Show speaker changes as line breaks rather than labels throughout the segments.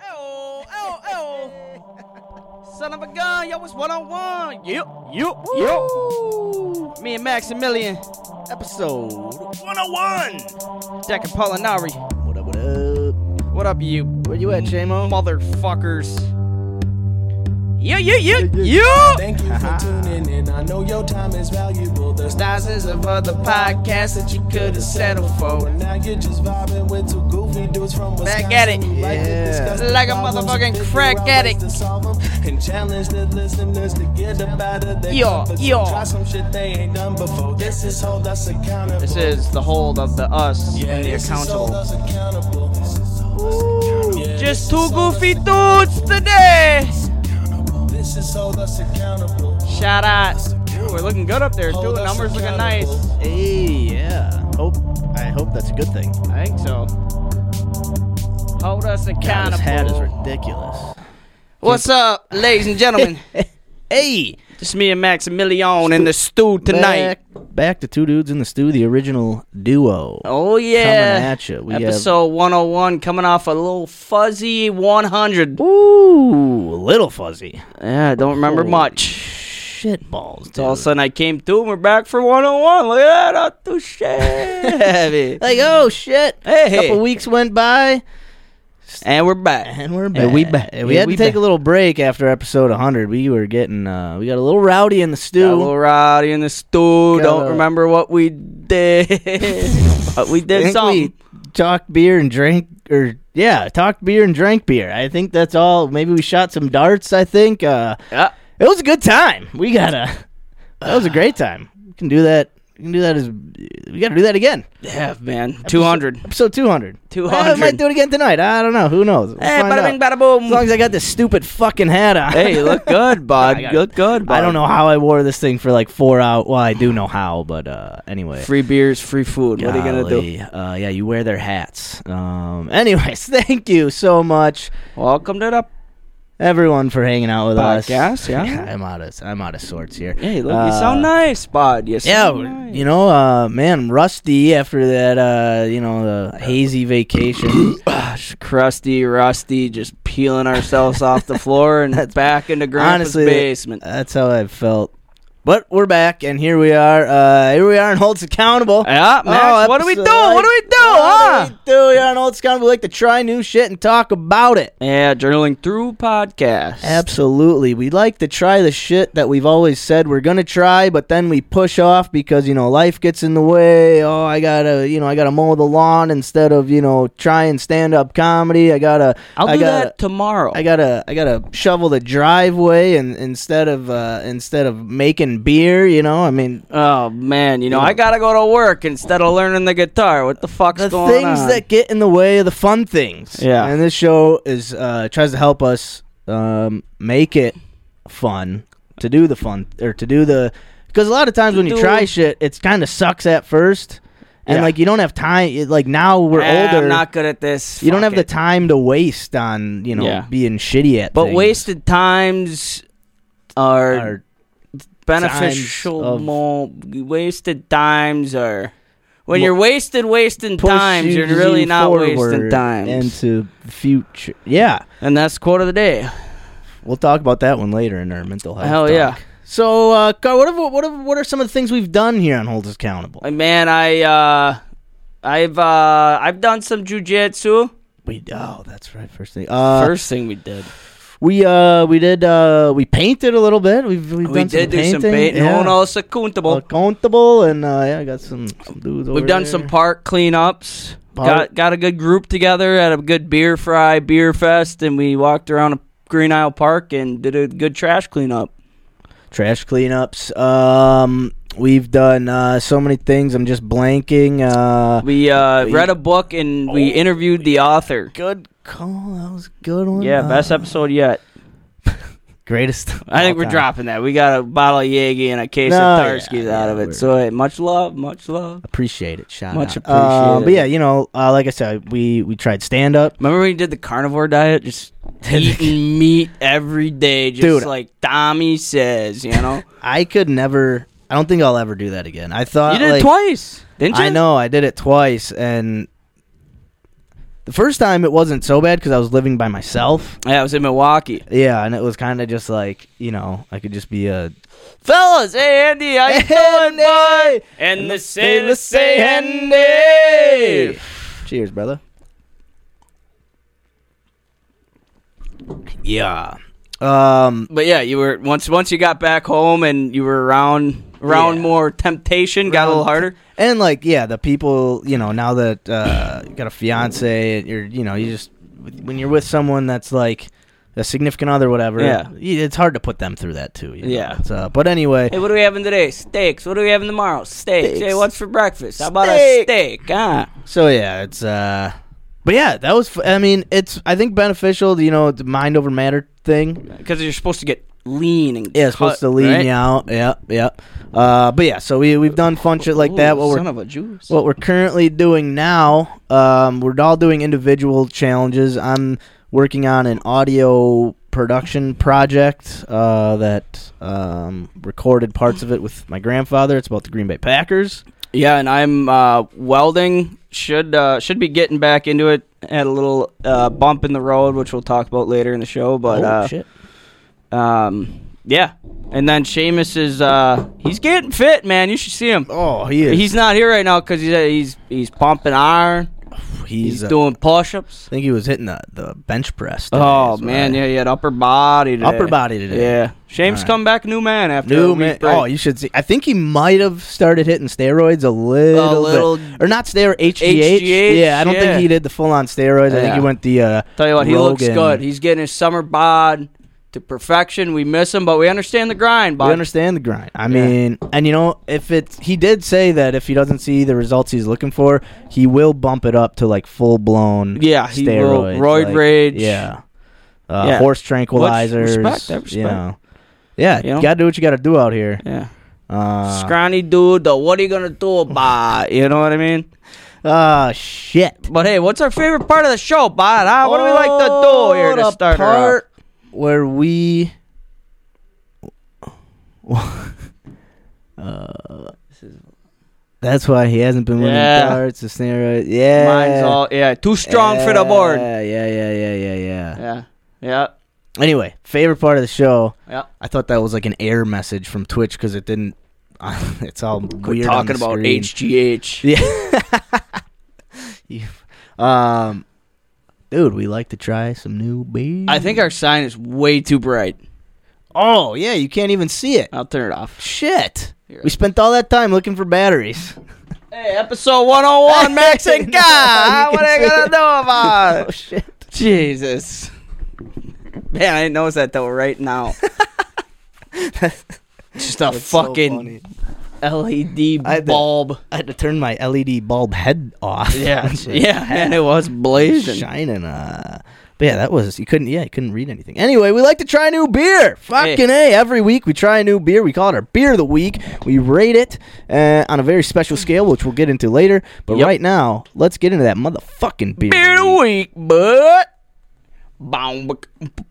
Son of a gun, yo, it's one on one. Yep, yep, yep. Me and Maximilian, episode 101. Deck and Polinari.
What up, what up?
What up, you
Where you at, J-Mo?
motherfuckers? Yeah, yeah, yeah, yeah.
Thank you for tuning in. I know your time is valuable. There's
Thousands of other podcasts that you could have settled
but
for.
now you're just vibing with two goofy dudes from Wisconsin.
Back at it.
who like to
Yeah.
discuss the
Like a
problems and
motherfucking
figure
crack
out ways
addict.
to solve 'em. And challenge the listeners to get up out of their
Yo,
comfort zone.
yo.
Try some shit they ain't done before. This is hold us accountable.
This is the hold of the us
yeah,
and the
this is Hold
accountable.
us accountable. This is hold us accountable. Yeah,
Just
this is
two
hold us
goofy dudes today.
accountable. This is hold us accountable.
Shout out. Ooh, we're looking good up there, too.
Hold us
Numbers looking nice.
accountable.
Hey, yeah. Hope I hope that's a good thing.
I think so. Hold us
God,
accountable.
this hat is ridiculous.
What's up, ladies and gentlemen?
hey,
Just me and Maximilian in the stew tonight.
Back, back to two dudes in the stew, the original duo.
Oh yeah,
Coming at ya. We have-
episode 101 coming off a little fuzzy 100.
Ooh, a little fuzzy.
Yeah, I don't remember
Holy
much.
Shit balls, Oh, dude.
So all of a sudden I came through and we're back for 101. Look at that, too shabby.
like, oh shit.
Hey.
couple weeks went by,
and we're back.
and we're back.
And we back.
And we
Yeah,
had
we
to take
back.
a little break after episode 100. We were getting, uh, we got a little rowdy in the
Got a
stew.
little rowdy in the stew.
Got
Don't
a-
remember what we did. but we
I
did
think
something.
we talked beer and drank, or yeah, talked beer and drank beer. I think that's all. Maybe we shot some darts. I think uh,
Yeah.
it was a good time. We gotta. That was a great time. We can do that. We can do that as we gotta do that again.
Yeah, man. 200.
Episode two hundred. Eh,
200.
I might do it again tonight. I don't know. Who knows? We'll
Hey,
find
Eh, bada
out.
bing, bada
As long
boom.
as I got this stupid fucking hat on.
Hey, you look good, bud.
I
You
got-
look good, bud.
I don't know how I wore this thing for like four hours. Well, I do know how, but uh, anyway.
Free beers, free food. What are you going to do?
Golly. Uh, yeah, you wear their hats. Um, anyways, thank you so much,
Welcome to the
everyone, for hanging out with us.
Podcast, yeah.
I'm out of I'm out of sorts here.
Hey, look,
Uh,
you sound nice, bud. You
Yeah,
sound nice.
you know, uh, man, rusty after that, uh, you know, the hazy vacation.
Gosh, crusty, rusty, just peeling ourselves off the floor and back into grandpa's
honestly, uh,
basement.
that's how I felt. But we're back, and here we are. Uh, here we are, and holds accountable.
yeah, Uh, Max,
Oh,
what do we do?
episode-
What do we do?
What
Huh?
do we do? Here on Holds Accountable, we like to try new shit and talk about it.
Yeah, journaling through podcast.
Absolutely. We like to try the shit that we've always said we're going to try, but then we push off because, you know, life gets in the way. Oh, I got to, you know, I got to mow the lawn instead of, you know, trying stand-up comedy. I got to
I'll do
I gotta,
that tomorrow.
I got to I got to shovel the driveway and instead of uh instead of making beer, you know? I mean,
oh man, you know,
You
I
know.
gotta go to work instead of learning the guitar. What the fuck's
the
going
things
on?
that get in the way of the fun things.
Yeah.
And this show is uh tries to help us um make it fun to do the fun or to do the because a lot of times when you
do-
try shit, it's kind of sucks at first, and
Yeah.
like you don't have time. it- Like now we're
Eh,
older,
I'm not good at this.
you don't
Fuck
have the
it.
time to waste on you know
Yeah.
being shitty at.
But
things.
wasted times are,
Or-
beneficial.
of-
mo- wasted times are when
Mo-
you're wasted, wasting
pushes
times. You're really
you
not wasting
forward
times. And,
into the future. Yeah,
that's quote of the day.
we'll talk about that one later in our mental health.
Hell
talk.
yeah,
So, uh, Car, what, have, what, have, what are some of the things we've done here on Hold Us Accountable?
Like, man. I uh, I've uh, I've done some jujitsu.
We oh, that's right. First thing, uh,
First thing we did,
we uh, we did uh, we painted a little bit. We've, we've
we
done
did
some
do some
painting.
painting.
Yeah.
No, no, it's accountable.
Accountable, and uh, yeah, I got some, some dudes. over
We've done
there.
some park cleanups.
Park-
Got got a good group together at a good beer fry beer fest, and we walked around Green Isle Park and did a good trash cleanup.
trash cleanups. Um, we've done uh, so many things. I'm just blanking. Uh,
We uh,
We-
read a book and we
Oh,
interviewed the author.
good call. That was a good one.
Yeah,
Uh,
best episode yet.
greatest. of
I think
all
we're
time.
dropping that. We got a bottle of Yagi and a case
No,
of
yeah,
Tarski's out
yeah,
of
we're-
it. So hey, much love, much love.
Appreciate it. Shout
Much
out. Uh,
appreciated.
but yeah, you know, uh, like I said, we we tried stand up.
Remember when we did the carnivore diet? Just eating meat every day, just
Dude.
like Tommy says. You know,
I could never. I don't think I'll ever do that again. I thought
you did
like,
it twice, didn't you?
I know I did it twice, and The first time it wasn't so bad because I was living by myself.
Yeah, I was in Milwaukee.
Yeah, and it was kind of just like you know I could just be a
Fellas, hey Andy, how you doing, boy? And the sailors say Andy.
Cheers, brother. Yeah. Um.
But yeah, you were once once you got back home and you were around around
Yeah.
more temptation, got a little harder.
And like, yeah, the people, you know, now that uh, you got a fiance, and you're, you know, you just when you're with someone that's like a significant other, whatever.
Yeah.
y- it's hard to put them through that too. you know.
Yeah.
It's, uh, but anyway,
Hey, what are we having today? Steaks. What are we having tomorrow? Steaks. Hey, what's for breakfast? How about a steak?
Steak.
Huh?
so yeah, it's. uh But yeah, that was. f- I mean, it's. I think beneficial. You know, the mind over matter thing.
Because you're supposed to get lean and
Yeah, it's supposed to lean you out. Yeah, yeah. Uh, but yeah, so we we've done fun shit like that. What we're
son of a juice.
what we're currently doing now um, we're all doing individual challenges i'm working on an audio production project uh, that um, recorded parts of it with my grandfather it's about the green bay packers
Yeah, and I'm uh, welding. Should uh, should be getting back into it. Had a little uh, bump in the road, which we'll talk about later in the show. But
oh
uh,
shit
um, yeah, and then Seamus is uh, he's getting fit, man. You should see him.
oh he is
He's not here right now because he's he's he's pumping iron.
he's,
He's,
uh,
doing push-ups.
i think he was hitting the, the bench press today,
Oh
is what
man,
I-
yeah, he had upper body today.
Upper body today.
Yeah, Seamus
Alright.
come back new man after a
New
week
man.
break.
Oh, you should see. I think he might have started hitting steroids a little,
little-
bit, or not steroid HGH.
HGH,
yeah, I don't
yeah.
think he did the full on steroids. I think
Yeah.
he went the. Uh,
Tell you what, he looks
Rogan.
good. He's getting his summer bod to perfection. We miss him, but we understand the grind. Bod.
We understand the grind. I mean, and you know, if it's he did say that if he doesn't see the results he's looking for, he will bump it up to like full blown.
Yeah, he will.
steroids,
Roid
like,
rage.
Yeah, uh,
Yeah.
horse tranquilizers.
respect, I
You
respect.
know. Yeah,
You
you,
know?
gotta do what you gotta do out here.
Yeah.
Uh,
Scrawny dude, though. What are you gonna do about? it? You know what I mean?
ah, shit.
But hey, what's our favorite part of the show, Bod? Huh? What do we like to do here
Oh,
to
the
start her
part where we. uh, that's why he hasn't been winning
Yeah.
darts or steroids.
off?
Yeah,
Mine's all yeah, too strong for the board.
Yeah, yeah, yeah, yeah, yeah, yeah.
Yeah, yeah,
Anyway, favorite part of the show.
yeah.
I thought that was like an error message from Twitch because it didn't. it's all
We're
weird. on
talking
the
about
screen.
HGH.
Yeah. You- um, dude, we like to try some new beer.
I think our sign is way too bright.
Oh yeah, you can't even see it.
I'll turn it off.
Shit.
Here.
We spent all that time looking for batteries.
Hey, episode 101, Max and
Now
Guy.
you
huh? what
can
are you
see
gonna
it.
do about
Oh
it?
shit.
Jesus. Man, I didn't notice that though right now. Just a fucking E LED
I had to-
bulb.
I had to turn my LED bulb head off.
Yeah,
It's like,
yeah, man, it was blazing.
shining. Uh, but yeah, that was you couldn't. Yeah, you couldn't read anything. Anyway, we like to try new beer. Fucking a! Every week we try a new beer. We call it our beer of the week. We rate it uh, on a very special scale, which we'll get into later. But
Yep.
right now, let's get into that motherfucking beer. of the
Beer of
week.
the week, but let's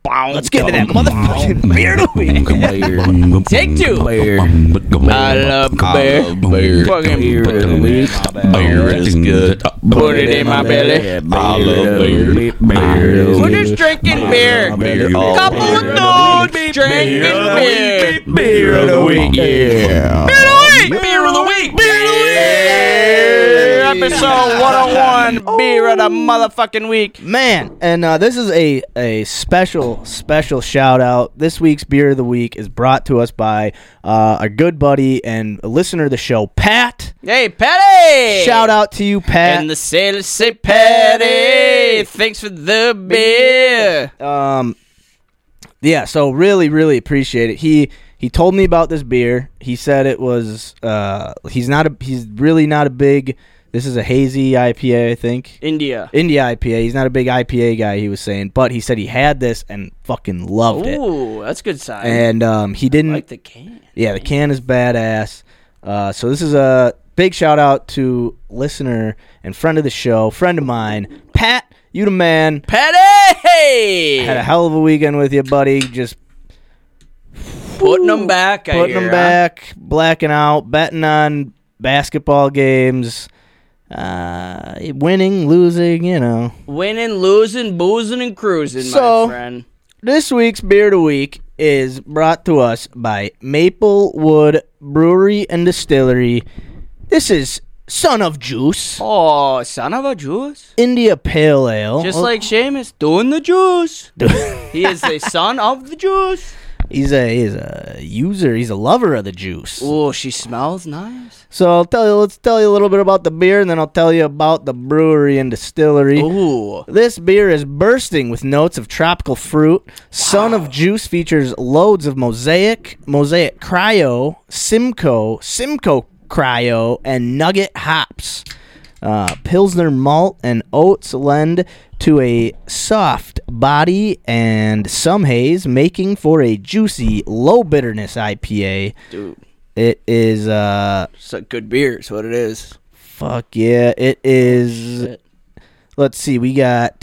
Let's get into that motherfucking beer of the week.
Take two.
Bear.
I love bear.
Bear.
Fucking beer of the week.
Bear is good.
Put it in my belly.
I love beer. Beer.
We're just drinking beer.
Beer.
Couple of dudes drinking beer.
Beer of the week. Yeah.
Beer of the week. Beer of the week. Episode 101. Beer of the motherfucking week.
Man, and uh, this is a, a special, special shout out. This week's beer of the week is brought to us by uh, our good buddy and listener of the show, Pat.
Hey, Patty.
Shout out to you, Pat.
And the sailors say Patty. Thanks for the beer.
um yeah so really really appreciate it he he told me about this beer he said it was uh he's not a he's really not a big this is a hazy ipa i think
India.
india ipa he's not a big ipa guy he was saying but he said he had this and fucking loved it
Ooh, that's a good sign.
and um he didn't
like the can.
yeah, the can is badass. Uh, so this is a big shout out to listener and friend of the show, friend of mine, Pat. You the man.
Patty.
Had a hell of a weekend with you, buddy. Just
Putting them back. I
putting
hear,
them
huh?
back, blacking out, betting on basketball games, Uh, winning, losing, you know.
Winning, losing, boozing, and cruising,
So-
my friend.
This week's beer of the week is brought to us by Maplewood Brewery and Distillery. This is Son of Juice
Oh, son of a juice.
India Pale Ale. Oh,
Just like Seamus doing the juice. He is the son of the juice.
he's a he's a user. He's a lover of the juice.
Oh, she smells nice.
So I'll tell you. Let's tell you a little bit about the beer, and then I'll tell you about the brewery and distillery.
Ooh.
This beer is bursting with notes of tropical fruit. Son of Juice features loads of Mosaic, Mosaic Cryo, Simcoe, Simcoe Cryo, and Nugget hops. Uh, Pilsner malt and oats lend to a soft body and some haze, making for a juicy, low bitterness IPA.
Dude,
It is, uh,
it's a good beer. It's what it is.
fuck yeah, it is
Shit.
let's see, we got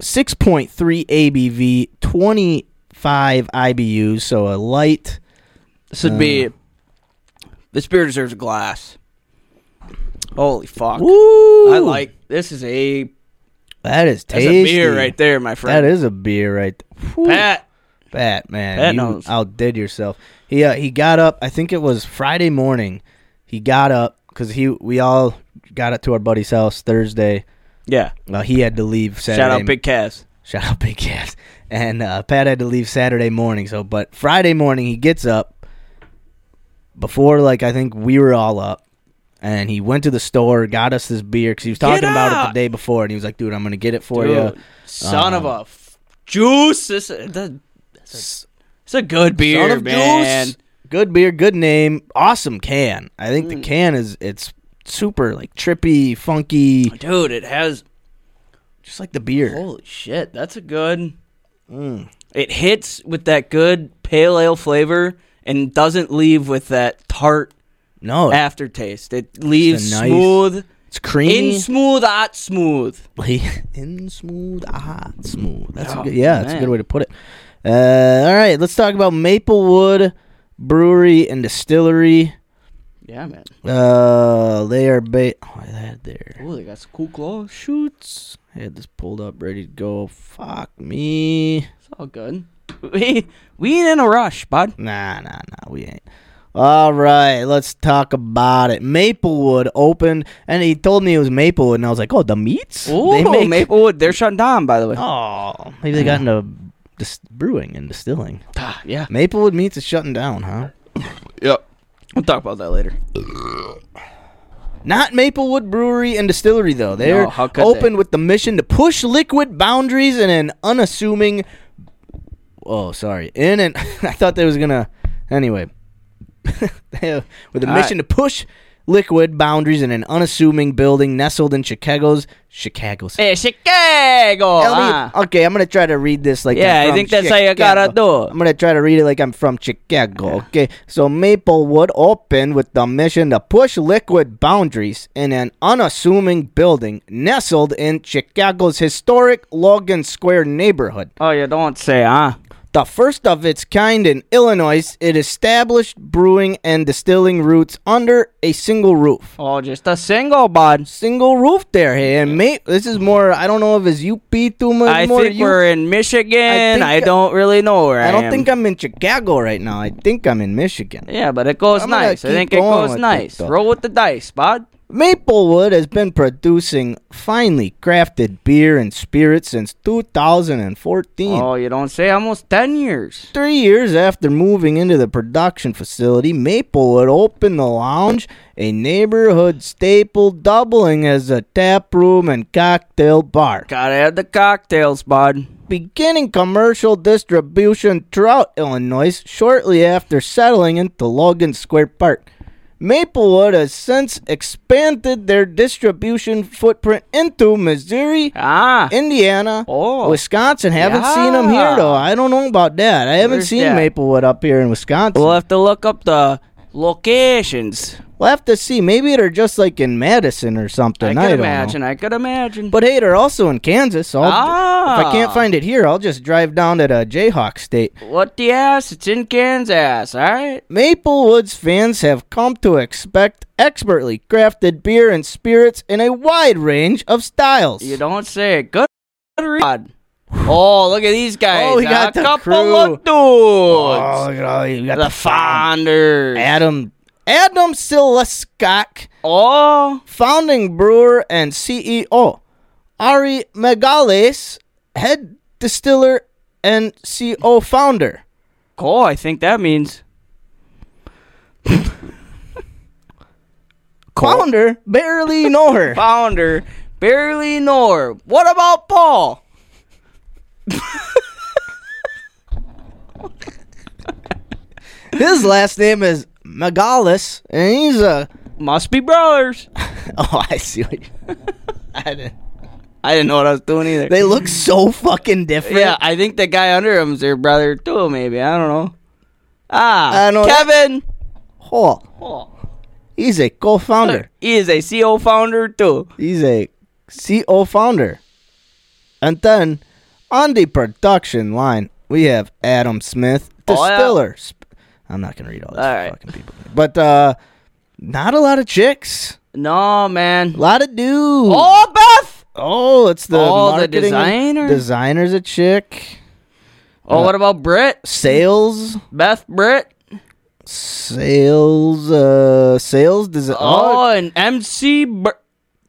6.3 ABV, 25 IBUs, so a light.
This would
Mm.
be. This beer deserves a glass. Holy fuck.
Woo!
I like. This is a,
that is
that's
tasty.
a beer right there, my
That
friend.
is a beer right. There. Whew.
Pat.
Pat, man,
Pat
you
knows.
outdid yourself. He uh, he got up. I think it was Friday morning. He got up because he we all got up to our buddy's house Thursday.
Yeah.
Uh, he had to leave Saturday.
Shout out Big Cass.
Shout out Big Cat. And uh, Pat had to leave Saturday morning. So, but Friday morning he gets up before like I think we were all up, and he went to the store, got us this beer because he was talking
Get
about it the
out!
day before, and he was like, "Dude, I'm gonna get it for
Dude,
you."
son
Um,
of a f- juice. This, that,
S-
it's a good beer,
Son of
man.
Juice. Good beer, good name, awesome can. I think
Mm.
the can is it's super like trippy, funky,
Dude, it has.
just like the beer.
Holy shit, that's a good.
Mm.
It hits with that good pale ale flavor and doesn't leave with that tart
No,
aftertaste. It leaves
a nice-
smooth,
it's
in
creamy,
smooth, hot smooth.
in smooth, ah, smooth. That's a
Oh,
good, yeah, that's a good
man.
way to put it. Uh, all right, let's talk about Maplewood Brewery and Distillery.
Yeah, man.
Uh, they are ba- oh, I had their
Oh, they got some cool clothes.
shoots. I had this pulled up, ready to go. Fuck me.
It's all good. We we ain't in a rush, bud.
Nah, nah, nah, we ain't. All right, let's talk about it. Maplewood opened, and he told me it was Maplewood, and I was like, oh, the meats?
Ooh, Maplewood. They're shut down, by the way.
Oh, maybe they got into dis- brewing and distilling.
Ah, yeah,
Maplewood Meats is shutting down, huh?
we'll talk about that later.
Not Maplewood Brewery and Distillery, though. They're
how could
open
they?
with the mission to push liquid boundaries in an unassuming. Oh, sorry. In an. I thought they was going to. Anyway. They have- with a
All
mission to push liquid boundaries in an unassuming building nestled in Chicago's. Chicago's.
Hey, Chicago.
Tell me-
ah.
okay, I'm gonna try to read this like
Yeah,
I'm
I
from
think that's how you
Chicago.
gotta do it.
I'm gonna try to read it like I'm from Chicago. Okay, so Maplewood opened with the mission to push liquid boundaries in an unassuming building nestled in Chicago's historic Logan Square neighborhood.
Oh, you don't say, huh?
The first of its kind in Illinois, it established brewing and distilling roots under a single roof.
Oh, just a single, bud.
Single roof there, hey, and mate, this is more. I don't know if it's UP too much.
I
more
think we're in Michigan. I,
think-
don't really know where I,
I don't
am.
think I'm in Chicago right now. I think I'm in Michigan.
Yeah, but it goes
I'm gonna
nice. I
keep
think it
going
goes
with
nice.
it, though.
Roll with the dice, bud.
Maplewood has been producing finely crafted beer and spirits since 2014.
Oh, you don't say. Almost ten years.
Three years after moving into the production facility, Maplewood opened the lounge, a neighborhood staple, doubling as a tap room and cocktail bar.
Gotta have the cocktails, bud.
beginning commercial distribution throughout Illinois shortly after settling into Logan Square Park. Maplewood has since expanded their distribution footprint into Missouri,
Ah.
Indiana,
Oh.
Wisconsin. Haven't seen them here
Yeah.
though. I don't know about that. I haven't
Where's
seen
that?
Maplewood up here in Wisconsin.
We'll have to look up the locations.
We'll have to see. Maybe they're just like in Madison or something. I,
I could
don't
imagine.
Know.
I could imagine.
But hey, they're also in Kansas. So I'll,
ah,
if I can't find it here, I'll just drive down to the Jayhawk State.
what the ass? It's in Kansas. All right.
Maplewoods fans have come to expect expertly crafted beer and spirits in a wide range of styles.
You don't say. Good. God. Oh, look at these guys.
Oh, he got
a
the
couple
crew.
of dudes.
oh, look at all you got
the,
the fond.
Founders.
Adam Adam Siliskak,
oh,
founding brewer and CEO. Ari Megales, head distiller and CO founder.
cool. I think that means.
Founder barely know her.
founder barely know her. What about Paul?
His last name is Megalis, and he's a.
Must be brothers.
Oh, I see what you. I didn't.
I didn't know what I was doing either.
They look so fucking different.
Mm. yeah, I think the guy under him's their brother too. Maybe I don't know. Ah,
I know that-
Kevin.
Hall.
Paul.
He's a co-founder.
He is a CO founder too.
He's a CO founder. And then on the production line, we have Adam Smith,
Oh, yeah.
distiller. Sp- I'm not gonna read all this
All right.
fucking people. But uh, not a lot of chicks.
No man.
A lot of dudes.
Oh Beth.
Oh, it's the
Oh, the
marketing and-
designer?
Designer's a chick.
Oh, what about Britt?
Sales,
Beth Britt.
sales, uh, sales. Desi- oh,
Oh, and MC. Br-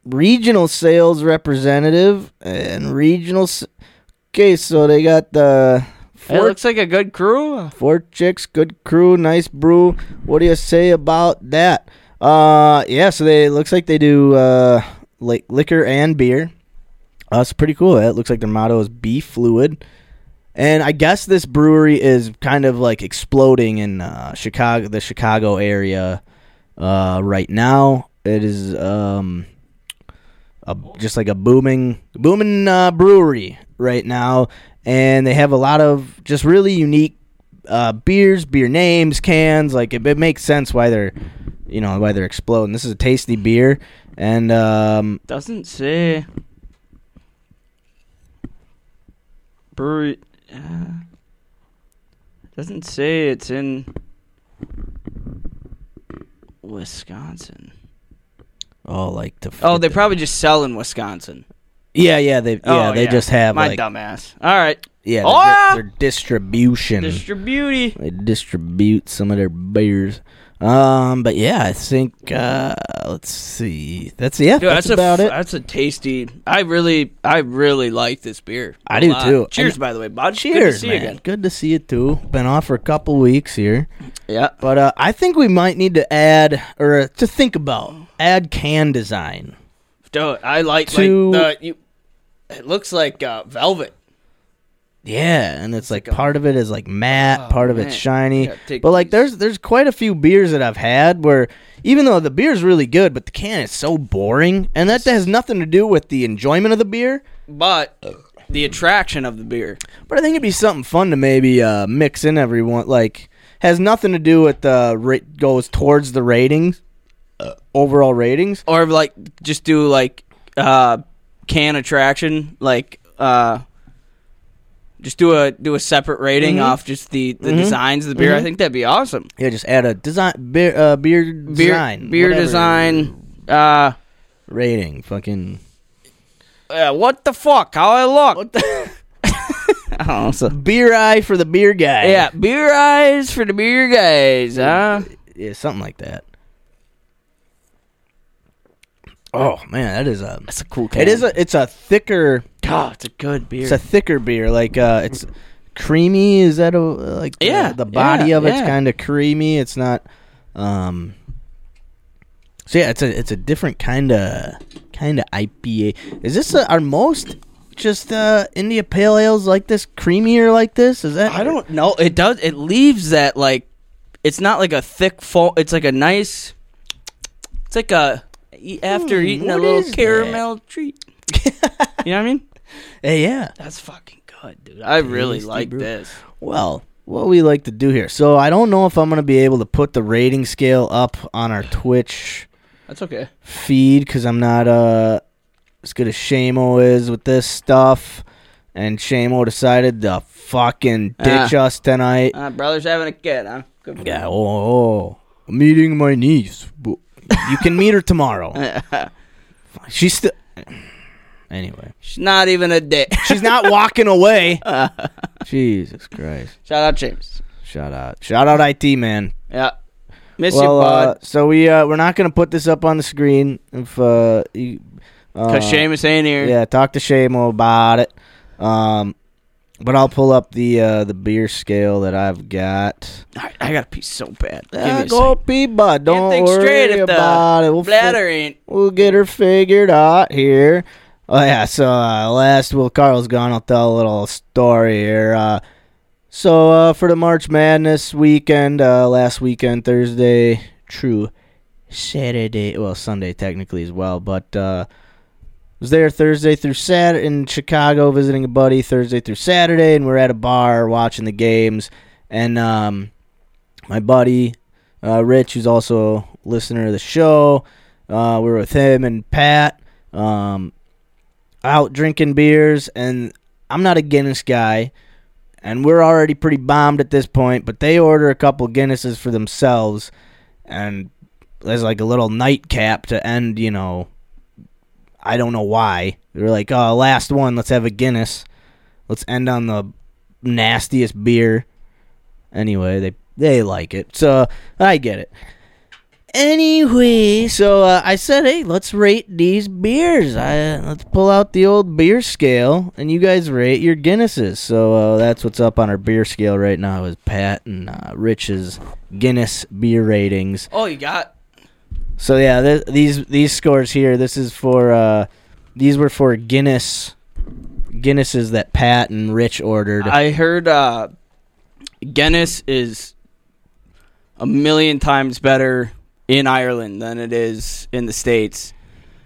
regional sales representative and regional. S- okay, so they got the
it
four,
looks like a good crew.
four chicks, good crew, nice brew. What do you say about that? Uh, yeah, so they it looks like they do uh like liquor and beer. Uh, it's pretty cool. It looks like their motto is "Be Fluid." And I guess this brewery is kind of like exploding in uh, Chicago, the Chicago area, uh, right now. It is um, a, just like a booming, booming uh, brewery right now, and they have a lot of just really unique uh, beers, beer names, cans. Like it, it makes sense why they're, you know, why they're exploding. This is a tasty beer, and um,
Doesn't say. Brewery. uh, doesn't say it's in Wisconsin.
oh, like to
Oh, they probably just sell in Wisconsin.
yeah, yeah, they yeah,
Oh,
they just have
my
like
dumbass. All right,
yeah,
Oh,
their,
yeah!
their distribution.
distribute.
they distribute some of their beers. Um, but yeah, I think uh, let's see. That's yeah,
Dude,
that's,
that's, a
about
f-
it.
That's a tasty. I really, I really like this beer.
I
a
do too.
Cheers,
And-
by the way, bud. Good to
Cheers,
see you
man.
again.
Good to see you too. Been off for a couple weeks here.
Yeah.
But uh, I think we might need to add or uh, to think about add can design.
Dude, I like
To-
like the. You, it looks like uh, velvet.
Yeah, and it's, like, part of it is like matte, part of it's
man.
shiny.
Yeah, take
but like
these.
there's there's quite a few beers that I've had where even though the beer's really good, but the can is so boring, and that has nothing to do with the enjoyment of the beer.
but the attraction of the beer.
But I think it'd be something fun to maybe uh, mix in everyone. Like has nothing to do with the ra- goes towards the ratings, uh, overall ratings.
Or like just do like uh can attraction, like uh just do a do a separate rating
Mm-hmm.
off just the the designs of the beer. I think that'd be awesome.
Yeah, just add a design beer uh, beer
Beer
design
beer
whatever
design uh
rating fucking.
uh, what the fuck? How I look? I don't know. So.
Beer eye for the beer guy.
Yeah, beer eyes for the beer guys, huh?
Yeah, something like that. Oh man, that is a
That's a cool. Can.
it is a it's a thicker
God, it's a good beer.
it's a thicker beer like uh it's creamy is that a like the,
Yeah,
the body
yeah,
of it's
yeah.
kind of creamy it's not um so yeah it's a it's a different kind of kind of IPA is this a, are most just uh India pale ales like this creamier like this is that
I don't know. It does. It leaves that like, it's not like a thick foam. It's like a nice. It's like a e- after
Hmm,
eating a
what
little
is
caramel treat. you know what I mean?
Eh, yeah
That's fucking good, dude. I really
Tasty
like
brew.
this.
well what we like to do here. So I don't know if I'm gonna be able to put the rating scale up on our Twitch
That's okay.
feed because I'm not uh as good as Shamo is with this stuff. And Shamo decided to fucking ditch us tonight.
Ah. Uh, brother's having a kid, huh? Good for
Yeah, oh, oh. I'm meeting my niece. Bu- You can meet her tomorrow.
him.
She's still. Anyway,
She's not even a dick.
she's not walking away. Jesus Christ!
Shout out James.
Shout out, shout out, IT man.
Yeah. Miss
Well,
you,
uh,
bud.
so we uh, we're not gonna put this up on the screen if uh, you, uh
Because Seamus ain't here.
Yeah, talk to Shamo about it. Um, but I'll pull up the uh, the beer scale that I've got.
I, I got to pee so bad. Give me
Yeah,
a
Ah, go
second.
pee, bud. Don't
Can't think
worry
straight if the
about it. We'll fi-
Bladder ain't.
we'll get her figured out here. Oh yeah, so uh, last well Carl's gone, I'll tell a little story here. Uh, so uh, for the March Madness weekend, uh, last weekend Thursday, true Saturday, well Sunday technically as well, but uh, was there Thursday through Saturday in Chicago visiting a buddy Thursday through Saturday, and we're at a bar watching the games, and um, my buddy uh, Rich, who's also a listener of the show, uh, we were with him and Pat um, out drinking beers, and I'm not a Guinness guy, and we're already pretty bombed at this point. But they order a couple Guinnesses for themselves, and there's like a little nightcap to end. You know, I don't know why. They were like, "Oh, last one, let's have a Guinness. Let's end on the nastiest beer." Anyway, they they like it, so I get it. Anyway, so uh, I said, hey, let's rate these beers. I, let's pull out the old beer scale, and you guys rate your Guinnesses. So uh, that's what's up on our beer scale right now is Pat and uh, Rich's Guinness beer ratings.
Oh, you got.
So yeah, th- these these scores here. This is for uh, these were for Guinness Guinnesses that Pat and Rich ordered.
I heard uh, Guinness is a million times better in Ireland than it is in the states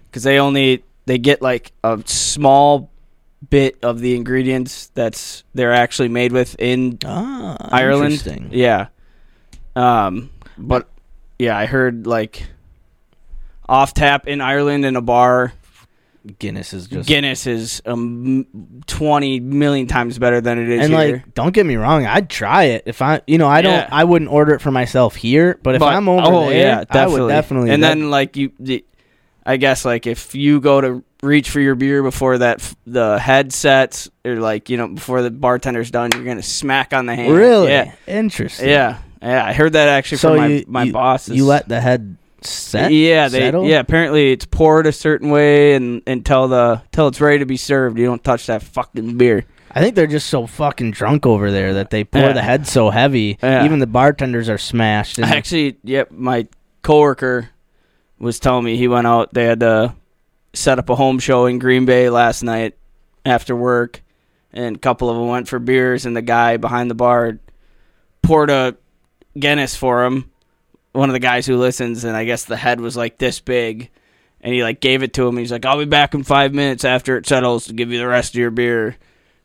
because they only they get like a small bit of the ingredients that's they're actually made with in
ah,
Ireland.
interesting.
Yeah. Um, but yeah, I heard like off tap in Ireland in a bar.
Guinness is just
Guinness is um, twenty million times better than it is
and
here.
like don't get me wrong i'd try it if i you know i don't
Yeah.
i wouldn't order it for myself here but if
But- oh,
i'm over there i would definitely
And
that-
then like you, the, I guess like if you go to reach for your beer before that f- the headsets or like you know before the bartender's done, you're gonna smack on the hand.
really
Yeah.
interesting
Yeah. Yeah. I heard that actually
so
from my
you,
my
you,
boss.
you let the head set
yeah, they
settle?
yeah. Apparently, it's poured a certain way, and until the till it's ready to be served, you don't touch that fucking beer.
i think they're just so fucking drunk over there that they pour
Yeah.
the head so heavy
Yeah.
even the bartenders are smashed and
Actually, yep, my coworker was telling me he went out. They had to set up a home show in Green Bay last night after work, and a couple of them went for beers, and the guy behind the bar poured a Guinness for him. One of the guys who listens, and I guess the head was like this big, and he like gave it to him. He's like, "I'll be back in five minutes after it settles to give you the rest of your beer,"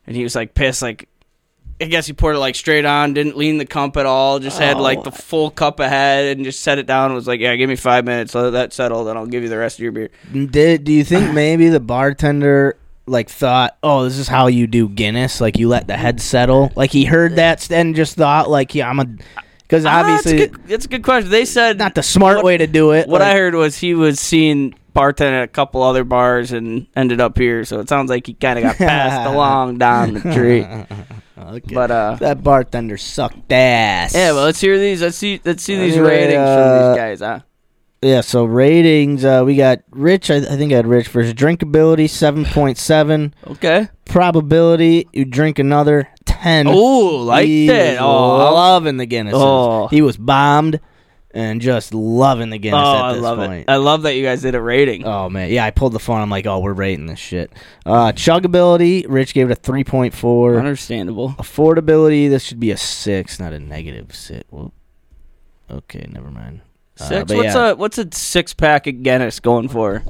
and he was like pissed, like I guess he poured it like straight on, didn't lean the cup at all, just had like
Oh.
the full cup ahead and just set it down and was like, Yeah, give me five minutes, let that settle, then I'll give you the rest of your beer.
Did, do you think maybe the bartender like thought, oh, this is how you do Guinness? Like you let the head settle. Like he heard that st- and just thought, like, yeah, I'm a, because
ah,
obviously
that's a, good, that's a good question. They said
not the smart
What-
way to do it.
what
like,
I heard was he was seeing bartending at a couple other bars and ended up here, so it sounds like he kinda got passed along down the tree.
Okay.
But uh
that bartender sucked ass.
Yeah, well let's hear these let's see let's see these
Anyway,
ratings
uh,
from these guys, huh?
yeah. So ratings, uh, we got Rich. I, I think I had Rich versus drinkability seven point seven.
Okay.
Probability you drink another ten.
Oh, like
he
that.
was
Oh,
loving the Guinness.
Oh.
He was bombed and just loving the
oh
Guinness at
I
this
love
point.
it. I love that you guys did a rating.
Oh man, yeah, I pulled the phone. I'm like, oh, we're rating this shit. Uh, chuggability, Rich gave it a 3.4.
Understandable.
Affordability, this should be a six, not a negative six. Well, okay, never mind. Uh,
Six.
but
what's
yeah.
a what's a six pack of Guinness going for?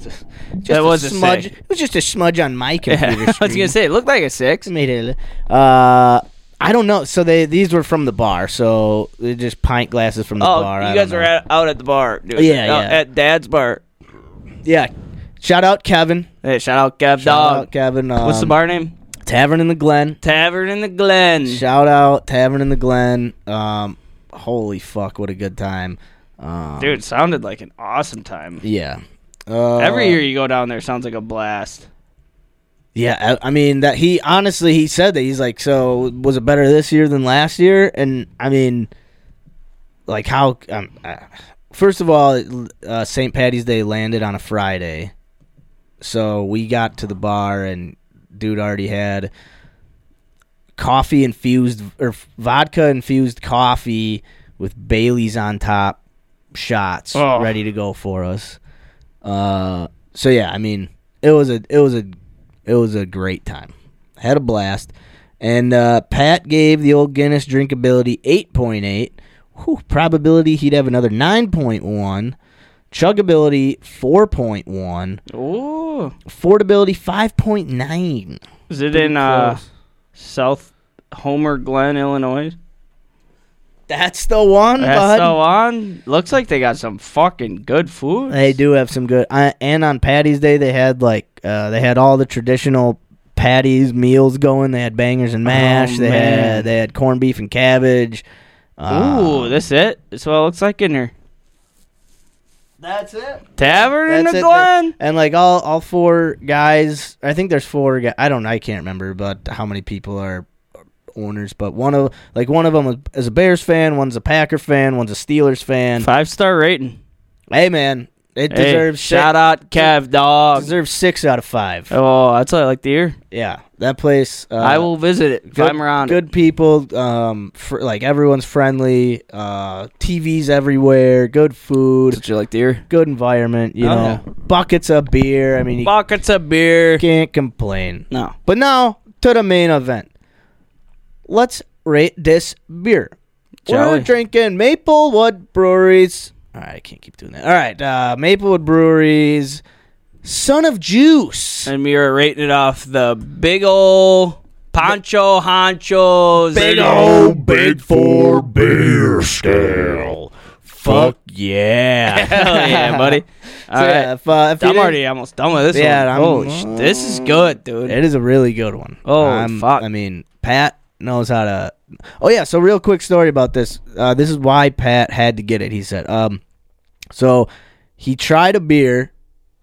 Just
That was a
smudge.
six.
It was just a smudge on my computer.
I was
screen.
gonna say it looked like a six.
It made it. Uh, I don't know. So they these were from the bar. So they're just pint glasses from the
oh,
bar. I
you
don't
guys were
know. Oh,
at, out at the bar. Dude.
Yeah,
Out
yeah.
At Dad's bar.
yeah. Shout out Kevin.
Hey, shout out Gav
Shout
Dog.
out Kevin. Um,
What's the bar Mm. name?
Tavern in the Glen.
Tavern in the Glen.
Shout out Tavern in the Glen. Um, holy fuck, what a good time. Um,
Dude, sounded like an awesome time.
Yeah. Uh,
Every year you go down there, sounds like a blast.
Yeah, I, I mean that he honestly he said that he's like, so was it better this year than last year? And I mean, like how? Um, uh, first of all, uh, St. Patty's Day landed on a Friday, so we got to the bar and dude already had coffee infused or vodka infused coffee with Bailey's on top, shots
Oh.
ready to go for us. Uh, so yeah, I mean, it was a it was a it was a great time. Had a blast. And uh, Pat gave the old Guinness drinkability 8.8. Whew, probability he'd have another 9.1. Chuggability 4.1.
Ooh.
Affordability 5.9.
Is it in uh, South Homer Glen, Illinois?
That's the one,
That's
Mm, bud.
so on. Looks like they got some fucking good food.
They do have some good. I, and on Patty's Day, they had like uh, they had all the traditional patties meals going. They had bangers and mash. they
Oh, man.
had they had corned beef and cabbage. Uh,
Ooh, this it? That's what it looks like in here.
that's it.
Tavern in
That's
the
it.
Glen.
And like all all four guys, I think there's four guys. I don't. I can't remember, but how many people are owners? But one of like one of them is a Bears fan, one's a Packer fan, one's a Steelers fan.
Five star rating.
Hey man, it
Hey,
deserves
shout out Cav
six,
Dog.
deserves six out of five.
Oh, that's what I like to hear.
Yeah, that place. Uh,
I will visit it if
Good,
I'm around.
good people. Um, fr- like everyone's friendly. Uh, TVs everywhere. Good
That's
food.
what you like to hear.
Good environment. You
Oh,
know, buckets of beer. I mean, you
Buckets of beer.
can't complain.
No.
But now to the main event. Let's rate this beer.
Jolly.
We're drinking Maplewood Breweries. All right, I can't keep doing that. All right, uh, Maplewood Breweries, Son of Juice.
And we were rating it off the big ol' Pancho Honchos.
Big
Oh, big four beer scale. Fuck
yeah.
Hell yeah, buddy. All
So,
right.
yeah, if, uh, if you
I'm
didn't-
already almost done with this
Yeah,
one.
I'm-
Holy sh- this is good, dude.
It is a really good one.
Oh,
I'm-
fuck.
I mean, Pat knows how to. Oh yeah. So real quick story about this. Uh, this is why Pat had to get it. He said, um, so he tried a beer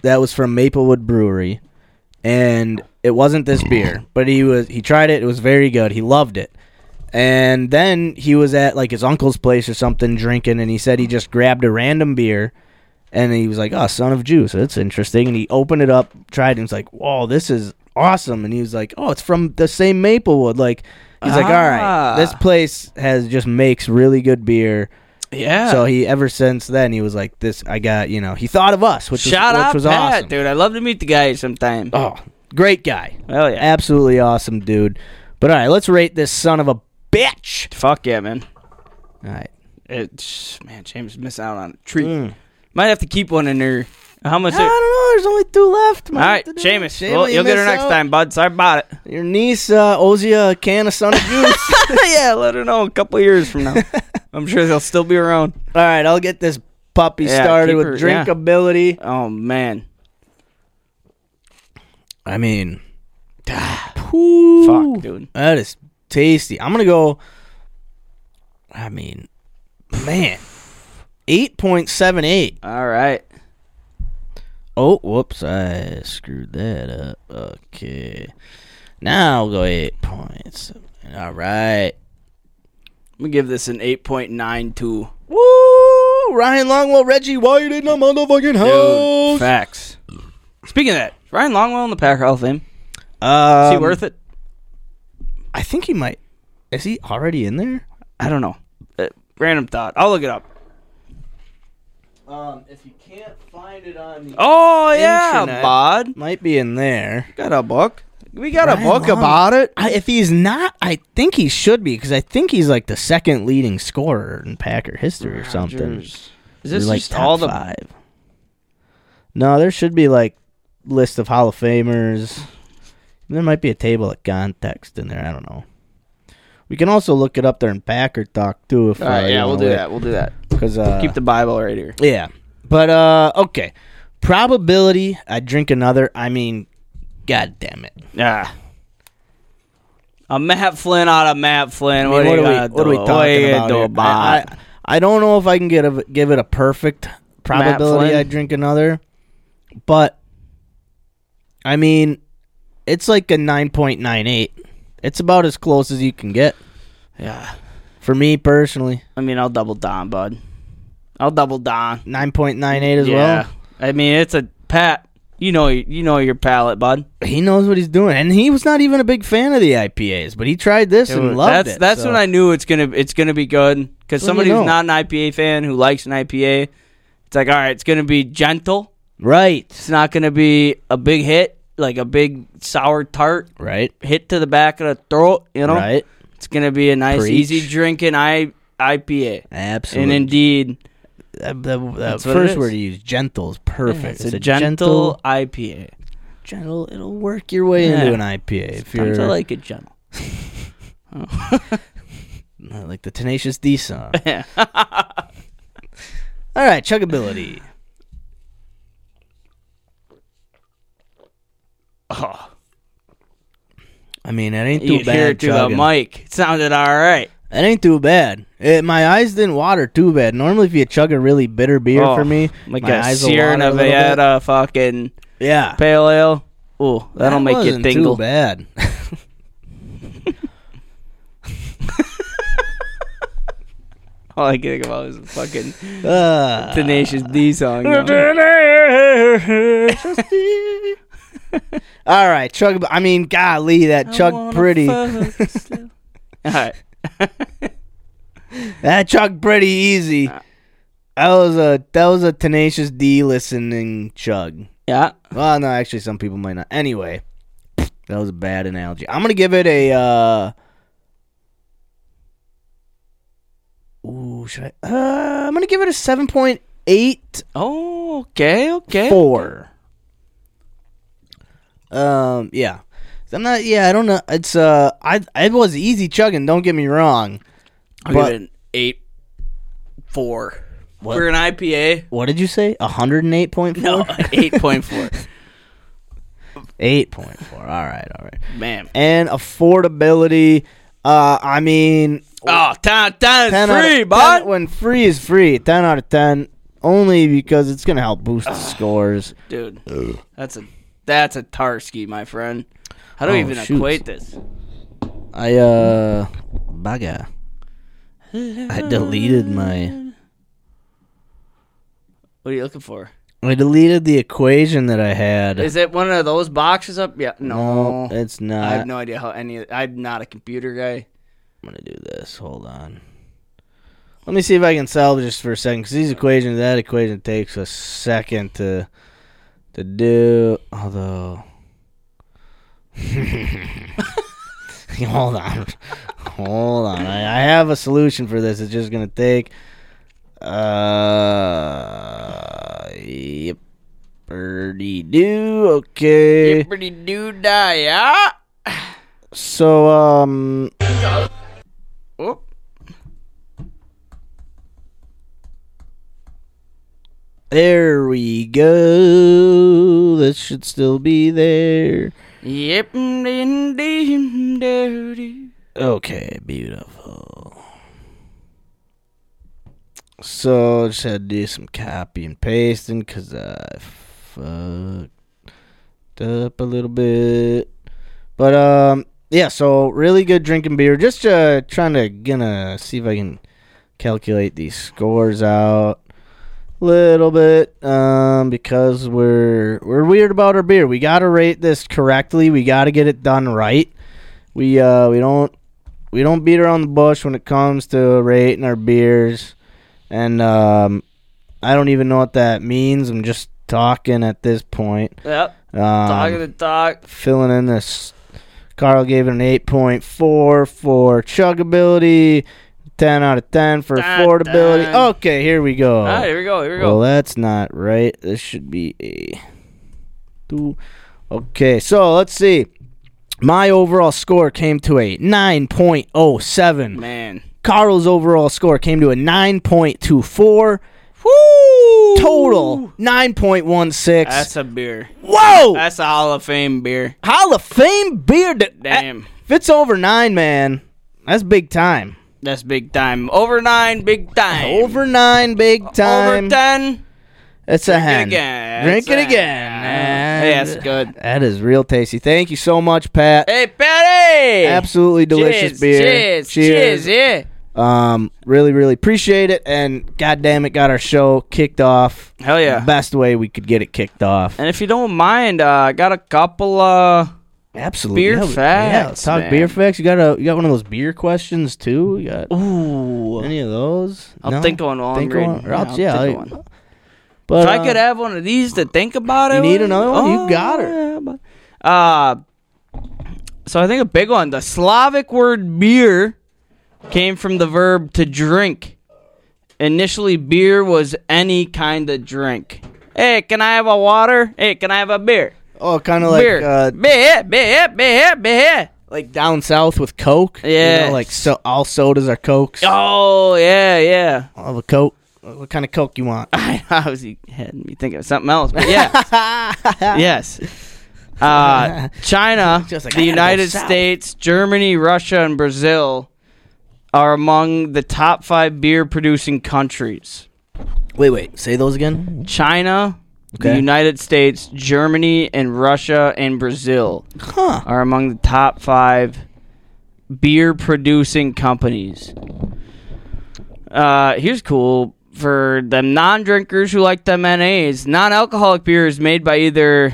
that was from Maplewood Brewery, and it wasn't this beer, but he was he tried it. It was very good. He loved it. And then he was at like his uncle's place or something drinking, and he said he just grabbed a random beer. And he was like, "Oh, son of juice, that's interesting." And he opened it up, tried, it, and was like, "Whoa, this is awesome!" And he was like, "Oh, it's from the same Maplewood." Like, he's like, "All right,
Ah.
this place has just makes really good beer."
yeah.
So he ever since then he was like, "This, I got you know." He thought of us, which
Shout
was, which
out
was
Pat,
awesome.
dude. I love to meet the guy sometime.
Oh, great guy,
Hell yeah.
absolutely awesome dude. But all right, let's rate this son of a bitch.
Fuck yeah, man.
All right,
It's man, James is missing out on a treat. Might have to keep one in there. How much?
I don't know. There's only two left.
all right, Seamus. well, you'll get her next time, bud. Sorry about it.
Your niece uh, owes you a can of son of juice.
yeah, let her know a couple years from now. I'm sure they'll still be around.
All right, I'll get this puppy
Yeah,
started
keep
with
her- yeah.
drinkability.
Oh man,
I mean,
fuck, dude.
Ah, that is tasty. I'm gonna go. I mean, man, eight point seven eight.
All right,
Oh, whoops, I screwed that up. Okay, now I'll go eight points. All right.
I'm gonna give this an 8.92.
Woo! Ryan Longwell, Reggie White in the motherfucking
Dude,
house.
facts. Speaking of that, is Ryan Longwell in the Packer Hall of Fame. Is
um,
he worth it?
I think he might. Is he already in there?
I don't know. Uh, random thought. I'll look it up.
Um, if you can't find it on the
Oh yeah,
Internet.
bud.
might be in there.
Got a book. We got
Ryan
a book
Long-
about it.
I, if he's not, I think he should be because I think he's like the second leading scorer in Packer history or something.
Is this
Or, like
just all the
five? No, there should be like list of Hall of Famers. There might be a table of context in there. I don't know. We can also look it up there in Packer Talk too. If uh,
All right, yeah, we'll do that. We'll do that.
Because uh,
Keep the Bible right here.
yeah, but uh, okay. Probability I drink another. I mean, god damn it.
Yeah. A Matt Flynn out of Matt Flynn.
I mean,
what,
what,
are
are
you
we, what are we
gonna do?
talking
you gonna
about?
do
here? I,
about-
I, I don't know if I can get a, give it a perfect probability
Flynn?
I drink another, but I mean, it's like a 9.98. It's about as close as you can get
yeah.
for me personally.
I mean, I'll double Don, bud. I'll double Don
9.98 as
yeah. I mean, it's a Pat. You know, you know your palate, bud.
well. He knows what he's doing. And he was not even a big fan of the IPAs, but he tried this and loved
that's
it.
that's
so.
when I knew it's gonna it's gonna be good because
Well, you
somebody who's
know.
not an IPA fan who likes an IPA, it's like all right, it's gonna be gentle.
Right.
It's not gonna be a big hit like a big sour tart
Right.
hit to the back of the throat. You know,
Right.
it's gonna be a nice,
Preach.
easy drinking I IPA.
Absolutely.
And indeed,
That- that- that
That's what it
first
is.
word you use, gentle, is perfect.
it's, a, gentle, IPA.
gentle. It'll work your way
Yeah.
into an IPA if
Sometimes I
you're like,
like it gentle.
like the Tenacious D song.
Yeah.
All right, chuggability.
Oh,
I mean, it ain't too
you
bad.
hear it through
chugging.
the mic. It sounded all right.
It ain't too bad. It, my eyes didn't water too bad. Normally, if you chug a really bitter beer
Oh,
for me,
Like
my
a
eyes will
Sierra
water a little bit.
Nevada fucking
Yeah,
pale ale. Ooh, that'll
That
make you
wasn't
tingle.
Too bad.
All I can think about is a fucking
Uh,
Tenacious D song. you know?
All right, chug. I mean, golly, that chug pretty.
All right.
That chugged pretty easy. That was a that was a tenacious D listening chug.
Yeah.
Well, no, actually, some people might not. Anyway, that was a bad analogy. I'm gonna give it a. uh Ooh, should I? Uh, I'm gonna give it a seven point eight
Oh, okay, okay.
four. Um, yeah, I'm not. Yeah, I don't know. It's uh, I it was easy chugging. Don't get me wrong.
I'll
But-
give it an eight, four.
What?
For an IPA,
What did you say? 108.4.
no, eight point four.
Eight point four. All right, all right.
Man.
And affordability. Uh, I mean,
Oh, time, time is
ten out of-
free,
ten-
bud.
when free is free, ten out of ten. Only because it's gonna help boost the scores.
Dude, that's a that's a tarski, my friend. How do we
Oh,
even
shoot.
equate this?
I uh, bugger. I deleted my.
What are you looking for?
I deleted the equation that I had.
Is it one of those boxes up? Yeah, no.
no, it's not.
I have no idea how any. I'm not a computer guy.
I'm gonna do this. Hold on. Let me see if I can salvage this for a second, because these equations, that equation takes a second to to do. Although, hold on, hold on. I, I have a solution for this. It's just gonna take. Uh, yep, birdie do. Okay.
Pretty dude, die, yeah.
So, um,
Oh,
There we go. That should still be there.
yep, indeed, dirty.
Okay, beautiful. So just had to do some copy and pasting because I fucked up a little bit. But um, yeah. So really good drinking beer. Just uh, trying to gonna see if I can calculate these scores out a little bit um because we're we're weird about our beer. We gotta rate this correctly. We gotta get it done right. We uh we don't we don't beat around the bush when it comes to rating our beers. And um, I don't even know what that means. I'm just talking at this point.
Yep,
Um,
talking the talk.
filling in this. Carl gave it an 8.4 for chuggability. 10 out of 10 for
Dun,
affordability.
dun.
Okay, here we go.
All right, Ah, here we go. Here we
oh. Well,
go.
that's not right. This should be a two. Okay, so let's see. My overall score came to a 9.07.
Man.
Carl's overall score came to a 9.24.
Woo!
Total 9.16.
That's a beer.
Whoa!
That's a Hall of Fame beer.
Hall of Fame beer. d-
Damn.
If it's over nine, man, that's big time.
That's big time. Over nine, big time.
Over nine, big time.
Over ten.
That's a
Drink it
hen.
again.
Drink
That's
it
a-
again.
Hey, that's good.
That is real tasty. Thank you so much, Pat.
Hey, Patty.
Absolutely
Cheers,
delicious beer.
Cheers. Cheers. Yeah.
Um, really, really appreciate it. And god damn it, got our show kicked off.
Hell yeah.
The best way we could get it kicked off.
And if you don't mind, uh, I got a couple. Uh,
Absolutely.
Beer
yeah, we- Yeah, let's
facts,
talk
man.
beer facts. You got a you got one of those beer questions too? You got
ooh.
any of those?
I'll
No?
think of one while I'm
Think of
reading.
one? Or I'll-
I'll
yeah,
think of
I-
one.
But
if I
uh,
could have one of these to think about it.
you need
with-
another one? You got her.
yeah, but- Uh, so I think a big one. The Slavic word beer came from the verb to drink. Initially, beer was any kind of drink. Hey, can I have a water? Hey, can I have a beer?
oh, kind of like
beer.
uh,
beer, beer, beer, beer.
like down south with Coke. You know,
Yes.
like so all sodas are Cokes.
Oh, yeah, yeah.
I'll have a Coke. What kind of Coke you want?
I obviously had me thinking of something else, but yeah, yes. Uh, China,
Just like, I
the
gotta go
United
south.
States, Germany, Russia, and Brazil are among the top five beer-producing countries.
Wait, wait. Say those again.
China, the
Okay.
United States, Germany, and Russia and Brazil
Huh.
are among the top five beer-producing companies. Uh, here's cool for the non-drinkers who like them NAs. Non-alcoholic beer is made by either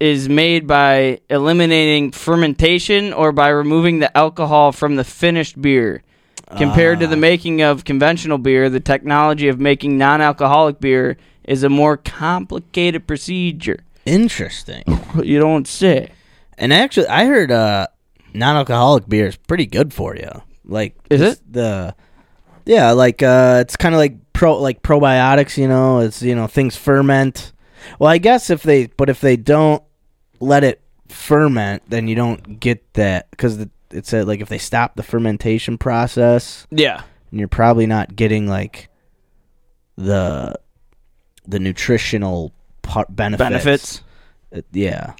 is made by eliminating fermentation or by removing the alcohol from the finished beer. Compared to the making of conventional beer, the technology of making non-alcoholic beer is a more complicated procedure.
Interesting.
You don't say.
And actually, I heard uh, non-alcoholic beer is pretty good for you. Like,
Is
just the? Yeah, like uh, it's kind of like pro, like probiotics. You know, it's you know things ferment. Well, I guess if they, but if they don't let it ferment, then you don't get that because it said like if they stop the fermentation process,
Yeah.
and you're probably not getting like the the nutritional part benefits.
Benefits.
Uh, yeah.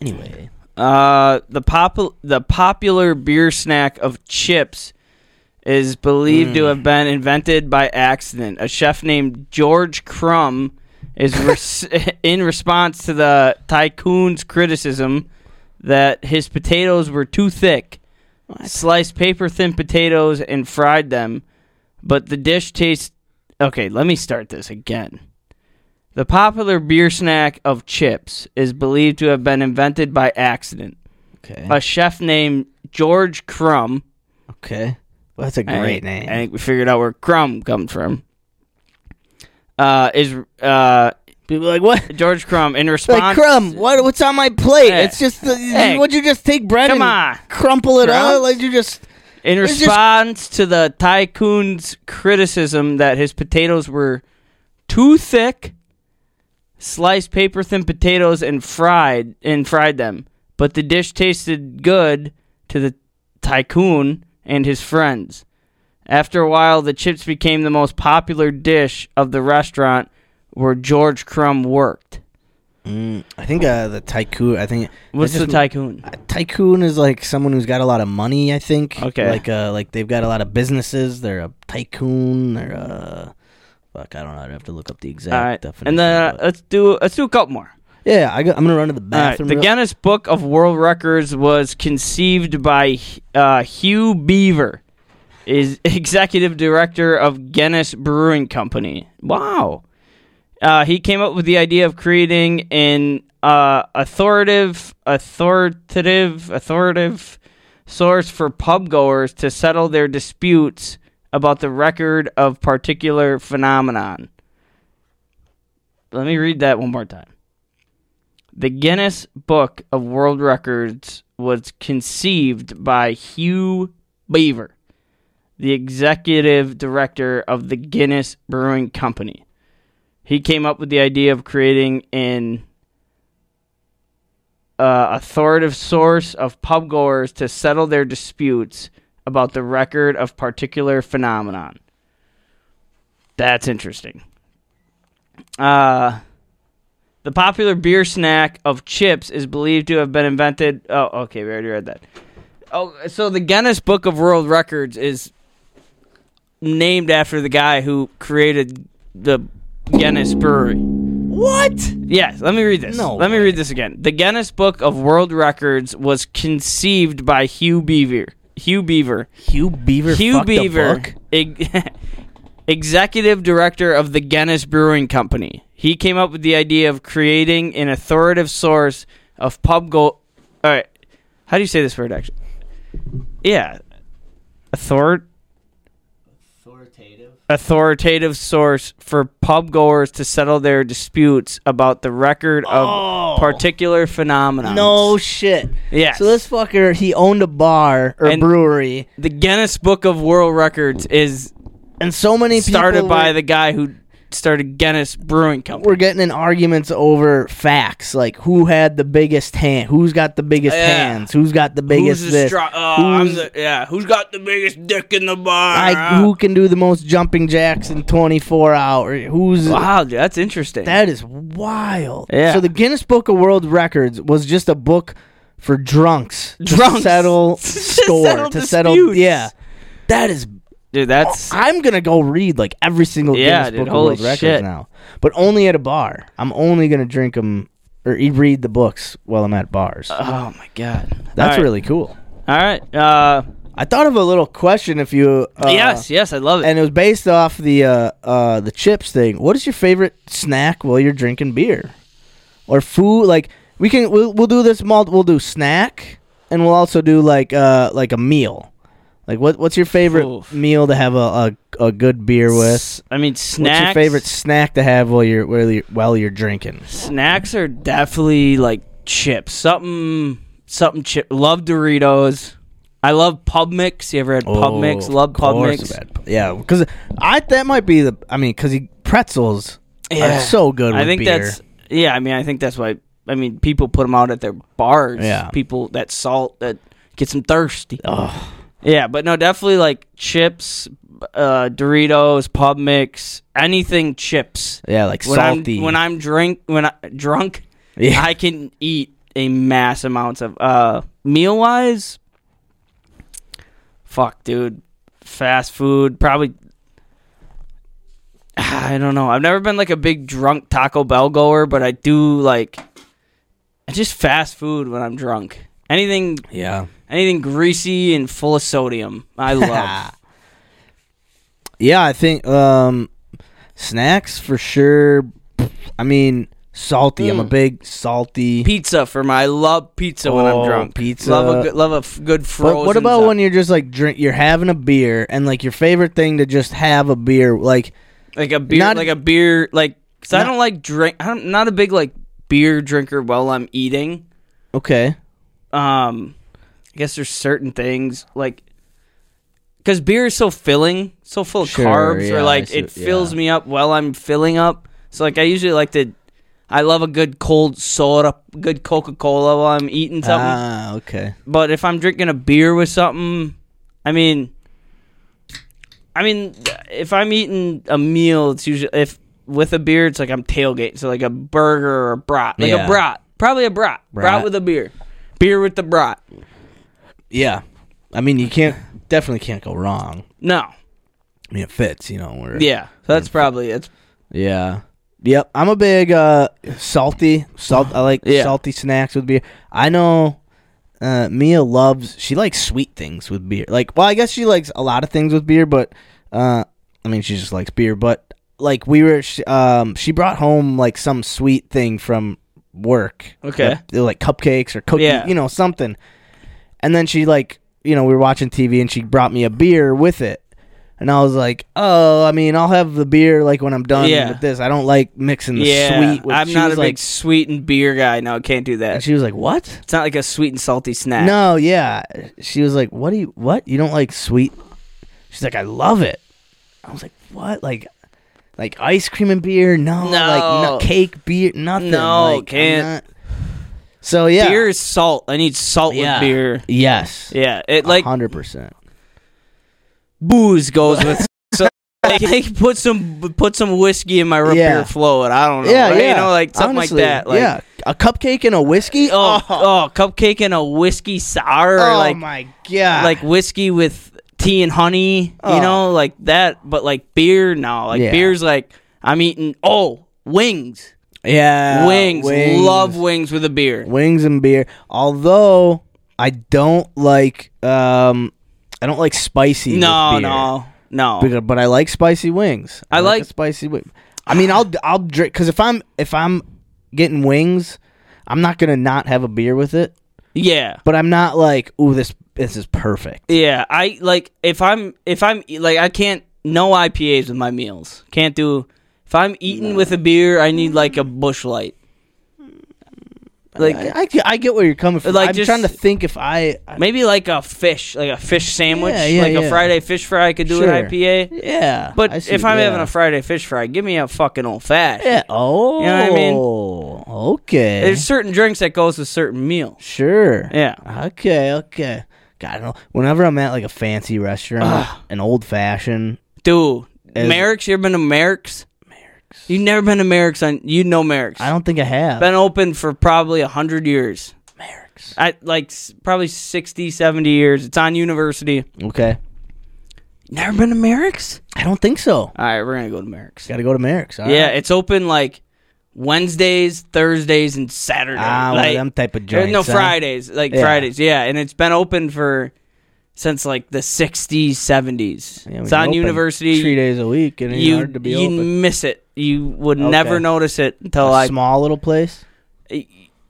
Anyway.
Uh, the pop the popular beer snack of chips is believed to have been invented by accident. A chef named George Crumb is res- in response to the tycoon's criticism that his potatoes were too thick. Sliced paper thin potatoes and fried them, but the dish tastes Okay, let me start this again. The popular beer snack of chips is believed to have been invented by accident.
Okay.
A chef named George Crumb.
Okay. Well, that's a
I
great
think-
name.
I think we figured out where Crumb comes from. Uh, is uh,
People are like what?
George Crumb in response?
Like crumb? What? What's on my plate?
Hey.
It's just the,
Hey.
would you just take bread
Come on.
and crumple it up?
Crumbs?
Like you just
In
It's just-
response to the tycoon's criticism that his potatoes were too thick, sliced paper thin potatoes and fried and fried them, but the dish tasted good to the tycoon and his friends. After a while, the chips became the most popular dish of the restaurant where George Crumb worked.
I think uh, the tycoon. I think
What's the
just-
tycoon?
a tycoon is like someone who's got a lot of money. I think.
Okay.
Like uh, like they've got a lot of businesses. They're a tycoon. They're a fuck. I don't know. I'd have to look up the exact
All right,
definition.
and then uh,
but-
let's do let's do a couple more.
yeah, I go, I'm gonna run to the
All right,
bathroom.
the
real-
Guinness Book of World Records was conceived by uh, Hugh Beaver, is executive director of Guinness Brewing Company. Wow, uh, he came up with the idea of creating an uh, authoritative, authoritative, authoritative source for pub goers to settle their disputes about the record of particular phenomenon. Let me read that one more time. The Guinness Book of World Records was conceived by Hugh Beaver, the executive director of the Guinness Brewing Company. He came up with the idea of creating an uh, authoritative source of pub goers to settle their disputes about the record of particular phenomenon. That's interesting. Uh, the popular beer snack of chips is believed to have been invented. Oh, okay, we already read that. Oh, so the Guinness Book of World Records is named after the guy who created the Guinness Brewery.
What?
Yes, let me read this.
No
let me read this again. The Guinness Book of World Records was conceived by Hugh Beaver. Hugh Beaver.
Hugh Beaver.
Hugh
fucked a
Beaver,
book?
ex- executive director of the Guinness Brewing Company. He came up with the idea of creating an authoritative source of pub go. All right, how do you say this word actually? Yeah, author
Authoritative.
authoritative source for pub goers to settle their disputes about the record of particular phenomena.
Oh. No shit.
Yes.
So this fucker, he owned a bar or
And-
brewery,
the Guinness Book of World Records is
and so many people
started by
were,
the guy who started Guinness Brewing Company.
were getting in arguments over facts, like who had the biggest hand, who's got the biggest
Yeah.
hands, who's got the biggest
who's the
this,
stro- oh, I'm
who's-
the- uh-huh. yeah, who's got the biggest dick in the bar?
like who can do the most jumping jacks in 24 hours, who's
wow, dude, that's interesting.
That is wild.
Yeah.
So the Guinness Book of World Records was just a book for drunks, to
Drunks.
settle
To
score
settle
to settle.
disputes.
Yeah, that is.
dude, that's
I'm gonna go read like every single
Yeah,
Guinness
dude,
Book of
holy
World Records
shit.
now, but only at a bar. I'm only gonna drink them or e- read the books while I'm at bars.
oh my god.
That's
All right.
really cool.
all right. Uh,
I thought of a little question if you. Uh,
yes, yes, I love it.
And it was based off the uh, uh, the chips thing. What is your favorite snack while you're drinking beer, or food? Like we can we'll, we'll do this malt. We'll do snack, and we'll also do like uh like a meal. Like what what's your favorite
Oof.
meal to have a, a, a good beer with?
S- I mean, snacks.
What's your favorite snack to have while you're while you're, while you're drinking?
Snacks are definitely like chips. Something, something chip. Love Doritos. I love Pub Mix. You ever had Pub Mix?
Oh,
Love
of
Pub
course
Mix.
I've had pub- Yeah, because I that might be the I mean because pretzels
Yeah.
are so good. With
I think
beer.
that's yeah. I mean, I think that's why. I mean, people put them out at their bars.
Yeah.
People that salt that gets them thirsty.
Ugh.
Yeah, but no, definitely like chips, uh, Doritos, Pub Mix, anything chips.
yeah like
When
salty.
I'm when I'm drink when I drunk,
Yeah.
I can eat a mass amounts of uh meal wise. Fuck, dude, fast food probably. I don't know. I've never been like a big drunk Taco Bell goer, but I do like I just fast food when I'm drunk. Anything
yeah.
anything greasy and full of sodium. I love.
Yeah, I think um snacks for sure. I mean, salty.
Hmm.
I'm a big salty.
pizza for my I love pizza when
Oh,
I'm drunk.
pizza.
Love a good, love a f- good frozen.
But what about
something.
when you're just like drink? You're having a beer, and like your favorite thing to just have a beer, like
like a beer,
Not-
like a beer, like because I
Not-
don't like drink. I'm not a big like beer drinker while I'm eating.
okay,
Um, I guess there's certain things like because beer is so filling, so full of
Sure,
carbs,
yeah, I
or like
see-
it fills
yeah.
me up while I'm filling up. So like I usually like to. I love a good cold soda, good Coca Cola while I'm eating something.
ah, okay,
but if I'm drinking a beer with something, I mean, I mean, if I'm eating a meal, it's usually if with a beer, it's like I'm tailgating, so like a burger or a brat, like
Yeah.
a brat, probably a brat, brat,
Brat.
with a beer, beer with the brat.
yeah. I mean, you can't definitely can't go wrong.
No,
I mean, it fits, you know. Where,
yeah, so that's probably it's
yeah, yep. I'm a big uh salty salt. I like
Yeah.
salty snacks with beer. I know uh, Mia loves. She likes sweet things with beer. Like, well, I guess she likes a lot of things with beer, but uh, I mean, she just likes beer. But like, we were. She, um, she brought home like some sweet thing from work.
Okay.
like, they were, like cupcakes or cookies,
Yeah.
you know, something. And then she like, you know, we were watching TV, and she brought me a beer with it. And I was like, "Oh, I mean, I'll have the beer like when I'm done
Yeah.
with this. I don't like mixing the
yeah.
sweet." With,
I'm
she
not a
was
big
like,
sweet and beer guy. No, I can't do
And
that.
she was like, "What?"
It's not like a sweet and salty snack.
No, yeah. She was like, "What do you? What you don't like sweet She's like, I love it. I was like, what? Like, like ice cream and beer? No. Like
No.
no, cake, beer, nothing.
No,
like, I'm
can't.
not- So yeah,
Beer is salt. I need salt
Yeah.
with beer.
Yes.
Yeah, it like
hundred percent.
booze goes with. so, like, like, put some put some whiskey in my root
Yeah.
beer float. I don't know.
Yeah,
right?
yeah.
You know, like something
Honestly,
like that. Like,
yeah, a cupcake and a whiskey.
Oh, oh, cupcake and a whiskey sour,
oh
or like
my god!
like whiskey with tea and honey.
Oh.
You know, like that. But like beer, no. Like
Yeah.
beer's like I'm eating. Oh, wings,
yeah,
wings. Love wings with a beer.
Uh, wings and beer. Although I don't like um I don't like spicy. with
No,
beer.
no, no.
Beca- but I like spicy wings.
I
a
like-
spicy wing. I mean, I'll I'll drink because if I'm if I'm getting wings, I'm not gonna not have a beer with it.
yeah.
But I'm not like, ooh, this this is perfect.
Yeah, I like if I'm if I'm like I can't no IPAs with my meals. Can't do if I'm eating with a beer, I need like a bush light. Like
Hmm. I, I, get- I get where you're coming from.
Like,
I'm
just-
trying to think if I, I
maybe like a fish, like a fish sandwich,
Yeah, yeah,
like
yeah.
a Friday fish fry I could do
Sure.
an IPA.
yeah.
But
I see-
if I'm
yeah.
having a Friday fish fry, give me a fucking old fashioned.
yeah, oh,
know what I mean?
Okay,
There's certain drinks that goes with certain meals.
Sure.
Yeah.
Okay. Okay. God, I don't know. Whenever I'm at like a fancy restaurant, an old fashioned.
Dude,
As-
Merrick's, you ever been to Merrick's? Merrick's. You've never been to Merrick's on you know Merrick's.
I don't think I have.
been open for probably a hundred years.
Merrick's.
I like s- probably 60, 70 years. It's on university.
Okay.
Never been to Merrick's?
I don't think so.
All right, we're going to go to Merrick's.
Got to go to Merrick's. all
Yeah,
right.
it's open like Wednesdays, Thursdays, and Saturdays.
Ah, one
like,
of them type of
there-
joints.
no,
huh?
Fridays. Like
Yeah.
Fridays, yeah. And it's been open for since like the 60s, 70s.
Yeah, when
it's
you're
on
open
university.
Three days a week. It ain't
you
hard to be
you
open.
miss it. You would
Okay.
never notice it until
A
like
small little place.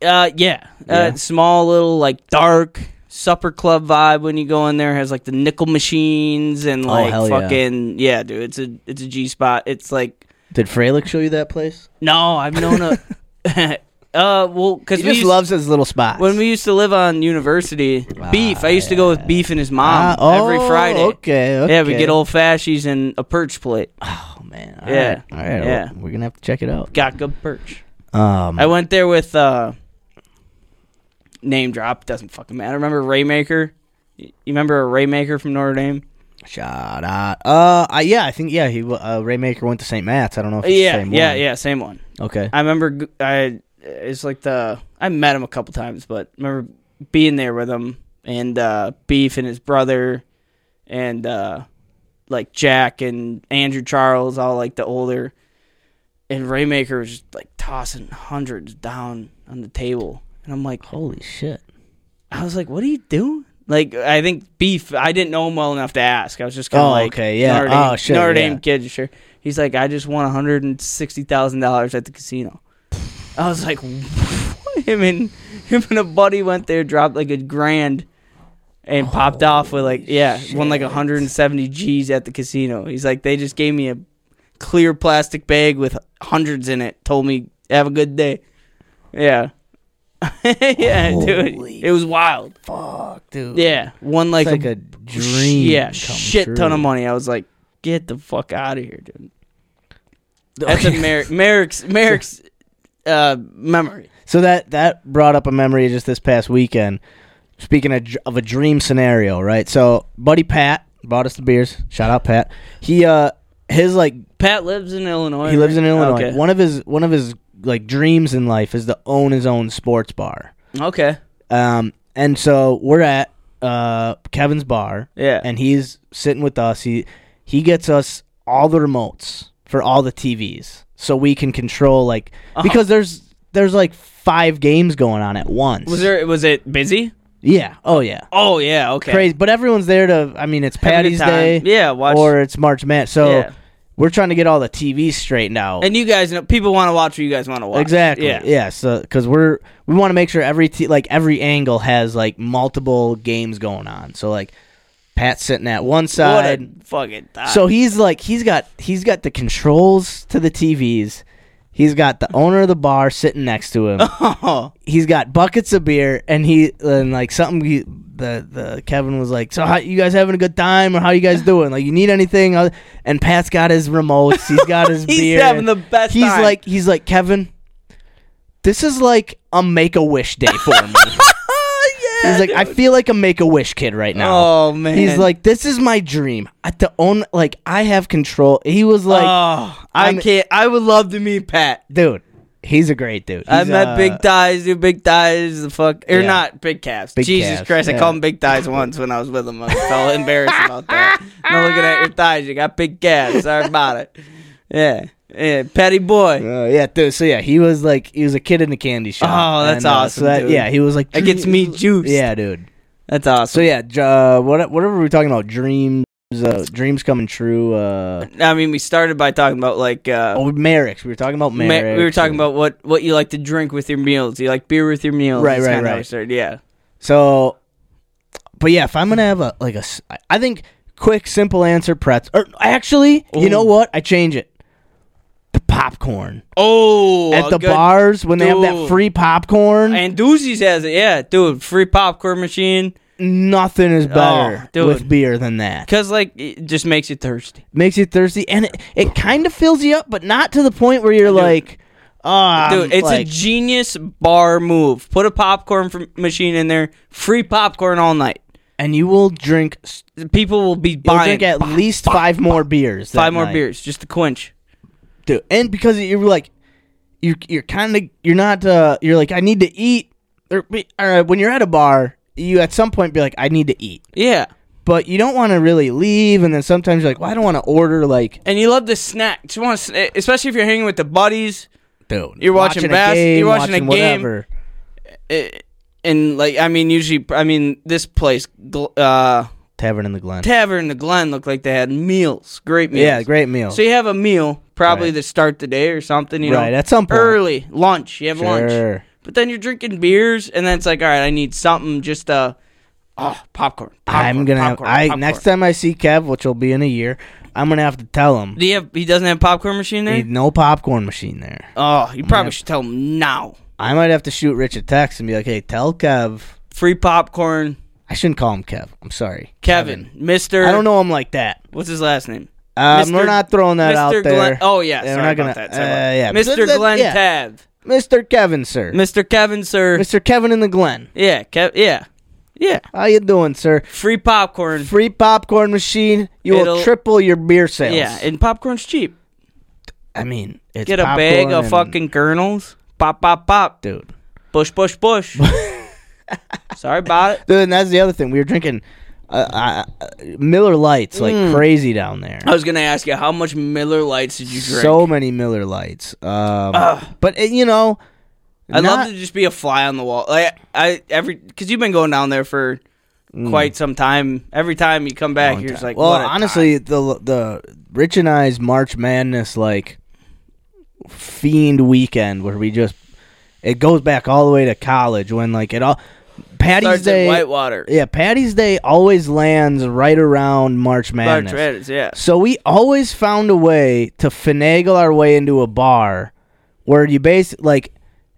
Uh, yeah.
Yeah.
Uh, small little like dark supper club vibe when you go in there. Has like the nickel machines and like
Oh, hell yeah.
fucking yeah. dude. It's a it's a G spot. It's like
Did Freilich show you that place?
no, I've known a uh well because
He
we
just
used,
loves his little spots.
when we used to live on University Beef. I used to go with Beef and his mom
Ah, oh,
um, every Friday.
Okay, okay.
Yeah, we get old fashies and a perch plate.
Oh man. All
Yeah.
right, All right. well,
Yeah.
we're gonna have to check it out.
Got good perch.
Um.
I went there with uh name drop, doesn't fucking matter. Remember Raymaker? You you remember a Raymaker from Notre Dame?
Shout out. Uh, I, yeah, I think yeah, he wa- uh, Raymaker went to St. Matt's. I don't know if it's
Yeah,
the same
yeah,
one.
yeah, same one.
Okay.
I remember g- I it's like the I met him a couple times, but remember being there with him and uh Beef and his brother and uh like Jack and Andrew Charles, all like the older and Raymaker was just like tossing hundreds down on the table. And I'm like,
Holy shit.
I was like, "What are you doing?" Like, I think beef. I didn't know him well enough to ask. I was just kind of
Oh,
like,
okay, yeah.
Notre Dame,
Oh, shit,
Notre
yeah.
Dame kid, sure." He's like, "I just won one hundred and sixty thousand dollars at the casino." I was like, "Him and him and a buddy went there, dropped like a grand, and popped off with like, yeah, won like hundred and seventy G's at the casino." He's like, "They just gave me a clear plastic bag with hundreds in it. Told me have a good day." Yeah. yeah, dude. It was wild.
Fuck, dude.
Yeah, one like,
It's like
a,
a dream.
yeah
come
shit ton
true.
of money. I was like, get the fuck out of here, dude. That's a Mer- Merrick's Merrick's uh, memory.
So that that brought up a memory just this past weekend. Speaking of, dr- of a dream scenario, right? So, buddy Pat bought us the beers. Shout out Pat. He uh his like
Pat lives in Illinois.
he lives in
right?
Illinois.
Okay.
One of his one of his like dreams in life is to own his own sports bar.
okay.
Um, and so we're at uh, Kevin's bar.
Yeah.
And he's sitting with us. He he gets us all the remotes for all the TVs, so we can control like
Uh-huh.
because there's there's like five games going on at once.
Was there? Was it busy?
Yeah. Oh yeah.
Oh yeah. Okay.
Crazy. But everyone's there to. I mean, it's
Having a
Patty's
time.
Day.
Yeah. Watch.
Or it's March Madness. So
Yeah.
we're trying to get all the TVs straightened out.
and you guys know people want to watch what you guys want to watch.
Exactly.
Yeah.
Yeah. so because we're we want to make sure every te- like every angle has like multiple games going on. So like Pat's sitting at
What
one
a
side,
fucking time.
so he's like he's got he's got the controls to the TVs, He's got the owner of the bar sitting next to him.
Oh,
He's got buckets of beer, and he and like something. He, the the Kevin was like, "So how you guys having a good time, or how you guys doing? Like you need anything?" Other-" And Pat's got his remotes. He's got his
he's
beer.
having the best.
he's
time.
like he's like Kevin. This is like a make a wish day for me.
oh yeah.
he's like I feel like a make a wish kid right now.
oh man.
He's like, this is my dream. At the own, like, I have control. He was like,
oh, I
I'm-
can't. I would love to meet Pat.
dude, he's a great dude.
I
He's,
met
uh,
Big Thighs, dude. Big Thighs, the fuck, or
Yeah.
not Big Calves.
Big
Jesus
calves,
Christ, I
yeah.
called him Big Thighs once when I was with him. I felt embarrassed about that. Now looking at your thighs, you got big calves. Sorry about it. Yeah, yeah, petty boy.
Uh, yeah, dude. So yeah, he was like, he was a kid in a candy shop. uh,
Oh, that's awesome, dude.
Yeah, he was like,
That gets me juiced.
Yeah, dude.
That's awesome.
So yeah, j- uh, what, whatever we were talking about, dreams, uh, dreams coming true. Uh,
I mean, we started by talking about like uh,
oh, Merrick's. We were talking about
ma-
Merrick's.
we were talking about what what you like to drink with your meals. You like beer with your meals.
Right,
That's
right,
kinda how we
right.
started, Yeah.
So, but yeah, if I'm gonna have a like a, s- I- I think quick, simple answer pretzel. Or actually, you know
Ooh.
what? I change it. The popcorn
Oh,
at
a
the
good-
bars when they have that
Dude.
free popcorn.
And Doozies has it. Yeah, dude, free popcorn machine.
nothing is better
Oh, dude.
with beer than that.
Cause like it just makes you thirsty.
Makes you thirsty, and it, it kind of fills you up, but not to the point where you're like, ah,
Dude, it's
like,
a genius bar move. Put a popcorn f- machine in there. Free popcorn all night.
and you will drink. s-
People will be
You'll
buying
drink at least five more beers. that
five more
night.
beers just to quench.
dude. And because you're like, you're you're kind of you're not uh you're like I need to eat. Or, be- or uh, when you're at a bar, you at some point be like I need to eat,
Yeah,
but you don't want to really leave. And then sometimes you're like, well, I don't want to order like
and you love the snack. Just want, to, especially if you're hanging with the buddies.
dude.
You're watching bas- you're watching a game.
whatever.
eh, and like, I mean, usually, I mean, this place, Gl- uh,
Tavern in the Glen.
Tavern the Glen, looked like they had meals. Great meals.
yeah, great meal.
So you have a meal probably
Right.
to start the day or something. You
Right,
know,
at some point.
early lunch. You have lunch.
Sure.
But then you're drinking beers, and then it's like, all right, I need something just uh, oh, popcorn.
I'm
popcorn,
gonna.
popcorn,
have, I
popcorn.
next time I see Kev, which will be in a year, I'm gonna have to tell him.
Do you have, he doesn't have popcorn machine there.
Need no popcorn machine there.
oh, you probably should tell him now.
I might have to shoot Rich a text and be like, "Hey, tell Kev."
Free popcorn,
I shouldn't call him Kev. I'm sorry,
Kevin, Mister.
I don't know him like that.
what's his last name.
Um,
Mr.
We're not throwing that
Mr.
out there.
Glenn. Oh yeah,
Yeah, we're
sorry
not
about
gonna-
that. sorry about
uh, yeah,
that.
but
Mister
that-
Glenn
yeah.
Tav,
Mr. Kevin, sir.
Mister Kevin, sir.
Mr. Kevin in the Glen.
Yeah, Kev. Yeah, yeah.
How you doing, sir?
Free popcorn.
Free popcorn machine. You will
It'll-
triple your beer sales.
Yeah, and popcorn's cheap.
I mean, it's
Get a bag
popcorn
of
and-
fucking kernels. Pop, pop, pop.
dude.
Bush, bush, bush. Sorry about it.
Dude, and that's the other thing. We were drinking uh, uh, Miller Lights like
Mm.
crazy down there.
I was gonna ask you how much Miller Lights did Oh, you drink?
So many Miller Lights. Um, but it, you know,
I'd
not-
love to just be a fly on the wall. Like I every because you've been going down there for quite some time. Every time you come back,
Mm. long
you're just
time.
like,
well,
what a
honestly, the the Rich and I's March Madness like fiend weekend where we just it goes back all the way to college when like it all
time.
Patty's
starts
Day.
in Whitewater.
Yeah, Patty's Day always lands right around March
March
Madness.
Madness, yeah.
So we always found a way to finagle our way into a bar where you base like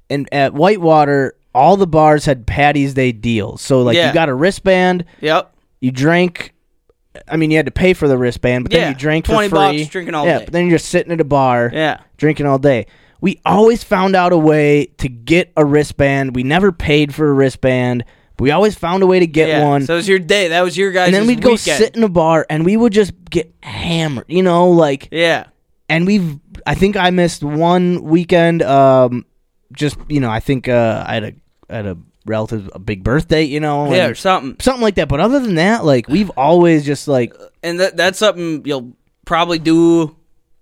in at Whitewater all the bars had Patty's Day deals. So like
Yeah.
you got a wristband,
Yep.
you drank. I mean, you had to pay for the wristband, but
Yeah,
then you drank
20
for free.
bucks, drinking all
yeah,
day.
but then you're just sitting at a bar,
Yeah.
drinking all day. We always found out a way to get a wristband. We never paid for a wristband. But we always found a way to get
Yeah.
one.
So it was your day. That was your guys.
and then we'd
weekend.
go sit in a bar, and we would just get hammered. You know, like
Yeah.
and we've I think I missed one weekend. Um, just you know, I think uh, I had a I had a relative a big birthday. You know,
Yeah,
and
or something.
something like that. But other than that, like we've always just like
And that that's something you'll probably do.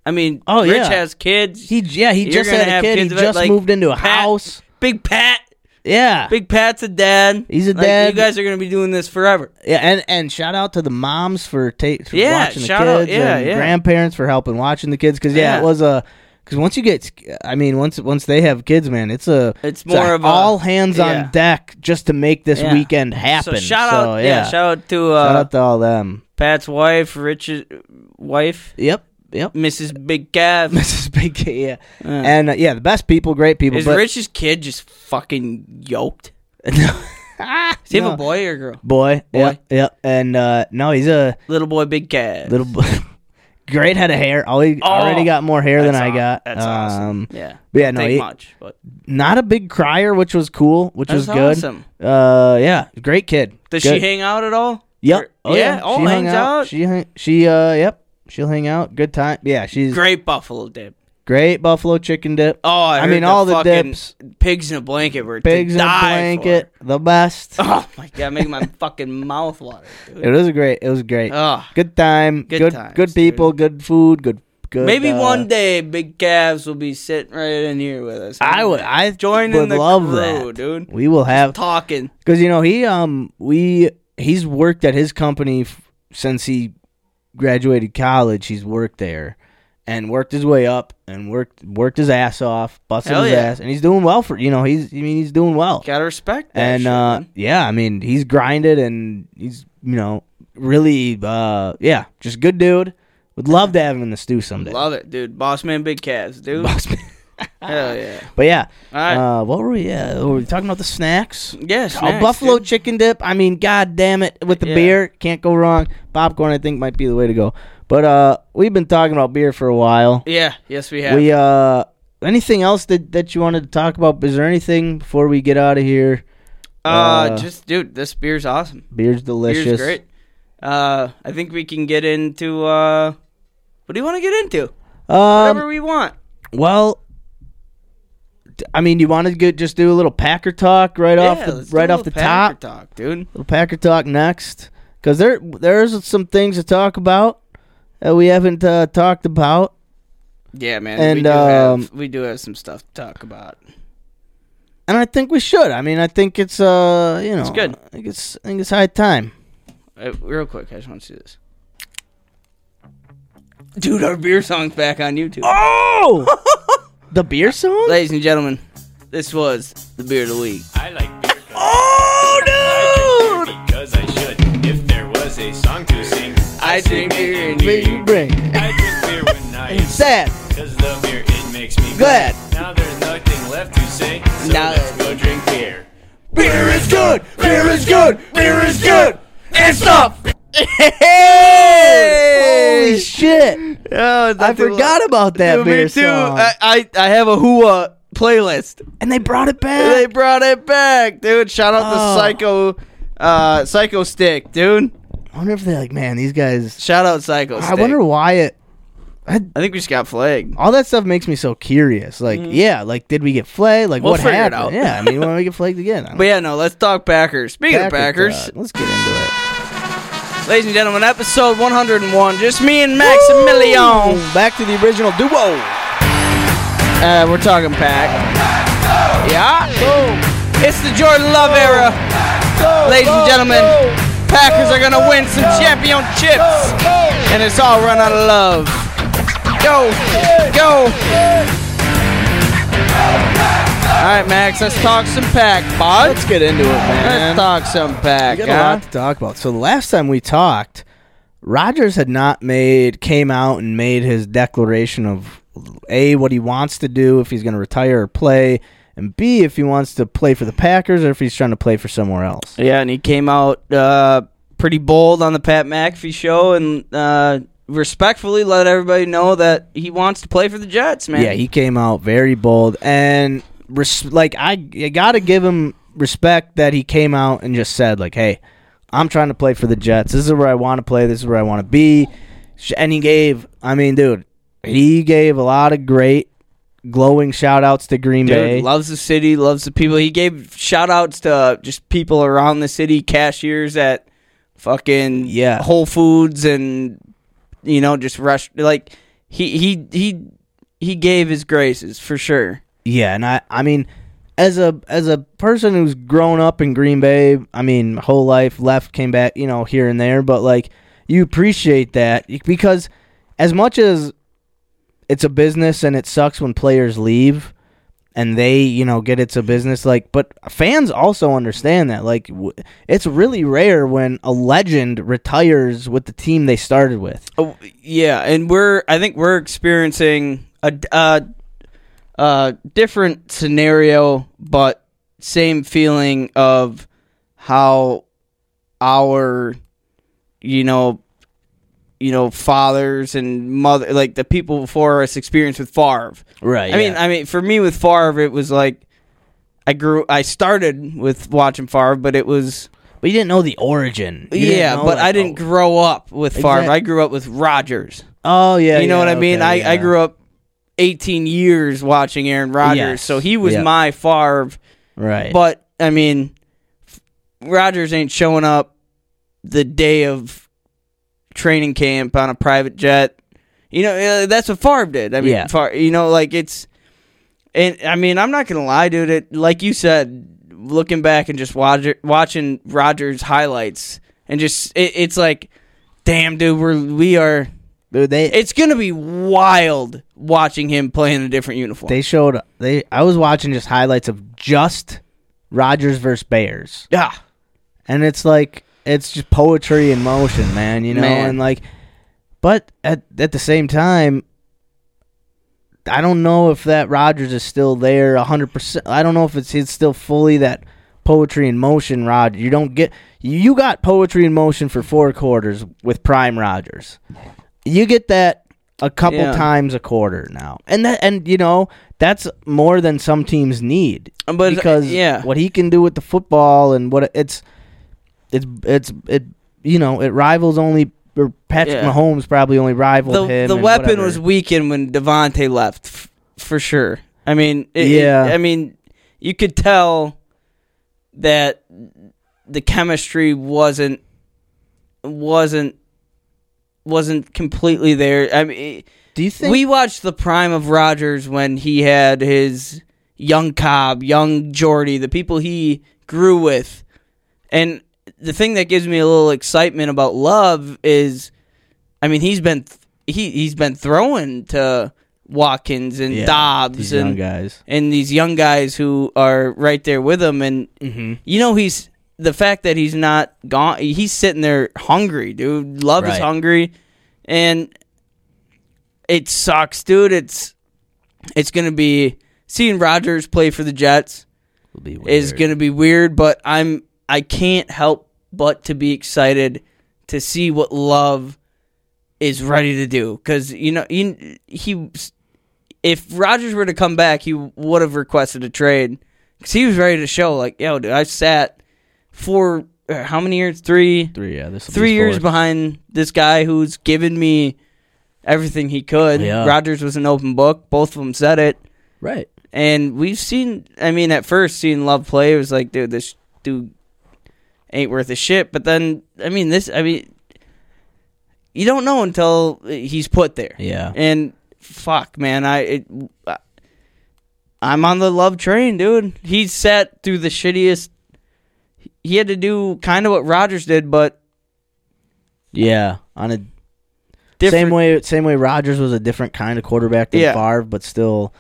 I mean,
Oh,
Rich
yeah.
has kids.
he yeah he
You're
just
gonna
had a
have
kid. He
kids that,
just
like,
moved into a
Pat-
house.
Big Pat.
Yeah,
Big Pat's a dad.
He's a
Like,
dad.
you guys are gonna be doing this forever.
yeah, and and shout out to the moms for, ta- for
Yeah,
watching the kids
shout out- yeah,
and
yeah.
grandparents for helping watching the kids because yeah,
Yeah.
it was a. Because once you get, I mean, once once they have kids, man, it's a
It's more of a-
all hands
yeah.
on deck just to make this
Yeah.
weekend happen.
So shout
So,
out, yeah. shout out to uh,
Shout out to all them.
Pat's wife, Rich's wife,
Yep. Yep.
Mrs. Big Cav.
Mrs. Big K, yeah.
Yeah.
And uh, yeah, the best people, great people.
Is
but
Rich's kid just fucking yoked? Does he have
No.
a boy or a girl?
boy, yeah,
Boy.
yeah. And uh, no, he's a
Little boy, big cat.
little boy. great head of hair. Always,
Oh,
already got more hair than
that's
I
aw-
got.
that's awesome.
um,
yeah.
but yeah, no,
Take
he-
much, but
not a big crier, which was cool, which
that's
was good.
awesome.
Uh, yeah, great kid.
Does
Good.
she hang out at all?
Yep.
Or- yeah. Oh,
she hung
hangs out.
She hang, she uh yep. She'll hang out. Good time. Yeah, she's great,
Great buffalo dip.
buffalo chicken dip.
Oh, I,
I
heard
mean, all the
fucking
dips.
Pigs in a blanket were
Pigs
to
in a
die
blanket. The best.
For. Oh my god, making my fucking mouth water. Dude.
It was great. It was great.
Ugh.
good time.
Oh. Good
Good good,
times,
people. Good food. Good good.
Maybe
uh,
one day, big calves will be sitting right in here with us.
I would. I
join
would
in the
love
crew,
that.
dude.
We will have
Talking.
because you know he um we he's worked at his company f- since he graduated college. He's worked there and worked his way up and worked worked his ass off, busted
Hell
his
yeah.
ass, and he's doing well for you know he's I mean he's doing well.
Gotta respect that.
and
shit,
uh,
man.
yeah, I mean he's grinded and he's you know really uh yeah just good dude. Would love to have him in the stew someday.
Love it, dude. Boss man, big calves, dude.
Boss man.
Hell yeah.
But yeah,
All right.
uh, what were we? Yeah, were we talking about the snacks?
yes.
Oh,
next,
buffalo
dude.
chicken dip. I mean, god damn it, with the
Yeah.
beer, can't go wrong. Popcorn, I think, might be the way to go. But uh, we've been talking about beer for a while.
Yeah. Yes, we have.
We uh, anything else that that you wanted to talk about? Is there anything before we get out of here?
uh,
uh,
just dude, this beer's awesome.
Beer's delicious.
Beer's great. Uh, I think we can get into uh, what do you want to get into? Whatever
Um,
we want.
well, d- I mean, you want to get, just do a little Packer talk right off
Yeah,
the
let's do
right
a
off the
little
top.
Packer talk, dude.
little Packer talk next because there there's some things to talk about that we haven't uh, talked about.
Yeah, man. we
And,
do
um,
have we do have some stuff to talk about.
and I think we should. I mean, I think it's uh, you know, it's
good.
I think it's I think it's high time.
Uh, real quick, I just want to see this. Dude, our beer song's back on YouTube.
Oh, the beer song.
Ladies and gentlemen, this was the beer of the week.
I like beer. Oh, dude! Because I should. If there was a song to sing, I,
I
sing
drink beer
it
and
and
Big
beer.
Brain.
I drink beer when I am sick.
Sad.
Cause the beer, it makes me
Glad.
Now there's nothing left to say, so
Now-
let's go drink beer.
Beer is good. Beer is good. Beer is good. And stop. Holy shit!
Oh,
I forgot about that
Dude,
beer
me too.
song.
I, I I have a Hua playlist.
Uh, and they brought it
They
back.
brought it back, dude. Shout out
Oh.
the psycho, uh, psycho stick, dude.
I wonder if they're like, man, these guys.
Shout out psycho.
I
Stick.
wonder why it.
I think we just got flagged.
All that stuff makes me so curious. Like, yeah, like did we get flagged? Like,
We'll
what
figure it
happened?
out.
Yeah, I mean, when we get flagged again? I don't
But yeah, no. Let's talk Packers. Speaking of
Packer
Packers,
talk. Let's get into it.
ladies and gentlemen, episode 101. Just me and Maximilian.
Woo! Back to the original duo.
Uh, we're talking pack. Yeah. It's the Jordan Love era. Ladies and gentlemen, Packers are going to win some championships. And it's all run out of love. Go. Go. All right, Max, let's talk some pack, bud.
Let's get into it,
Let's
man.
talk some pack.
We got a
huh?
lot to talk about. So the last time we talked, Rogers had not made came out and made his declaration of a what he wants to do if he's going to retire or play, and b if he wants to play for the Packers or if he's trying to play for somewhere else.
Yeah, and he came out uh, pretty bold on the Pat McAfee show and uh, respectfully let everybody know that he wants to play for the Jets, man.
Yeah, he came out very bold and res- like I, I got to give him respect that he came out and just said like, "Hey, I'm trying to play for the Jets. This is where I want to play. This is where I want to be." Sh- And he gave, I mean, dude, he gave a lot of great glowing shout outs to Green
Dude,
Bay.
loves the city, loves the people. He gave shout outs to just people around the city, cashiers at fucking
Yeah.
Whole Foods and you know, just rush like he he he he gave his graces for sure.
Yeah, and I I mean as a as a person who's grown up in Green Bay, I mean, my whole life left came back, you know, here and there, but like you appreciate that because as much as it's a business and it sucks when players leave, and they you know get it's a business like but fans also understand that like w- it's really rare when a legend retires with the team they started with
Oh, yeah, and we're I think we're experiencing a d- uh, uh, different scenario, but same feeling of how our you know you know fathers and mother like the people before us experienced with Favre.
right
I mean, I mean, for me with Favre, it was like I grew. I started with watching Favre, but it was
but you didn't know the origin You didn't
yeah.
know,
But
like,
I didn't
oh,
grow up with Favre.
Exact-
I grew up with Rodgers.
oh yeah
you know
yeah,
what I mean?
okay,
I, I
yeah.
grew up 18 years watching Aaron Rodgers,
Yes.
so he was
Yep.
my Favre.
right
But I mean, f- Rodgers ain't showing up the day of training camp on a private jet. You know, uh, that's what Favre did. I mean,
Yeah.
Favre, you know, like it's, and I mean, I'm not gonna lie, dude. It like you said, looking back and just watch, watching Rodgers highlights, and just it, it's like, damn, dude, we're we are.
Dude, they
It's gonna be wild watching him play in a different uniform.
they showed they I was watching just highlights of just Rogers versus Bears.
yeah,
And it's like it's just poetry in motion, man, you know,
Man.
and like but at at the same time I don't know if that Rogers is still there 100%. I don't know if it's it's still fully that poetry in motion Rod. You don't get you got poetry in motion for four quarters with Prime Rogers. You get that a couple
Yeah.
times a quarter now. And that and you know, that's more than some teams need
but
because
yeah,
what he can do with the football and what it's it's it's it you know it rivals only or Patrick
Yeah.
Mahomes probably only rivaled
the,
him.
the
and
weapon
whatever.
was weakened when Devontae left, f- for sure. I mean, it, yeah.
Yeah.
I mean, you could tell that the chemistry wasn't wasn't wasn't completely there. I mean,
Do you think
we watched the prime of Rodgers when he had his young Cobb, young Jordy, the people he grew with. And the thing that gives me a little excitement about Love is, I mean, he's been he he's been throwing to Watkins and
Yeah,
Dobbs
these
and
young guys?
and these young guys who are right there with him. And you know he's the fact that he's not gone. He's sitting there hungry, dude. Love is
Right.
hungry, and it sucks, dude. It's it's gonna be seeing Rodgers play for the Jets is gonna be weird, but I'm I can't help but to be excited to see what Love is ready to do because you know he, he if Rodgers were to come back, he would have requested a trade because he was ready to show like, yo, dude, I sat for uh, how many years? Three,
three. Yeah, this
three years behind this guy who's given me everything he could.
Yeah.
Rodgers was an open book. Both of them said it.
Right.
And we've seen, I mean, at first seeing Love play, it was like, dude, this dude ain't worth a shit. But then, I mean, this, I mean, you don't know until he's put there.
Yeah.
And fuck, man, I, it, I I'm on the Love train, dude. He sat through the shittiest. He had to do kind of what Rogers did, but
Yeah. On a
different.
same way, same way Rodgers was a different kind of quarterback than
Yeah.
Favre, but still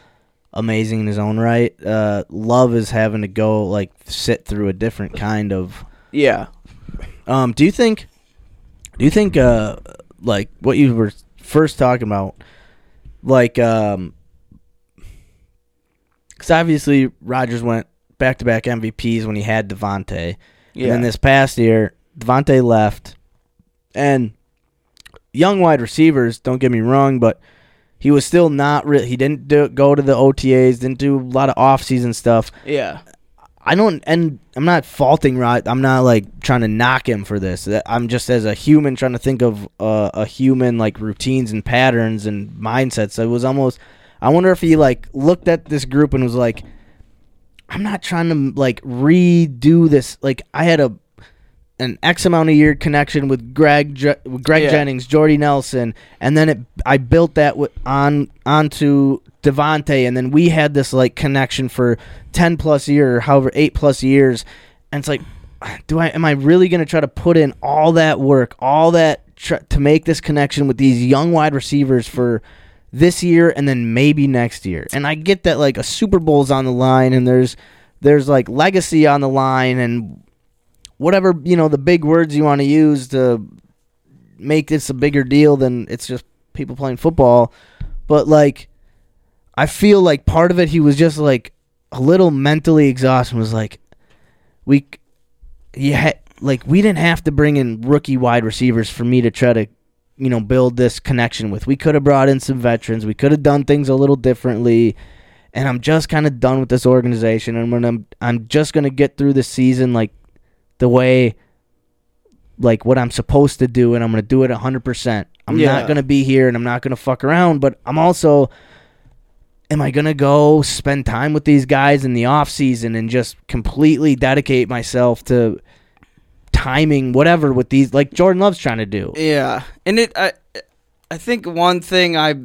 amazing in his own right. Uh, Love is having to go like sit through a different kind of
Yeah.
Um, do you think? Do you think? Uh, like what you were first talking about, like um, because obviously Rodgers went back to back MVPs when he had Devontae, and
Yeah.
then this past year Devontae left, and young wide receivers. Don't get me wrong, but. He was still not real. He didn't do, go to the OTAs. Didn't do a lot of off-season stuff.
Yeah.
I don't, and I'm not faulting Rod. I'm not like trying to knock him for this. That- I'm just as a human trying to think of uh, a human like routines and patterns and mindsets. So it was almost. I wonder if he like looked at this group and was like, "I'm not trying to like redo this. Like I had a an X amount of year connection with Greg Je- with Greg
Yeah.
Jennings, Jordy Nelson, and then it I built that wi- on onto Devontae, and then we had this like connection for ten plus year, or however eight plus years, and it's like, do I am I really gonna try to put in all that work, all that tr- to make this connection with these young wide receivers for this year and then maybe next year. And I get that like a Super Bowl's on the line and there's there's like legacy on the line and whatever, you know, the big words you want to use to make this a bigger deal than it's just people playing football. But like I feel like part of it he was just like a little mentally exhausted and was like we you had like we didn't have to bring in rookie wide receivers for me to try to you know build this connection with. We could have brought in some veterans. We could have done things a little differently. And I'm just kind of done with this organization. And when I'm I'm just gonna get through the season like the way like what I'm supposed to do, and I'm gonna do it 100. percent I'm
Yeah.
not gonna be here, and I'm not gonna fuck around. But I'm also am I gonna go spend time with these guys in the off season and just completely dedicate myself to timing whatever with these like Jordan Love's trying to do.
Yeah, and it I I think one thing I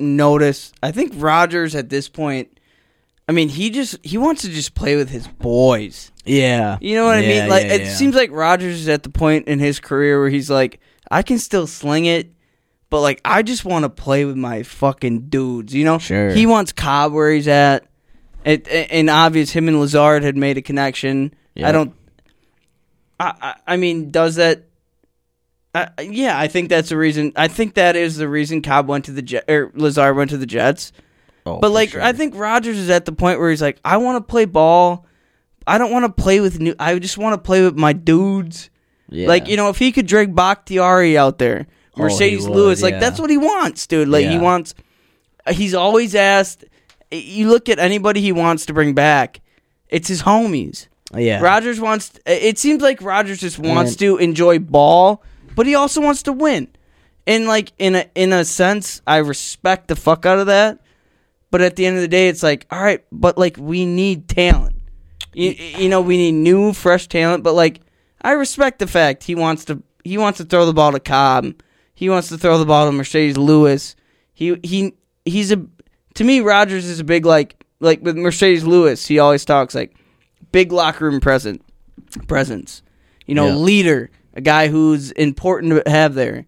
noticed I think Rogers at this point, I mean he just he wants to just play with his boys.
Yeah.
You know what I
Yeah,
mean? Like
yeah,
it
yeah.
seems like Rogers is at the point in his career where he's like, I can still sling it, but like I just want to play with my fucking dudes. You know?
Sure.
He wants Cobb where he's at. It, a- and obvious, him and Lazard had made a connection.
Yeah.
I don't. I, I I mean, does that? I, I- yeah, I think that's the reason. I think that is the reason Cobb went to the Jet, or Lazard went to the Jets.
Oh,
But like, I think Rogers is at the point where he's like, I want to play ball. I don't want to play with new. I just want to play with my dudes. Like you know, if he could drag Bakhtiari out there,
Oh, he
Mercedes
would,
Lewis, like
yeah.
that's what he wants, dude. Like he
Yeah.
wants. He's always asked. You look at anybody he wants to bring back, it's his homies.
yeah.
Rogers wants. It seems like Rogers just wants
And-
to enjoy ball, but he also wants to win. And like in a in a sense, I respect the fuck out of that. But at the end of the day, it's like, all right, but like we need talent. You, you know, we need new, fresh talent. But like, I respect the fact he wants to he wants to throw the ball to Cobb. He wants to throw the ball to Mercedes Lewis. He he he's a to me Rogers is a big like like with Mercedes Lewis. He always talks like big locker room present presence. You know,
Yeah.
leader, a guy who's important to have there.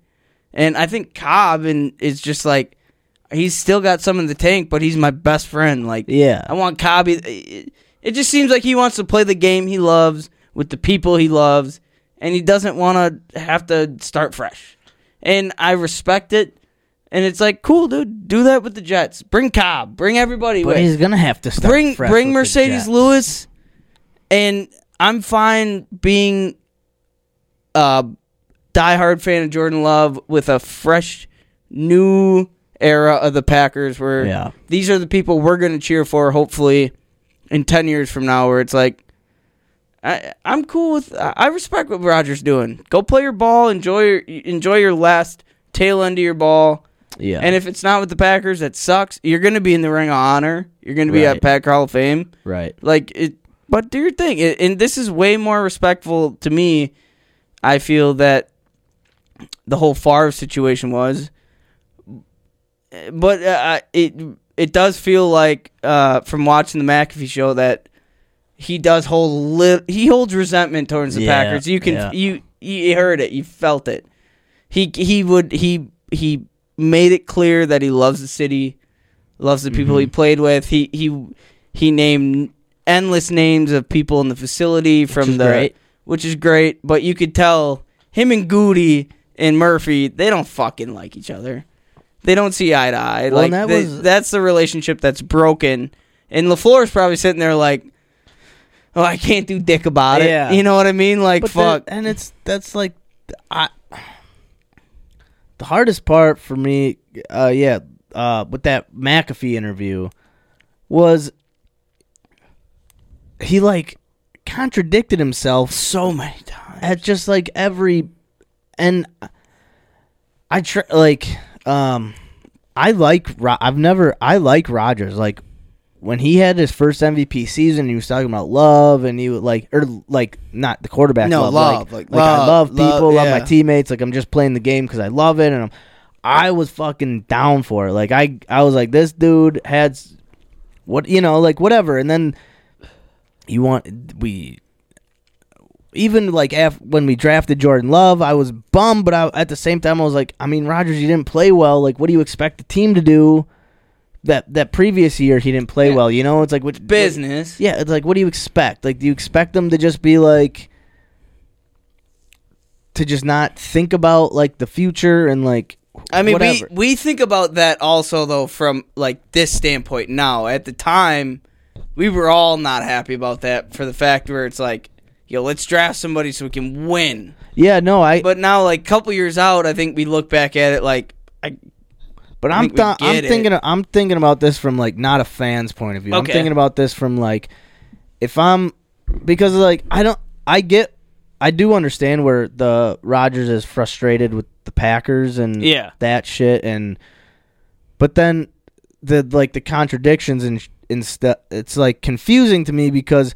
And I think Cobb and is just like he's still got some in the tank, but he's my best friend. Like
Yeah.
I want Cobb. It, it- it just seems like he wants to play the game he loves with the people he loves, and he doesn't want to have to start fresh. And I respect it. And it's like, cool, dude, do that with the Jets. Bring Cobb. Bring everybody. with
But he's gonna have to start
bring
fresh
bring
with the
Mercedes
Jets.
Lewis, and I'm fine being a diehard fan of Jordan Love with a fresh new era of the Packers where
Yeah.
these are the people we're going to cheer for. Hopefully, in ten years from now, where it's like. I, I'm cool with. I I respect what Rogers doing. Go play your ball. Enjoy your enjoy your last tail end of your ball.
Yeah.
And if it's not with the Packers, that sucks. You're going to be in the Ring of Honor. You're going to be at
Right.
Pack Hall of Fame.
right.
Like it, but do your thing. It, and this is way more respectful to me. I feel that the whole Favre situation was, but uh, it it does feel like uh, from watching the McAfee show that he does hold li- he holds resentment towards the
Yeah,
Packers. You can
yeah.
you you heard it, you felt it. He he would he he made it clear that he loves the city, loves the people he
Mm-hmm.
played with. He he he named endless names of people in the facility from
is
the
great.
which is great, but you could tell him and Goody and Murphy they don't fucking like each other. They don't see eye to eye.
Well,
like
and that
they-
was-
that's the relationship that's broken. And Lafleur is probably sitting there like, "Oh, I can't do dick about it."
Yeah.
You know what I mean? Like,
But
fuck.
that- and it's that's like I the hardest part for me uh yeah, uh with that McAfee interview was he like contradicted himself
so many times.
at just like every and I try like um I like Ro- I've never I like Rogers like when he had his first MVP season he was talking about love and he would like or like not the quarterback
No,
love,
love, like,
like, like, I
love,
love people
love,
love my
yeah.
teammates like I'm just playing the game cuz I love it and I'm I was fucking down for it like I I was like this dude had s- what you know like whatever and then you want we even like af- when we drafted Jordan Love, I was bummed, but I, at the same time, I was like, I mean, Rodgers, you didn't play well. Like, what do you expect the team to do? That that previous year, he didn't play
Yeah.
well. You know, it's like which
Business.
yeah, it's like what do you expect? Like, do you expect them to just be like to just not think about like the future and like
I mean,
whatever.
we we think about that also though from like this standpoint now. At the time, we were all not happy about that for the fact where it's like, yo, let's draft somebody so we can win.
yeah, no, I but,
But now, like couple years out, I think we look back at it like, I,
I'm
think we
th- I'm
get it.
thinking I'm thinking about this from like not a fan's point of view. I'm
Okay.
thinking about this from like if I'm because like I don't I get I do understand where the Rogers is frustrated with the Packers and
Yeah.
that shit and but then the like the contradictions and and stuff it's like confusing to me because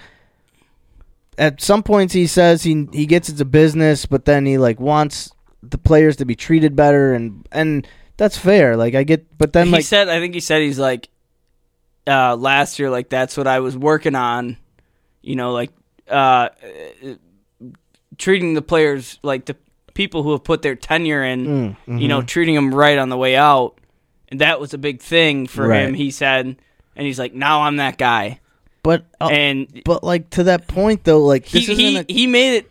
at some points he says he he gets it's a business but then he like wants the players to be treated better and and that's fair like I get but then
he
like
said, I think he said he's like, uh, last year, like that's what I was working on, you know, like uh, treating the players like the people who have put their tenure in,
Mm,
you
mm-hmm.
know, treating them right on the way out, and that was a big thing for
Right.
him. He said, and he's like, now I'm that guy,
but uh,
and
but like to that point though like
he
this isn't
he,
a-
he made it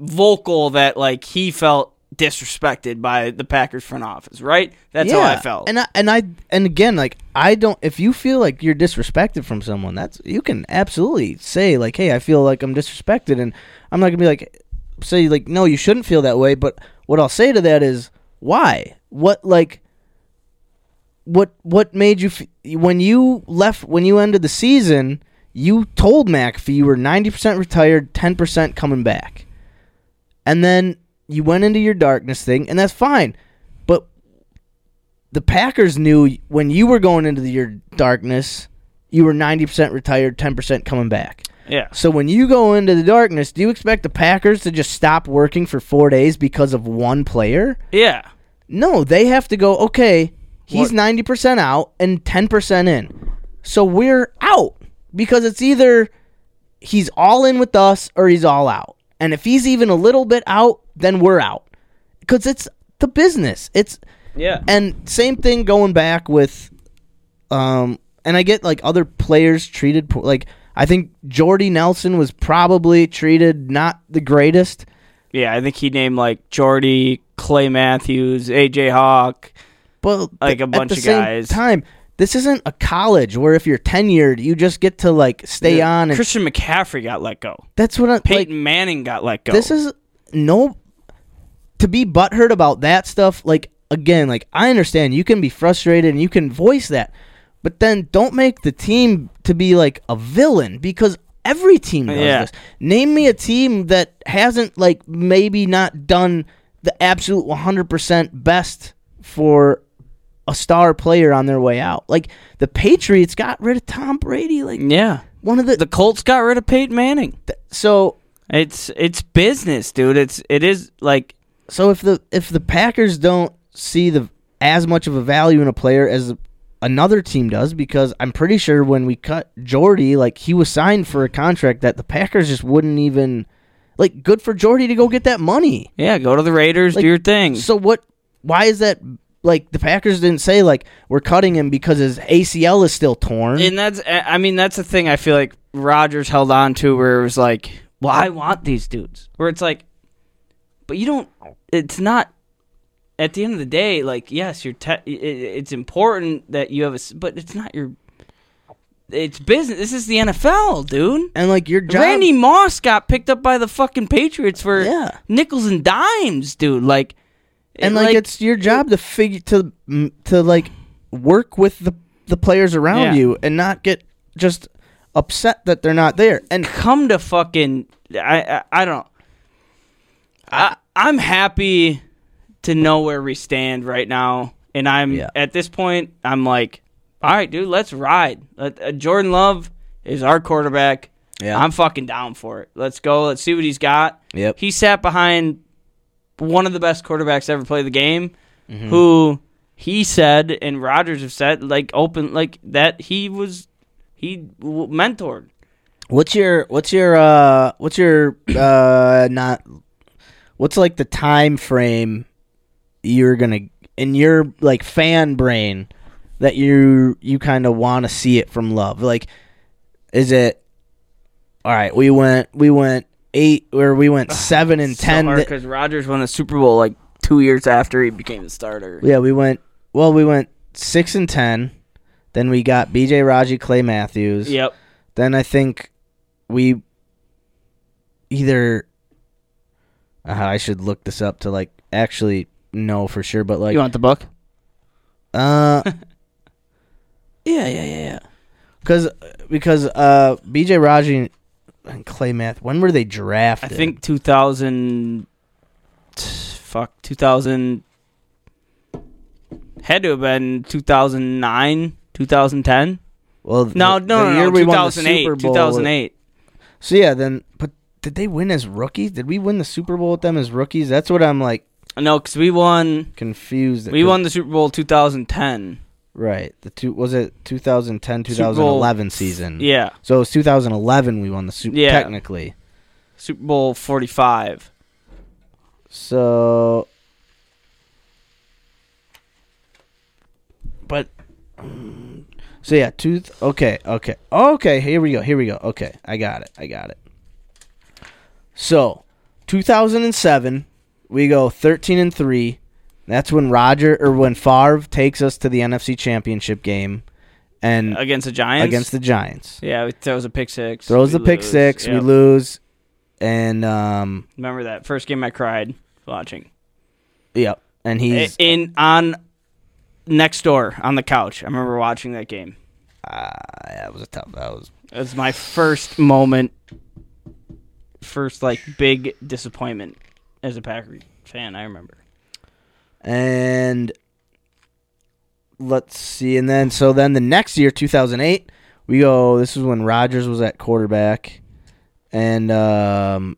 vocal that like he felt disrespected by the Packers front office, right? That's how I
Yeah,
felt.
And I and I and again, like I don't. If you feel like you're disrespected from someone, that's you can absolutely say like, "Hey, I feel like I'm disrespected," and I'm not gonna be like, say like, "No, you shouldn't feel that way." But what I'll say to that is, why? What like? What what made you f- when you left when you ended the season? You told McAfee you were ninety percent retired, ten percent coming back, and then you went into your darkness thing, and that's fine. But the Packers knew when you were going into the, your darkness, you were 90% retired, 10% coming back.
yeah.
So when you go into the darkness, do you expect the Packers to just stop working for four days because of one player?
Yeah.
No, they have to go, okay, he's
What-
90% out and 10% in. So we're out because it's either he's all in with us or he's all out. And if he's even a little bit out, then we're out. Because it's the business. It's
Yeah.
and same thing going back with, um, and I get like other players treated po- like I think Jordy Nelson was probably treated not the greatest.
Yeah, I think he named like Jordy, Clay Matthews, AJ Hawk.
But
Like a
at
bunch
the
of
same
guys.
Time. This isn't a college where if you're tenured, you just get to like stay on. And
Christian McCaffrey got let go.
that's what I like.
Peyton Manning got let go.
This is no to be butthurt about that stuff. Like again, like I understand you can be frustrated and you can voice that, but then don't make the team to be like a villain because every team does
Yeah.
this. Name me a team that hasn't like maybe not done the absolute one hundred percent best for a star player on their way out. Like the Patriots got rid of Tom Brady, like
yeah.
one of the,
Mm, The Colts got rid of Peyton Manning.
so
It's it's business, dude. It's it is like
So if the if the Packers don't see the as much of a value in a player as another team does, because I'm pretty sure when we cut Jordy, like he was signed for a contract that the Packers just wouldn't even like. Good for Jordy to go get that money.
yeah, go to the Raiders,
Like,
do your thing.
So what? Why is that? Like the Packers didn't say like we're cutting him because his ACL is still torn.
and that's I I mean that's the thing I feel like Rodgers held on to where it was like, well, I want these dudes. Where it's like, but you don't. It's not. At the end of the day, like yes, you're. Te- i- i- it's important that you have a, s- but it's not your. It's business. This is the NFL, dude.
and like your job,
Randy Moss got picked up by the fucking Patriots for
Yeah.
nickels and dimes, dude. Like,
and like, it's your job to figure to mm, to like work with the the players around
Yeah.
you and not get just upset that they're not there. And
come to fucking I I, I don't I I'm happy to know where we stand right now and I'm
Yeah.
at this point I'm like all right dude let's ride Let, uh, Jordan Love is our quarterback
Yeah.
I'm fucking down for it let's go let's see what he's got
Yep.
he sat behind one of the best quarterbacks to ever play the game
Mm-hmm.
who he said and Rodgers have said like open like that he was he w- mentored
What's your what's your uh what's your uh not what's like the time frame you're gonna in your like fan brain that you you kind of want to see it from love like is it all right we went we went eight or we went seven and ten thi-
because Rodgers won a Super Bowl like two years after he became the starter.
Yeah, we went. Well, we went six and ten. Then we got B.J. Raji, Clay Matthews.
Yep.
Then I think we either. Uh, I should look this up to like actually know for sure, but like,
You want the book?
uh, yeah, yeah, yeah, yeah. Because because uh, B.J. Raji and Clay Math, when were they
I
drafted?
think 2000. Fuck, 2000. Had to have been 2009, 2010.
Well,
No,
the-
no,
the
no,
year
no,
we won the
2008,
Super Bowl was-
2008.
So yeah, then but did they win as rookies? Did we win the Super Bowl with them as rookies? That's what I'm like
No, because we won.
confused.
We won the Super Bowl 2010.
right. The two was it 2010
Super Bowl-
2011 season.
Yeah,
So it was 2011 we won the Super
Yeah.
technically.
Super Bowl 45.
So but mm, so yeah, two th- okay, okay. Okay, here we go. Here we go. Okay. I got it. I got it. So, 2007, we go 13 and 3. That's when Roger or when Favre takes us to the NFC Championship game and
Against the Giants?
against the Giants.
Yeah, it throws a pick six.
Throws
we
the pick
lose.
6, we
Yep.
lose and um
Remember that first game I cried watching. Eh,
yep, and he's
in on next door on the couch. I remember watching that game.
that Ah, was a tough. That was
It was my first moment, first like big disappointment as a Packer fan. I remember.
and let's see. And then so then the next year, two thousand eight, we go. This is when Rodgers was at quarterback, and um,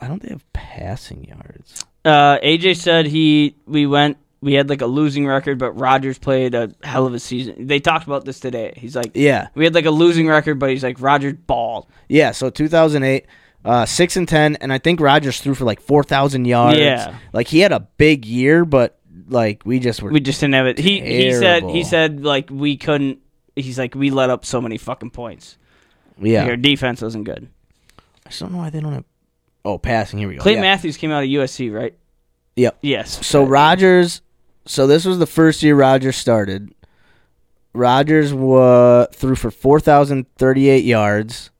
I don't they have passing yards.
Uh, AJ said he we went we had like a losing record, but Rodgers played a hell of a season. They talked about this today. He's like,
Yeah,
we had like a losing record, but he's like Rodgers balled.
yeah. So two thousand eight. Uh, six and ten, and I think Rodgers threw for like four thousand yards.
Yeah.
like he had a big year, but like we just were
We just didn't have it. He he said
Terrible.
he said like we couldn't. He's like we let up so many fucking points.
yeah.
Our defense wasn't good.
I just don't know why they don't have. Oh, passing. Here we go.
Clay
yeah.
Matthews came out of USC, right?
Yep.
Yes.
So Rogers, so this was the first year Rogers started. Rogers wa- threw for 4,038 yards.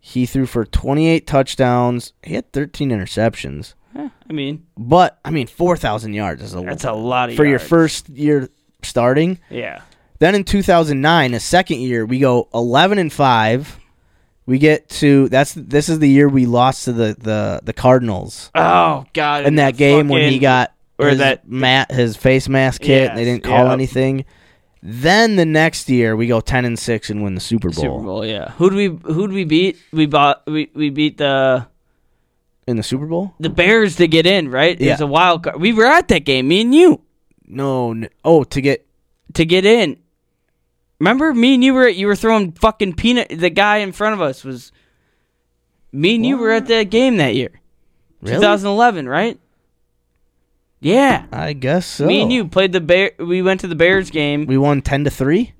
He threw for 28 touchdowns. He had 13 interceptions.
Huh, I mean,
But I mean, 4,000 yards is a
that's a lot of
for your
yards.
first year starting.
Yeah.
Then in 2009, a second year, we go 11 and 5. We get to that's this is the year we lost to the the the Cardinals
Oh God.
in that game when he got
or
his
that-
mat his face mask hit and they
Yes,
didn't call
yep.
anything. Then the next year we go ten and six and win the Super Bowl,
Super Bowl. Yeah. Who do we who do we beat? We bought we, we beat the
in the Super Bowl.
the Bears to get in. Right. It was
Yeah.
a wild card. We were at that game. Me and you
No, n- oh to get
to get in. Remember, me and you were you were throwing fucking peanut. The guy in front of us was. Me and you were at that game that year,
really?
2011, right? Yeah.
I guess so.
Me and you played the bear. We went to the Bears game.
we won ten to three.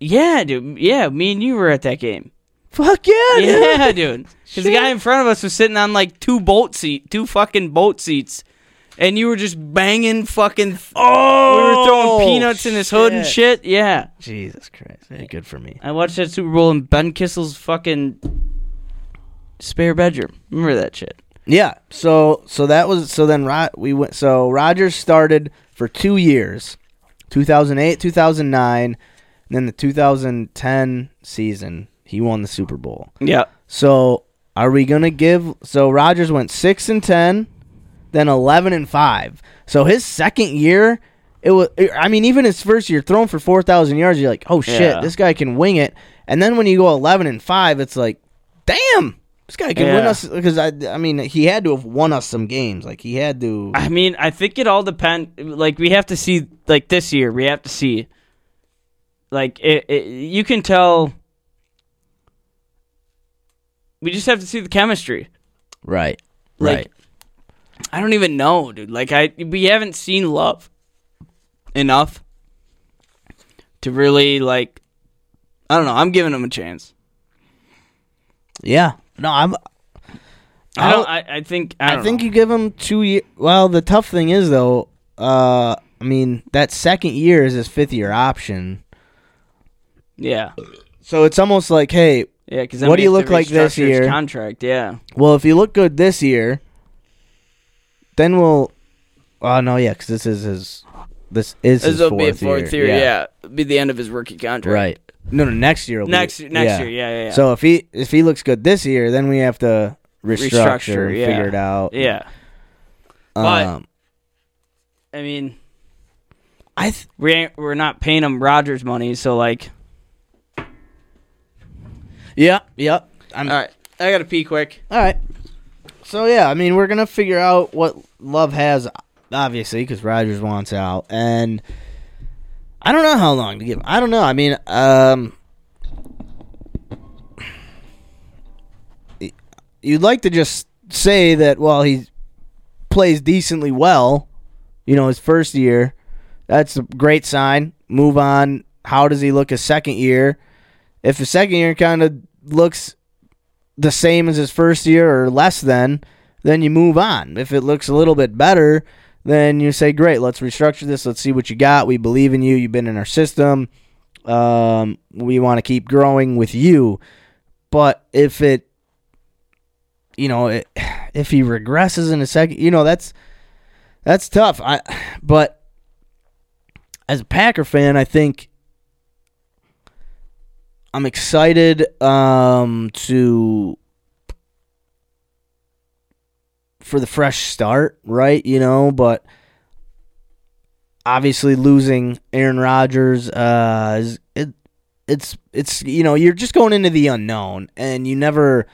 Yeah, dude. Yeah, me and you were at that game.
Fuck yeah, dude.
Yeah, dude. Because the guy in front of us was sitting on like two boat seat, two fucking boat seats, and you were just banging fucking. Oh, we were throwing peanuts in his hood and shit. Yeah,
Jesus Christ, Hey, good for me.
I watched that Super Bowl in Ben Kissel's fucking spare bedroom. Remember that shit?
Yeah. So so that was so then Ro- we went so Rogers started for 2 years. 2008, 2009, and then the 2010 season, he won the Super Bowl.
Yeah.
So, are we going to give so Rogers went 6 and 10, then 11 and 5. So his second year it was I mean even his first year throwing for 4000 yards you're like, "Oh shit,
Yeah.
this guy can wing it." And then when you go 11 and 5, it's like, "Damn, this guy can win
Yeah.
us because I I mean, he had to have won us some games. Like he had to
I mean, I think it all depends. Like we have to see, like this year, we have to see. Like it, it you can tell. we just have to see the chemistry.
Right.
Like-
right.
I don't even know, dude. Like I we haven't seen love enough to really like I don't know, I'm giving him a chance.
Yeah. No, I'm.
I
I'll-
don't I, I think I,
I,
don't
think
know.
you give him two years. Well, the tough thing is though. Uh, I mean, that second year is his fifth year option.
Yeah.
So it's almost like, hey,
Yeah, cuz
What do you look like this year?
Contract, yeah.
well, if you look good this year, then we'll. Oh no, yeah, because this is his. This is his
This will be a fourth year,
Yeah.
yeah. Be the end of his rookie contract.
Right. No, no, next year. will be-
Next next year, yeah, yeah, yeah.
So if he if he looks good this year, then we have to restructure,
Restructure, yeah.
figure it out.
yeah. But-
Um,
I mean,
I th-
we ain't, we're not paying him Rogers money, so like
yeah, yep. I'm,
right. I got to pee quick.
All right. So yeah, I mean, we're gonna figure out what Love has, obviously, because Rogers wants out, and I don't know how long to give. I don't know. I mean, um, you'd like to just say that while he plays decently well, you know, his first year, that's a great sign. Move on. How does he look his second year? If his second year kind of looks the same as his first year or less than, then you move on. If it looks a little bit better, then you say, great, let's restructure this. Let's see what you got. We believe in you. You've been in our system. Um, we want to keep growing with you. But if it, you know, it, if he regresses in a second, you know, that's that's tough. I, but as a Packer fan, I think I'm excited um to for the fresh start, right? You know, but obviously losing Aaron Rodgers uh is it it's it's you know, you're just going into the unknown and you never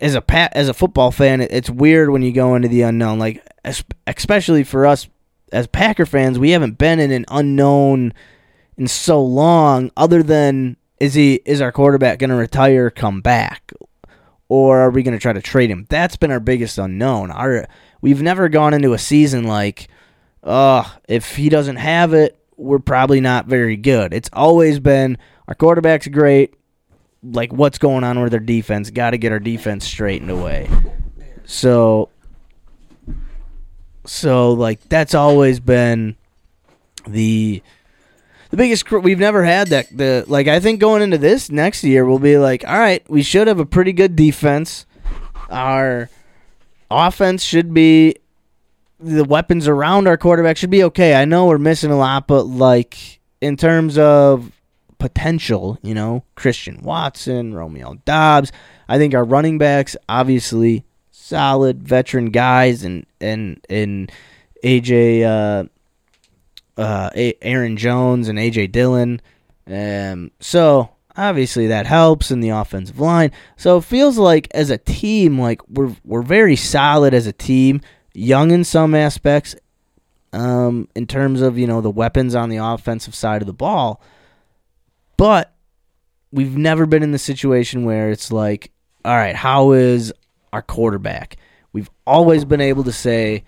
as a pa- as a football fan, it- it's weird when you go into the unknown. Like es- especially for us as Packer fans, we haven't been in an unknown in so long other than is he is our quarterback going to retire come back or are we going to try to trade him that's been our biggest unknown our we've never gone into a season like uh if he doesn't have it we're probably not very good it's always been our quarterback's great like what's going on with our defense got to get our defense straightened away so so like that's always been the the biggest cr- we've never had that the like I think going into this next year we'll be like all right we should have a pretty good defense our offense should be the weapons around our quarterback should be okay I know we're missing a lot but like in terms of potential you know Christian Watson Romeo Dobbs I think our running backs obviously solid veteran guys and and and AJ uh uh, A- Aaron Jones and AJ Dillon. Um, so obviously that helps in the offensive line. So it feels like as a team, like we're we're very solid as a team, young in some aspects, um, in terms of you know the weapons on the offensive side of the ball, but we've never been in the situation where it's like, all right, how is our quarterback? We've always been able to say,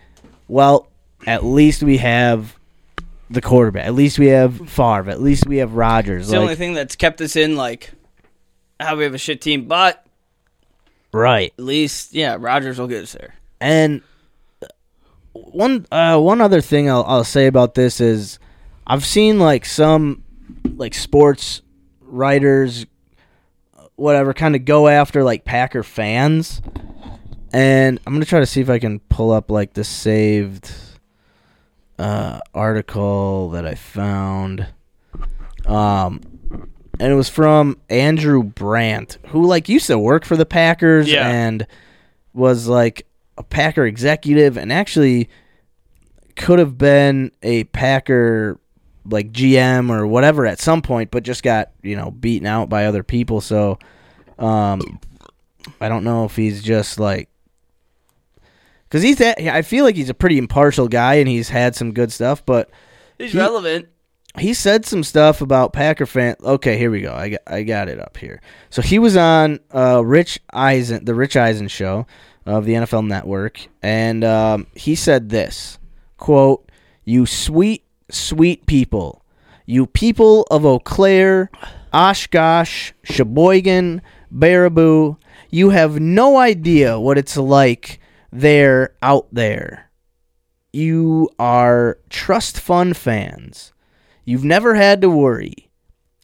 well, at least we have the quarterback. At least we have Favre. At least we have Rodgers.
It's the
Like-
only thing that's kept us in like how we have a shit team, but
right.
at least yeah, Rogers will get us there.
And uh, one uh, one other thing I'll, I'll say about this is I've seen like some like sports writers whatever kind of go after like Packer fans. And I'm going to try to see if I can pull up like the saved uh article that I found. Um and it was from Andrew Brandt, who like used to work for the Packers
Yeah.
and was like a Packer executive and actually could have been a Packer like GM or whatever at some point, but just got, you know, beaten out by other people. So um I don't know if he's just like because he's that, I feel like he's a pretty impartial guy and he's had some good stuff, but
He's
He-
relevant.
he said some stuff about Packer fan. Okay, here we go. I got, I got it up here. So he was on uh, Rich Eisen, the Rich Eisen show of the NFL Network, and um, he said this quote: "You sweet, sweet people, you people of Eau Claire, Oshkosh, Sheboygan, Baraboo, you have no idea what it's like there out there. You are trust fund fans." You've never had to worry.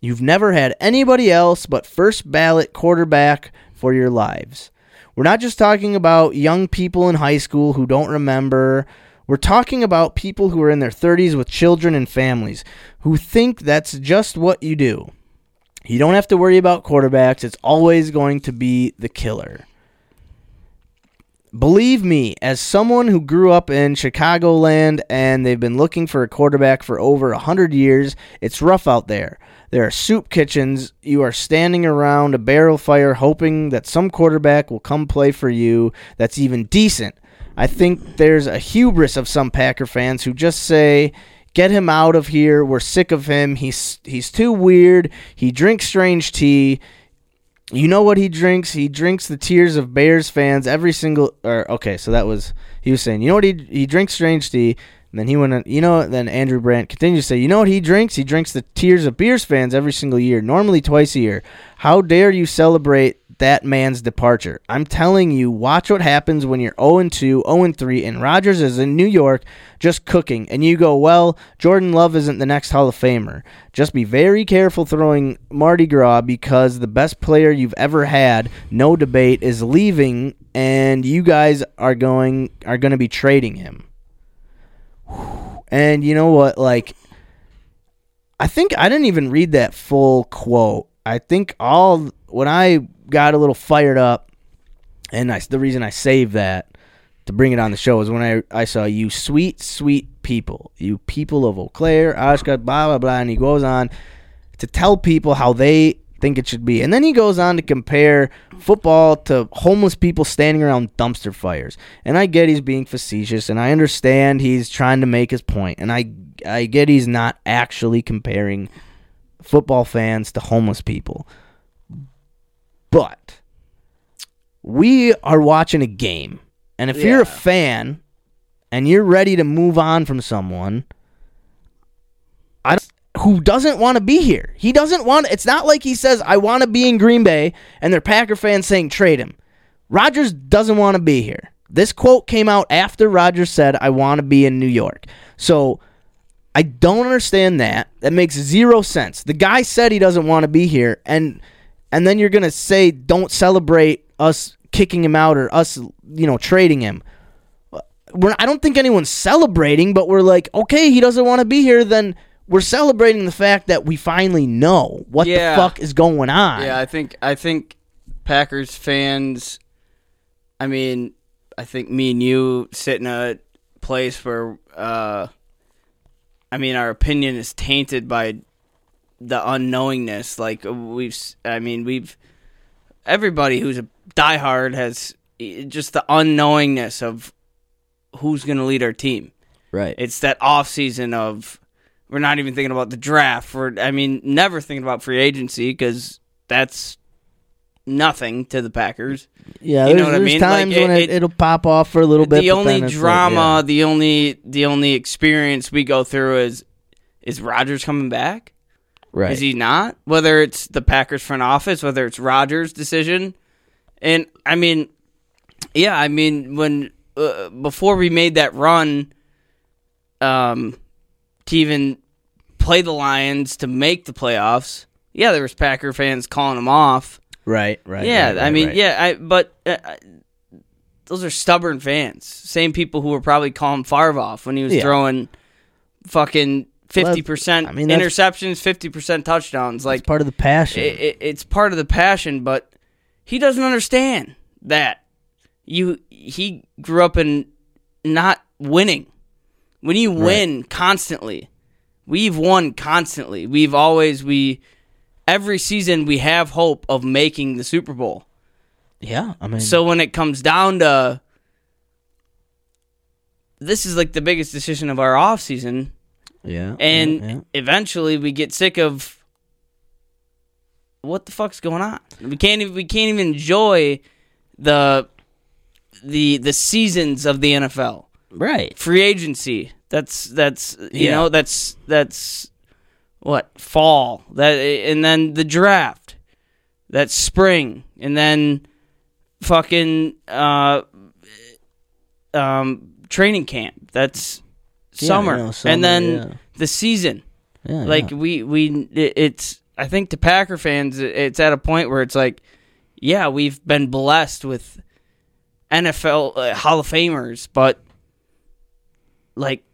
You've never had anybody else but first ballot quarterback for your lives. We're not just talking about young people in high school who don't remember. We're talking about people who are in their 30s with children and families who think that's just what you do. You don't have to worry about quarterbacks. It's always going to be the killer. Believe me, as someone who grew up in Chicagoland and they've been looking for a quarterback for over 100 years, it's rough out there. There are soup kitchens. You are standing around a barrel fire hoping that some quarterback will come play for you that's even decent. I think there's a hubris of some Packer fans who just say, "Get him out of here. We're sick of him. He's he's too weird. He drinks strange tea. You know what he drinks? He drinks the tears of Bears fans every single. Or okay, so that was he was saying. You know what he he drinks strange tea. And then he went. On, you know. Then Andrew Brandt continues to say. You know what he drinks? He drinks the tears of Bears fans every single year, normally twice a year. How dare you celebrate that man's departure? I'm telling you, watch what happens when you're 0 2, 0 3, and Rodgers is in New York just cooking, and you go, well, Jordan Love isn't the next Hall of Famer. Just be very careful throwing Mardi Gras because the best player you've ever had, no debate, is leaving, and you guys are going are going to be trading him. And you know what? Like, I think I didn't even read that full quote. I think all when I got a little fired up, and I, the reason I saved that to bring it on the show is when I, I saw you sweet, sweet people, you people of Eau Claire, Oshkosh, blah, blah, blah. And he goes on to tell people how they think it should be. And then he goes on to compare football to homeless people standing around dumpster fires. And I get he's being facetious and I understand he's trying to make his point. And I I get he's not actually comparing football fans to homeless people. But we are watching a game. And if you're a fan and you're ready to move on from someone, I don't- who doesn't want to be here. He doesn't want. It's not like he says I want to be in Green Bay, and they're Packer fans saying trade him. Rodgers doesn't want to be here. This quote came out after Rodgers said I want to be in New York. So I don't understand that. That makes zero sense. The guy said he doesn't want to be here, and and then you're gonna say don't celebrate us kicking him out or us you know trading him we're I don't think anyone's celebrating, but we're like, okay, he doesn't want to be here, then we're celebrating the fact that we finally know what
Yeah.
the fuck is going on.
Yeah, I think I think Packers fans. I mean, I think me and you sit in a place where, uh, I mean, our opinion is tainted by the unknowingness. Like we've, s- I mean, we've everybody who's a diehard has eh, just the unknowingness of who's going to lead our team.
right.
It's that off season of we're not even thinking about the draft. We're I mean never thinking about free agency because that's nothing to the Packers.
yeah,
you
there's,
know what I
there's
mean? Like,
times when
it-
it,
it-
it, will pop off for a little bit.
The
but
only
then it's like,
drama,
yeah.
the only the only experience we go through is is Rodgers coming back?
right?
Is he not? Whether it's the Packers front office, whether it's Rodgers' decision, and I mean, yeah, I mean when uh, before we made that run, um, to even play the Lions to make the playoffs, yeah, there was Packer fans calling them off.
right, right.
yeah,
right,
I
right,
mean,
right.
yeah, I but. Uh, I- those are stubborn fans. Same people who were probably calling Favre off when he was
Yeah.
throwing fucking fifty percent
I mean, that's-
interceptions, fifty percent touchdowns. Like
it's part of the passion.
it, it, it's part of the passion, but he doesn't understand that you he grew up in not winning. When you win constantly, we've won constantly. We've always we every season we have hope of making the Super Bowl.
yeah, I mean,
So when it comes down to this is like the biggest decision of our offseason
Yeah.
And
yeah, yeah.
eventually we get sick of what the fuck's going on. We can't even we can't even enjoy the the the seasons of the NFL.
right.
Free agency. That's that's you
Yeah.
know, that's that's what fall. That and then the draft. That's spring. And then fucking uh um training camp. That's
Yeah,
summer.
you know,
and then
yeah.
the season.
Yeah,
Like
yeah.
we we it- it's I think to Packer fans it- it's at a point where it's like yeah, we've been blessed with NFL uh, Hall of Famers, but like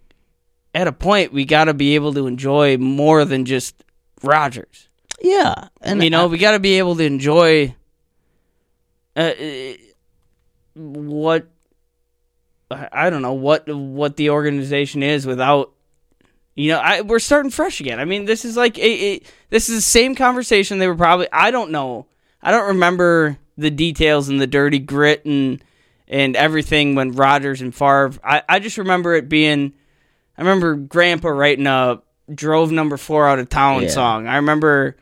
at a point we got to be able to enjoy more than just Rodgers.
yeah, and
you know, we got to be able to enjoy uh, uh, what I I don't know what what the organization is without you know I we're starting fresh again. I mean, this is like a, a- this is the same conversation they were probably I don't know. I don't remember the details and the dirty grit and and everything when Rodgers and Favre. I, I just remember it being I remember grandpa writing a drove number 4 out of town
Yeah.
song. I remember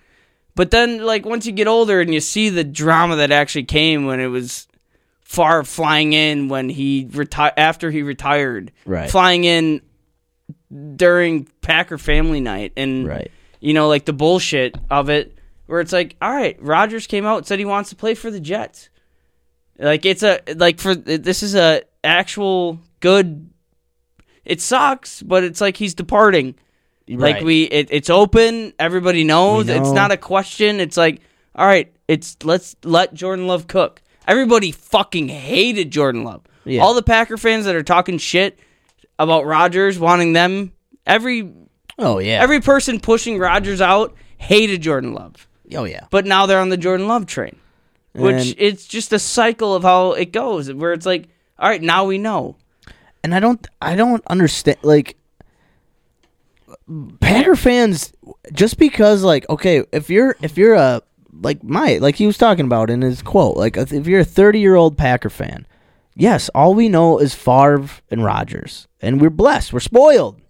but then like once you get older and you see the drama that actually came when it was Favre flying in when he retired after he retired,
Right.
Flying in during Packer family night, and
Right.
you know, like the bullshit of it, where it's like, all right, Rogers came out and said he wants to play for the Jets. Like it's a like for this is a actual good. It sucks, but it's like he's departing. Like
Right.
we, it, it's open. Everybody knows. It's
know.
not a question. It's like, all right, it's let's let Jordan Love cook. Everybody fucking hated Jordan Love.
Yeah.
All the Packer fans that are talking shit about Rodgers wanting them, every
oh yeah,
every person pushing Rodgers out hated Jordan Love.
oh yeah,
But now they're on the Jordan Love train, which
And-
it's just a cycle of how it goes, where it's like, all right, now we know.
and I don't, I don't understand. Like, Packer fans, just because, like, okay, if you're, if you're a, like my, like he was talking about in his quote, like, if you're a 30 year old Packer fan, yes, all we know is Favre and Rodgers, and we're blessed, we're spoiled.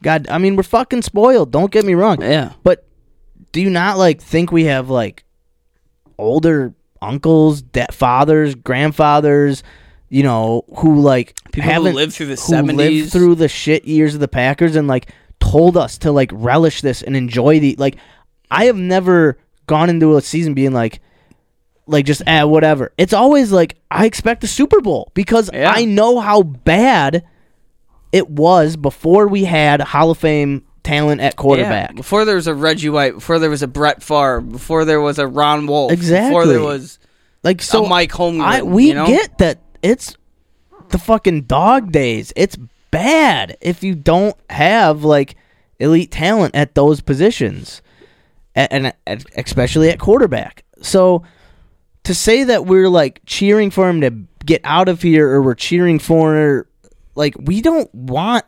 God, I mean, we're fucking spoiled. Don't get me wrong.
Yeah.
But do you not like think we have like older uncles, de- fathers, grandfathers, you know, who like
People who
haven't
lived through the
who lived
70s.
through the shit years of the Packers, and like told us to like relish this and enjoy the like. I have never gone into a season being like, like just ah whatever. It's always like I expect a Super Bowl because
Yeah.
I know how bad it was before we had Hall of Fame talent at quarterback.
Yeah, before there was a Reggie White, before there was a Brett Favre, before there was a Ron Wolf, before
Exactly.
there was
Like so,
a Mike Holmgren.
I we
you know?
get that it's the fucking dog days. It's bad if you don't have like elite talent at those positions, A- and, and especially at quarterback. So to say that we're like cheering for him to get out of here, or we're cheering for like we don't want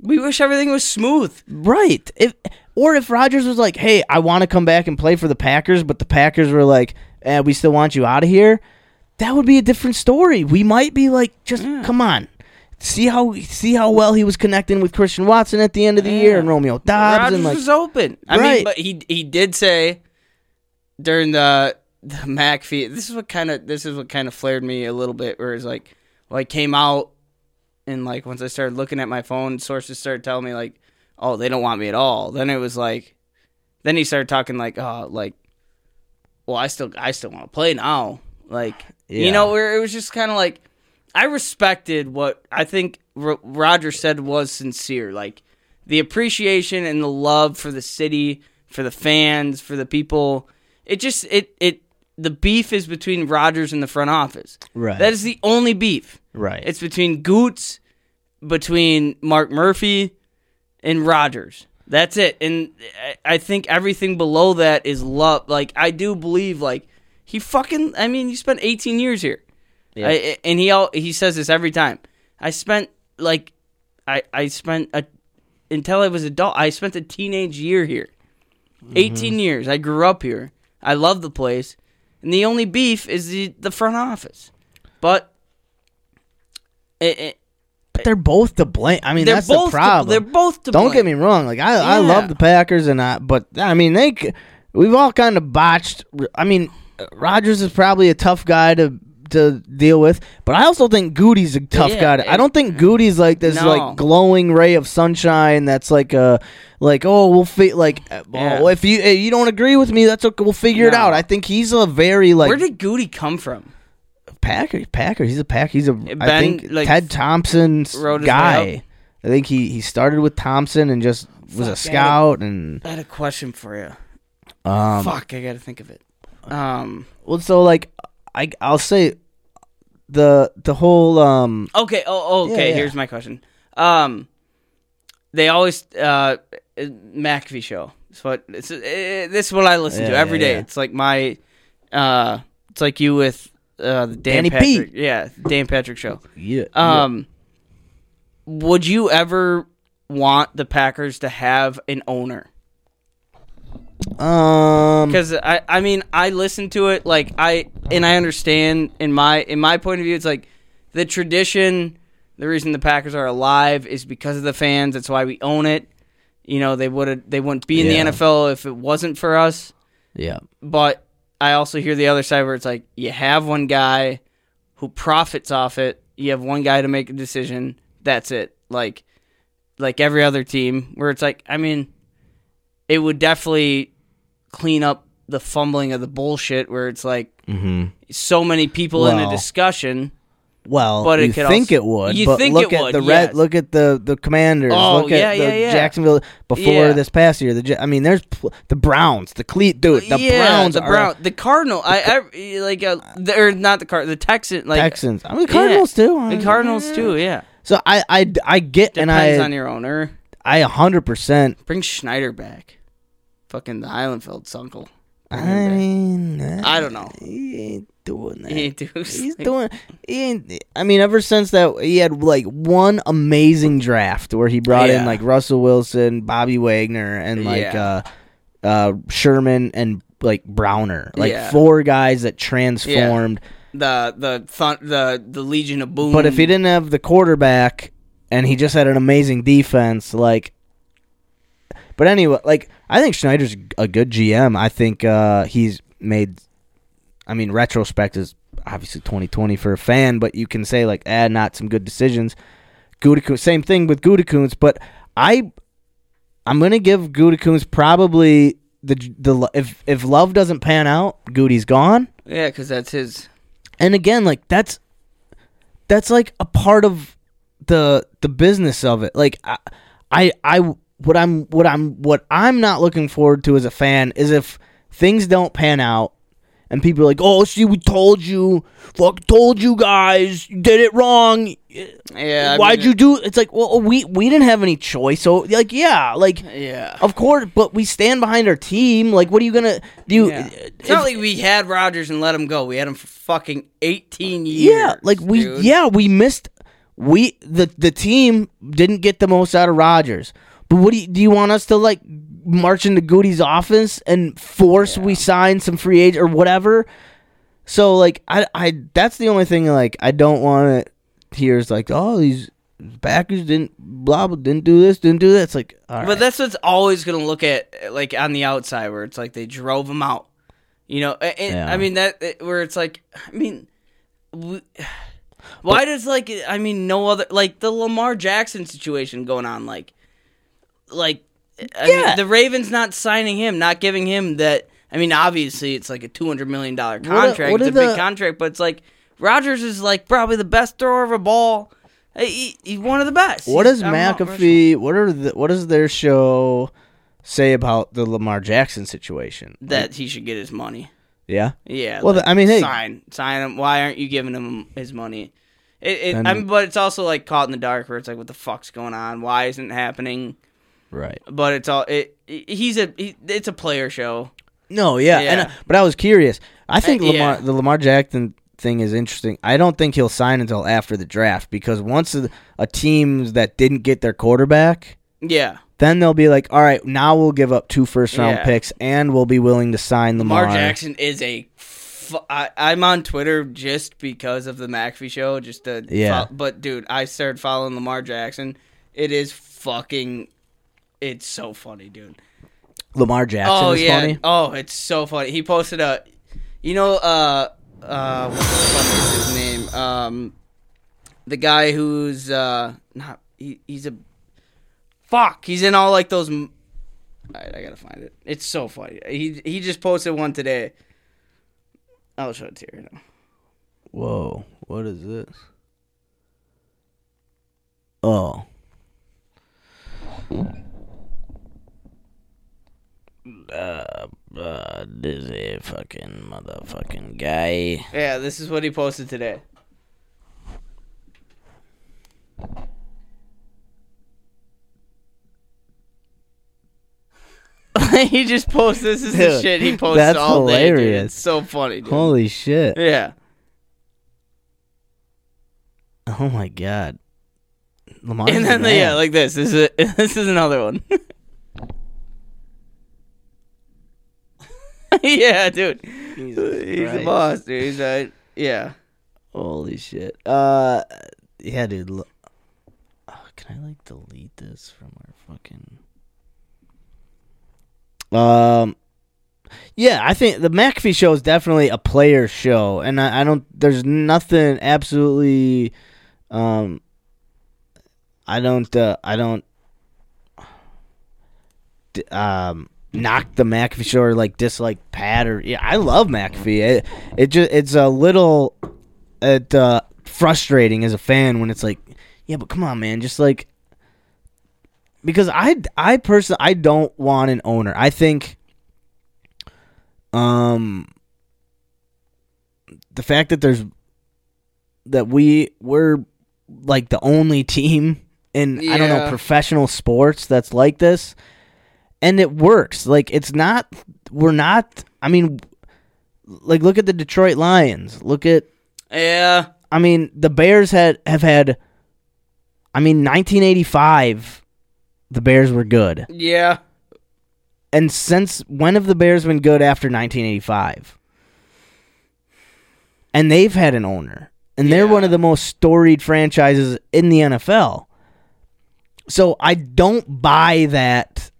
we wish everything was smooth.
Right. If or if Rogers was like, "Hey, I want to come back and play for the Packers," but the Packers were like, eh, "We still want you out of here," that would be a different story. We might be like, "Just come on." See how see how well he was connecting with Christian Watson at the end of the year and Romeo Dobbs
Rodgers
and like
was open. I mean,
Right.
but he he did say during the the McAfee. This is what kind of this is what kind of flared me a little bit. Where it's like, well, I came out and like once I started looking at my phone, sources started telling me like, oh, they don't want me at all. Then it was like, then he started talking like, oh, like, well, I still I still want to play now. Like,
Yeah.
you know, where it was just kind of like. I respected what I think R- Roger said was sincere. Like the appreciation and the love for the city, for the fans, for the people. It just it it the beef is between Rogers and the front office.
Right.
That is the only beef.
right.
It's between Goots, between Mark Murphy, and Rogers. That's it. And I- I think everything below that is love. Like I do believe, like he fucking. I mean, you spent 18 years here, I- I, and he all he says this every time. I spent like I I spent a until I was adult. I spent a teenage year here. 18 years. I grew up here. I love the place. And the only eh, beef is the, the front office. But it, it,
but they're both to blame. I mean,
they're
that's
both
the
to-
problem.
they're both to
Don't get me
blame.
wrong. Like I, I
Yeah.
love the Packers, and I, but I mean, they, c- we've all kind of botched. I mean, Rodgers is probably a tough guy to to deal with, but I also think Goody's a tough
Yeah,
guy. to- I
it-
don't think Goody's like this
No.
like glowing ray of sunshine that's like a like oh we'll fi- like uh,
Yeah.
oh, if you if you don't agree with me that's okay we'll figure it
No.
out. I think he's a very like
Where did Goody come from?
Packer, Packer. He's a Packer. He's a. I
Ben,
think
like,
Ted Thompson's
rode his way
guy. I think he he started with Thompson and just was a
Fuck, I
scout and
I had a question for you.
um.
Fuck, I gotta think of it. Um.
Well, so like I I'll say the the whole um
Okay. Oh. oh, Okay.
Yeah, yeah.
Here's my question. Um. They always uh McAfee show. It's what it's uh, this is what I listen to
Yeah,
every
yeah,
day.
yeah.
It's like my uh. It's like you with uh the Dan
Danny P.
Patrick. Yeah, Dan Patrick show.
yeah,
Um, would you ever want the Packers to have an owner?
um
Because I, I mean, I listen to it like I and I understand in my in my point of view, it's like the tradition. The reason the Packers are alive is because of the fans. That's why we own it. You know, they would they wouldn't be in
Yeah.
the NFL if it wasn't for us.
yeah
But I also hear the other side where it's like you have one guy who profits off it. You have one guy to make a decision. That's it. Like like every other team where it's like I mean it would definitely clean up the fumbling of the bullshit where it's like so many people in a
Mm-hmm. Well,
discussion.
well
But
but
it
you
could
think
also-
it would
you
but
think
look
it
at
would,
the red
yes.
look at the the commanders
Oh,
look at
yeah,
the
yeah, yeah.
Jacksonville before
Yeah.
this past year the Ja- I mean there's pl- the Browns the Cle dude the Browns
the
are a
Brown, the Cardinal. I, I like uh, the, or not the Card, the Texan, like
Texans I mean the
Yeah.
Cardinals too I
The
mean,
Cardinals too. Yeah,
So I I, I get and
depends
I
on your owner.
I a hundred percent.
Bring Schneider back. Fucking the Highlandfeld's uncle.
I mean,
I don't know.
He ain't doing that.
He does.
He's doing. He ain't. I mean, ever since that he had like one amazing draft where he brought in
Yeah.
like Russell Wilson, Bobby Wagner, and like
Yeah.
uh, uh, Sherman and like Browner, like
Yeah.
four guys that transformed.
the the thun- the the Legion of Boom.
But if he didn't have the quarterback and he just had an amazing defense, like. But anyway, like I think Schneider's a good GM. I think uh, he's made. I mean, retrospect is obviously twenty twenty for a fan, but you can say like, ah, not some good decisions. Gudikunz, same thing with Gudikunz, but I, I'm gonna give Gudikunz probably the the if if love doesn't pan out, Goody's gone.
yeah, because that's his.
And again, like that's that's like a part of the the business of it. Like I I, I what I'm what I'm what I'm not looking forward to as a fan is if things don't pan out and people are like, "Oh, see, we told you, fuck, told you guys, you did it wrong.
Yeah, I
Why'd
mean,
you do?" It's like, well, we we didn't have any choice. So, like, yeah, like.
Yeah.
Of course, but we stand behind our team. Like, what are you gonna do?
Yeah. It's
If-
not like we had Rodgers and let him go. We had him for fucking eighteen years.
Yeah, like we
dude.
yeah, we missed we the the team didn't get the most out of Rodgers. But what do you, do you want us to like march into Goody's office and force we sign some free agent or whatever? So like I I that's the only thing like I don't want to hear is like oh these backers didn't blah blah didn't do this didn't do that. It's like all right.
But that's what's always going to look at, like on the outside, where it's like they drove him out. You know, A- and,
Yeah.
I mean that it- where it's like, I mean, we, why does like I mean no other like the Lamar Jackson situation going on like, like I mean,
Yeah.
the Ravens not signing him, not giving him that. I mean, obviously it's like a two hundred million dollar contract.
what
it's
are
a big
the-
contract, but it's like Rogers is like probably the best thrower of a ball. He, he- he's one of the best.
What
He's-
does
I'm not-
McAfee? What are the, what does their show say about the Lamar Jackson situation?
that he should get his money?
yeah,
Yeah.
Well,
like,
I mean, hey-
sign, sign him. Why aren't you giving him his money? It, it,
Then-
I mean, but it's also like caught in the dark, where it's like, what the fuck's going on? Why isn't it happening?
right.
But it's all it. it- He's a. He, it's a player show.
No, yeah, and uh,
Yeah.
but I was curious. I think
Uh,
Lamar
yeah.
the Lamar Jackson thing is interesting. I don't think he'll sign until after the draft because once a, a team that didn't get their quarterback,
Yeah.
then they'll be like, all right, now we'll give up two first round
Yeah.
picks and we'll be willing to sign Lamar.
Lamar Jackson is a f- I, I'm on Twitter just because of the McAfee show. Just to
Yeah.
fol- but dude, I started following Lamar Jackson. It is fucking. It's so funny, dude.
Lamar Jackson
oh
is
yeah.
funny.
Oh, it's so funny. He posted a, you know, uh, uh, what the fuck is his name? Um, the guy who's uh, not he, he's a, fuck, he's in all like those. m- All right, I gotta find it. It's so funny. He he just posted one today. I'll show it to you right now.
Whoa, what is this? Oh. Uh, uh, this a fucking motherfucking guy.
Yeah, this is what he posted today. he just posts this is the
Dude,
shit he posts
that's
all day. dude. It's
hilarious.
so funny, dude.
Holy shit.
yeah.
Oh my god. Lamar.
And then the, yeah, like this. This is a, this is another one. yeah, dude. He's a
Christ.
boss, dude. He's a yeah.
Holy shit. Uh, yeah, dude. lo- Oh, can I like delete this from our fucking? Um, yeah, I think the McAfee show is definitely a player show, and I, I don't. There's nothing absolutely. Um, I don't. Uh, I don't. d- Um. Knock the McAfee show or like dislike Pat or yeah I love McAfee it, it just it's a little it uh, frustrating as a fan when it's like, yeah, but come on, man, just like because I I personally I don't want an owner. I think um the fact that there's that we we're like the only team in I don't know
Yeah.
professional sports that's like this and it works. Like it's not we're not I mean like look at the Detroit Lions. Look at
Yeah.
I mean, the Bears had have had. I mean, 1985, the Bears were good,
Yeah.
and since when have the Bears been good after 1985? And they've had an owner, and they're one of the most storied franchises in the NFL. So I don't buy that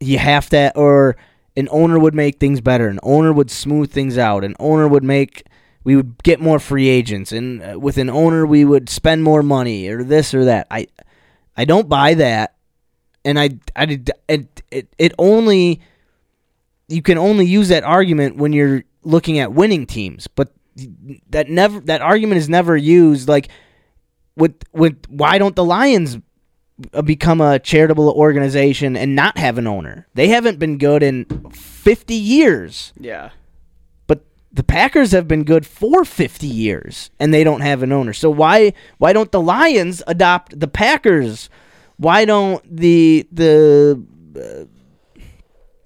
you have to, or an owner would make things better. An owner would smooth things out. An owner would make we would get more free agents, and uh, with an owner we would spend more money, or this or that. I I don't buy that, and I I did it it, it only you can only use that argument when you're looking at winning teams, but that never that argument is never used like with with why don't the Lions uh, become a charitable organization and not have an owner. They haven't been good in 50 years,
Yeah.
but the Packers have been good for 50 years and they don't have an owner. So why why don't the Lions adopt the Packers? Why don't the the uh,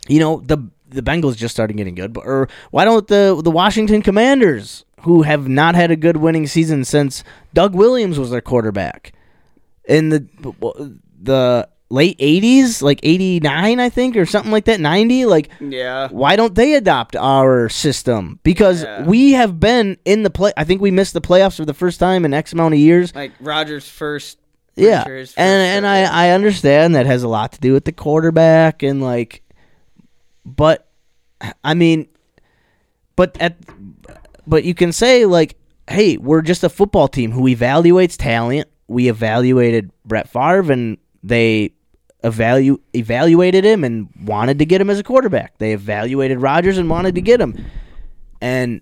you know the the Bengals just started getting good, but or why don't the the Washington Commanders who have not had a good winning season since Doug Williams was their quarterback? in the the late 80s like 89 i think or something like that 90 like
Yeah.
why don't they adopt our system because
Yeah.
we have been in the play i think we missed the playoffs for the first time in x amount of years
Like Rogers first.
yeah
Sure
and
is for
and
sure.
i i understand that has a lot to do with the quarterback and like but i mean but at but you can say like hey we're just a football team who evaluates talent we evaluated Brett Favre and they evalu- evaluated him and wanted to get him as a quarterback they evaluated Rodgers and wanted to get him and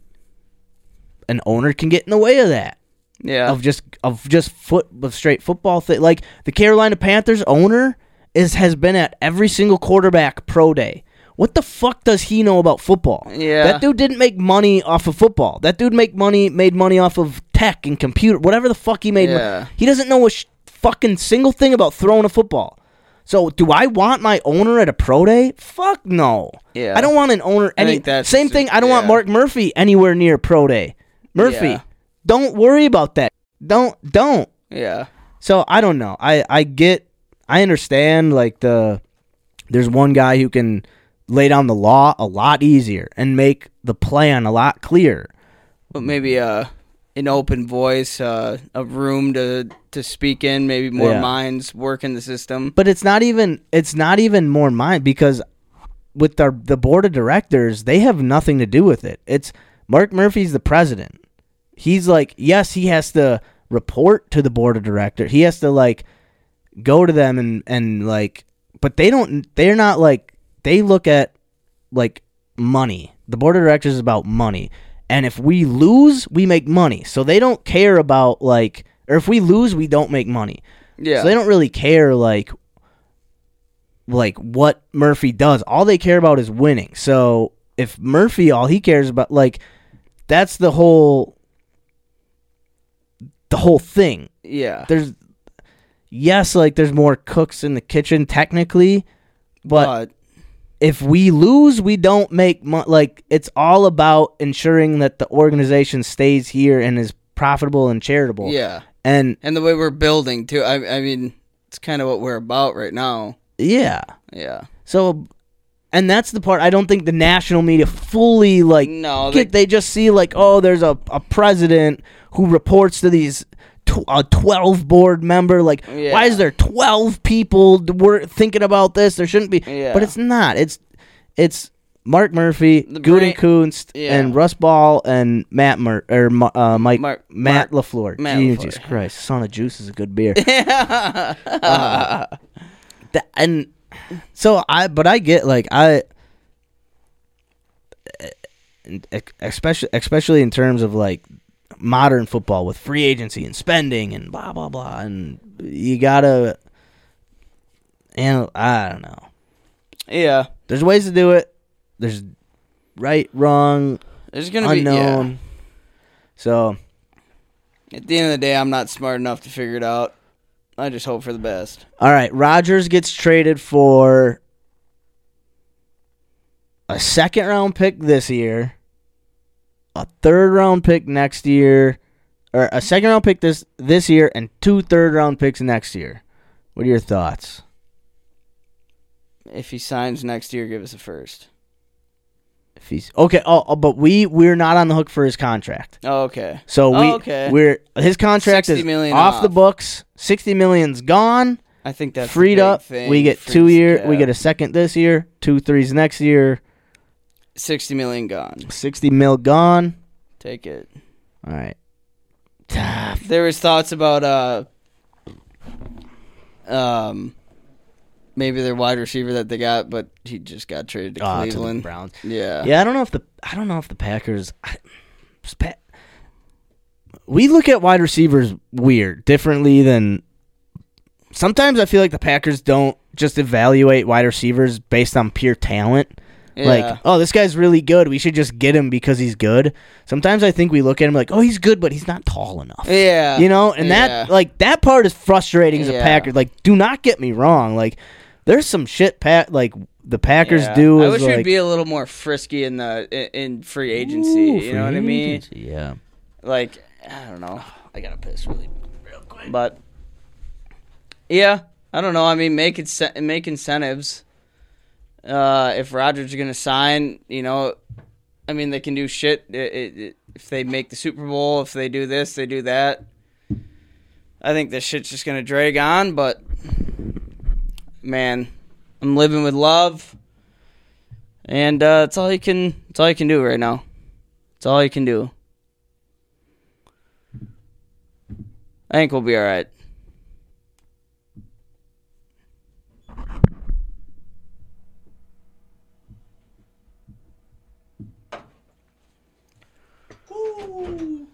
an owner can get in the way of that
Yeah.
of just of just foot of straight football thing. Like the Carolina Panthers owner is has been at every single quarterback pro day. What the fuck does he know about football?
Yeah.
that dude didn't make money off of football. That dude make money made money off of tech and computer, whatever the fuck he made. mon-
Yeah.
He doesn't know a sh- fucking single thing about throwing a football. So do I want my owner at a pro day? Fuck no.
Yeah.
I don't want an owner. Any
think that's
same
just-
thing. I don't want
yeah.
Mark Murphy anywhere near pro day. Murphy,
Yeah.
don't worry about that. Don't don't.
yeah.
So I don't know. I I get I understand like the there's one guy who can lay down the law a lot easier and make the plan a lot clearer.
But maybe uh, an open voice, uh, a room to to speak in, maybe more
Yeah.
minds work in the system.
But it's not even it's not even more mine because with our the board of directors, they have nothing to do with it. It's Mark Murphy's the president. He's like, yes, he has to report to the board of director. He has to like go to them and and like but they don't they're not like they look at like money. The board of directors is about money. And if we lose, we make money. So they don't care about like or if we lose, we don't make money.
yeah,
So they don't really care like like what Murphy does. All they care about is winning. So if Murphy all he cares about like that's the whole the whole thing.
yeah.
There's yes, like there's more cooks in the kitchen technically, but
But
if we lose, we don't make money. Like it's all about ensuring that the organization stays here and is profitable and charitable.
yeah,
And
and the way we're building too. I I mean, it's kind of what we're about right now.
yeah.
Yeah.
So, and that's the part I don't think the national media fully like.
No,
get- they, just see like, oh, there's a, a president who reports to these tw- a twelve board member. Like, why
Yeah.
is there twelve people d- were thinking about this? There shouldn't be.
Yeah.
But it's not. It's it's Mark Murphy,
The brain-
Gutenkunst,
Yeah.
and Russ Ball and Matt Mur- or Ma- uh, Mike
Mark-
Matt
Mark-
Lafleur.
Matt
Jesus
LaFleur.
Christ, son of juice is a good beer. Uh, th- and so I, but I get like I, e, especially especially in terms of like modern football with free agency and spending and blah blah blah, and you gotta, and I don't know.
Yeah.
There's ways to do it. There's right, wrong,
There's gonna
unknown. So
be yeah. At the end of the day, I'm not smart enough to figure it out. I just hope for the best.
All right, Rodgers gets traded for a second round pick this year, a third round pick next year, or a second round pick this this year and two third round picks next year. What are your thoughts?
If he signs next year, give us a first.
If he's okay, oh, oh, but we we're not on the hook for his contract.
Oh, okay.
So we
Oh, okay.
we're his contract
60
is
million
off, the
off.
books. 60 million's gone.
I think that's the
freed
big
up.
Thing.
We get
Frees
two
the
year, we
cap.
get a second this year, two threes next year.
sixty million gone.
60 mil gone.
Take it.
All right.
There was thoughts about uh, um, maybe their wide receiver that they got, but he just got traded to
Ah, to the
Cleveland.
Browns.
yeah.
Yeah, I don't know if the I don't know if the Packers. I, it's Pa- we look at wide receivers weird, differently than. Sometimes I feel like the Packers don't just evaluate wide receivers based on pure talent.
Yeah.
Like, oh, this guy's really good. We should just get him because he's good. Sometimes I think we look at him like, oh, he's good, but he's not tall enough.
Yeah.
You know, and that
Yeah.
like that part is frustrating as a
Yeah.
Packer. Like, do not get me wrong. Like, there's some shit Pat like the Packers
Yeah.
do.
I
is,
wish
like,
we'd be a little more frisky in the in, in free agency. you know what I mean?
Yeah.
Like I don't know. I gotta piss really real quick. But yeah, I don't know. I mean, make it make incentives. Uh, if Rodgers is gonna sign, you know, I mean, they can do shit. i i i- if they make the Super Bowl, if they do this, they do that. I think this shit's just gonna drag on. But man, I'm living with love, and uh, that's all you can. That's all you can do right now. That's all you can do. I think we'll be all right.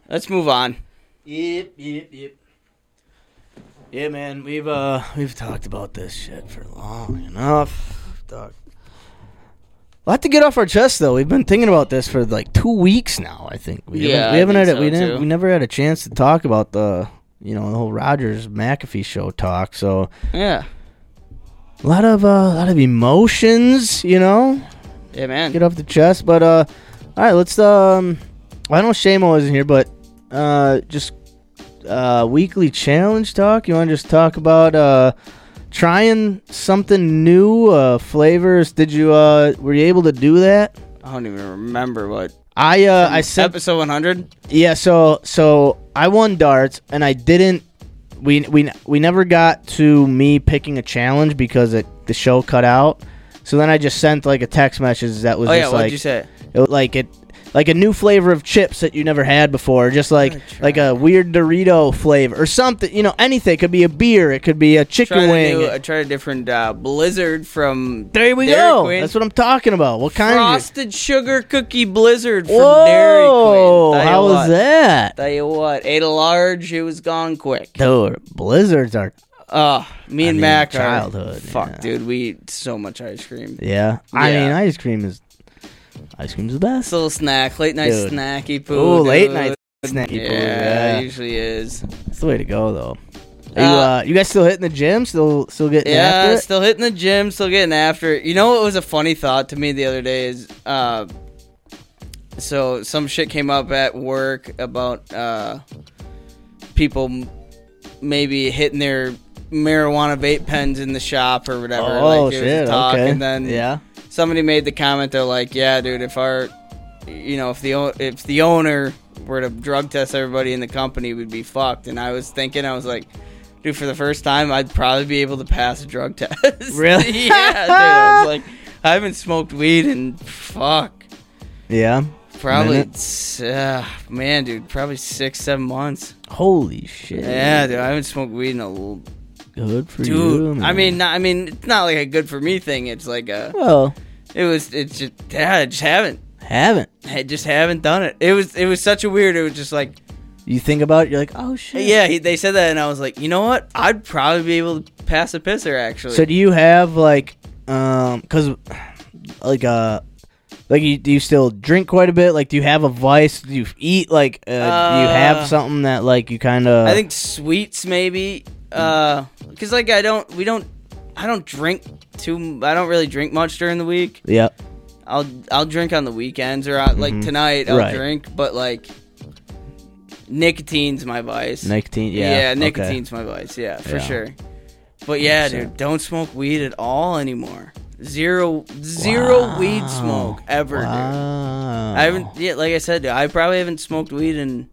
Let's move on.
Yep, yep, yep. Yeah, man, we've uh we've talked about this shit for long enough. We've talked- A lot to get off our chest though. We've been thinking about this for like two weeks now. I think we
Yeah, I
haven't, we haven't
think
had it.
so,
we didn't.
too.
We never had a chance to talk about the you know the whole Rogers McAfee show talk. So
Yeah.
a lot of uh, a lot of emotions. You know,
Yeah, man.
get off the chest. But uh, all right, let's um. I know Shamo isn't here, but uh, just uh, weekly challenge talk. You want to just talk about uh, trying something new uh, flavors? Did you uh, were you able to do that?
I don't even remember what
I uh, I sent
episode 100.
Yeah, so so I won darts and I didn't we we we never got to me picking a challenge because it the show cut out. So then I just sent like a text message that was
Oh yeah,
just
what'd
like
you say?
it was like it like a new flavor of chips that you never had before, just like
Gotta try.
like a weird Dorito flavor or something, you know, anything. It could be a beer, it could be a
Try
chicken
a, new,
wing.
uh, try a different uh, blizzard from
there we
Dairy
go.
Queen.
That's what I'm talking about. What kind
Frosted sugar cookie blizzard
of
from
Whoa,
Dairy Queen. Tell you
How
what.
was that?
Tell you what, ate a large. It was gone quick.
Dude, blizzards are
Oh, me and
mean,
Mac are-
childhood,
Fuck,
yeah.
dude, we eat so much ice cream.
Yeah. I
Yeah.
mean, ice cream is ice cream's the
It's
best.
a little snack, late night
Dude.
snacky poo.
Ooh, late
dude.
night snacky
Yeah,
food, yeah.
it usually is.
It's the way to go though. Are you,
Uh,
uh, you guys still hitting the gym? Still still getting
Yeah,
after it?
still hitting the gym, still getting after it. You know what was a funny thought to me the other day is, uh, so some shit came up at work about uh, people m- maybe hitting their marijuana vape pens in the shop or whatever.
Oh
like, it was a
shit!
talk,
okay.
And then
yeah.
somebody made the comment they're like yeah dude if our you know if the o- if the owner were to drug test everybody in the company we'd be fucked and i was thinking i was like dude for the first time i'd probably be able to pass a drug test
Really?
yeah dude i was like i haven't smoked weed in fuck
Yeah.
probably
Minute?
s- uh, man dude probably six seven months
Holy shit!
yeah dude i haven't smoked weed in a little
Good for you.
dude
Man.
i mean not, i mean it's not like a good for me thing it's like a
well,
it was it's just yeah, i just haven't
haven't
I just haven't done it. It was it was such a weird. It was just like
you think about it? You're like, oh shit.
yeah, he, they said that, and I was like, you know what? I'd probably be able to pass a pisser actually.
So do you have like, um, cause like uh, like you do you still drink quite a bit? Like, do you have a vice? Do you eat like? Uh, do you
Uh,
have something that like you kind of?
I think sweets maybe, because like I don't we don't I don't drink too. I don't really drink much during the week.
Yep.
I'll I'll drink on the weekends or I, like tonight I'll
Mm-hmm. Right.
drink, but like nicotine's my vice.
Nicotine. Yeah. okay.
nicotine's my vice. Yeah, for
Yeah.
sure. But yeah,
100%.
dude, don't smoke weed at all anymore. Zero, zero weed smoke ever, dude.
Wow.
I haven't. Yeah, like I said, dude, I probably haven't smoked weed in.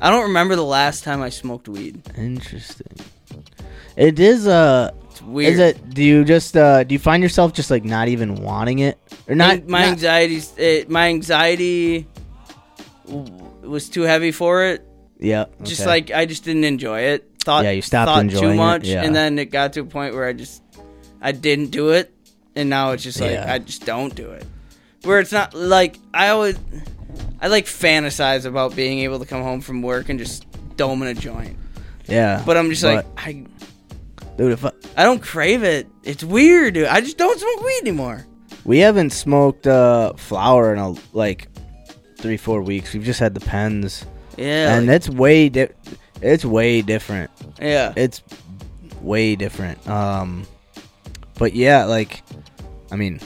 I don't remember the last time I smoked weed.
Interesting. It is uh
It's weird.
Is it? Do you just uh, do you find yourself just like not even wanting it, or not?
An- my
not-
anxiety's It, my anxiety w- was too heavy for it.
yeah.
Just
okay.
like I just didn't enjoy it. Thought
Yeah, you stopped
thought
enjoying
too
it,
much,
yeah.
and then it got to a point where I just I didn't do it, and now it's just like
Yeah.
I just don't do it. Where it's not like I always I like fantasize about being able to come home from work and just dome in a joint,
yeah.
but I'm just like I
dude, if I,
I don't crave it. It's weird, dude. I just don't smoke weed anymore.
we haven't smoked uh flower in a like three four weeks. We've just had the pens,
Yeah,
and
like-
it's way di- it's way different.
yeah.
It's way different. Um, but yeah, like, I mean,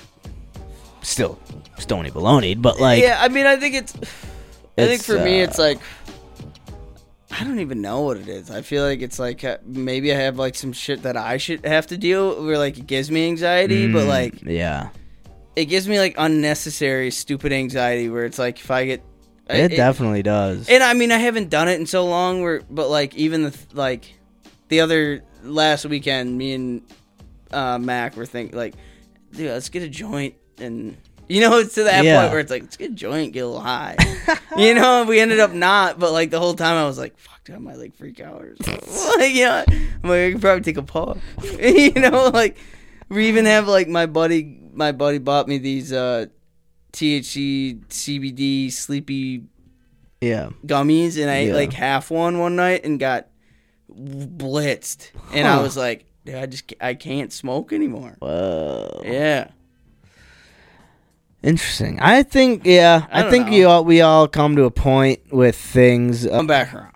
still stony baloney, but like,
yeah, I mean, I think it's. I think
It's,
for me,
uh,
it's like. I don't even know what it is. I feel like it's like uh, maybe I have like some shit that I should have to deal where like it gives me anxiety, but
mm,
like
yeah,
it gives me like unnecessary stupid anxiety where it's like if I get I-
it, definitely does.
and I mean I haven't done it in so long where but like even the th- like the other last weekend me and uh Mac were thinking like dude let's get a joint and you know it's to that
Yeah.
point where it's like let's get a joint get a little high you know we ended up not but like the whole time I was like fuck dude, I might like freak out or something like you know I'm like I could probably take a puff you know like we even have like my buddy my buddy bought me these uh THC CBD sleepy
yeah.
gummies and I ate
Yeah.
like half one one night and got w- blitzed. And I
Huh.
was like, dude, I just ca- I can't smoke anymore.
Whoa.
Yeah.
Interesting. I think yeah.
I
I,
don't
think
know.
we all we all come to a point with things. uh,
I'm back around.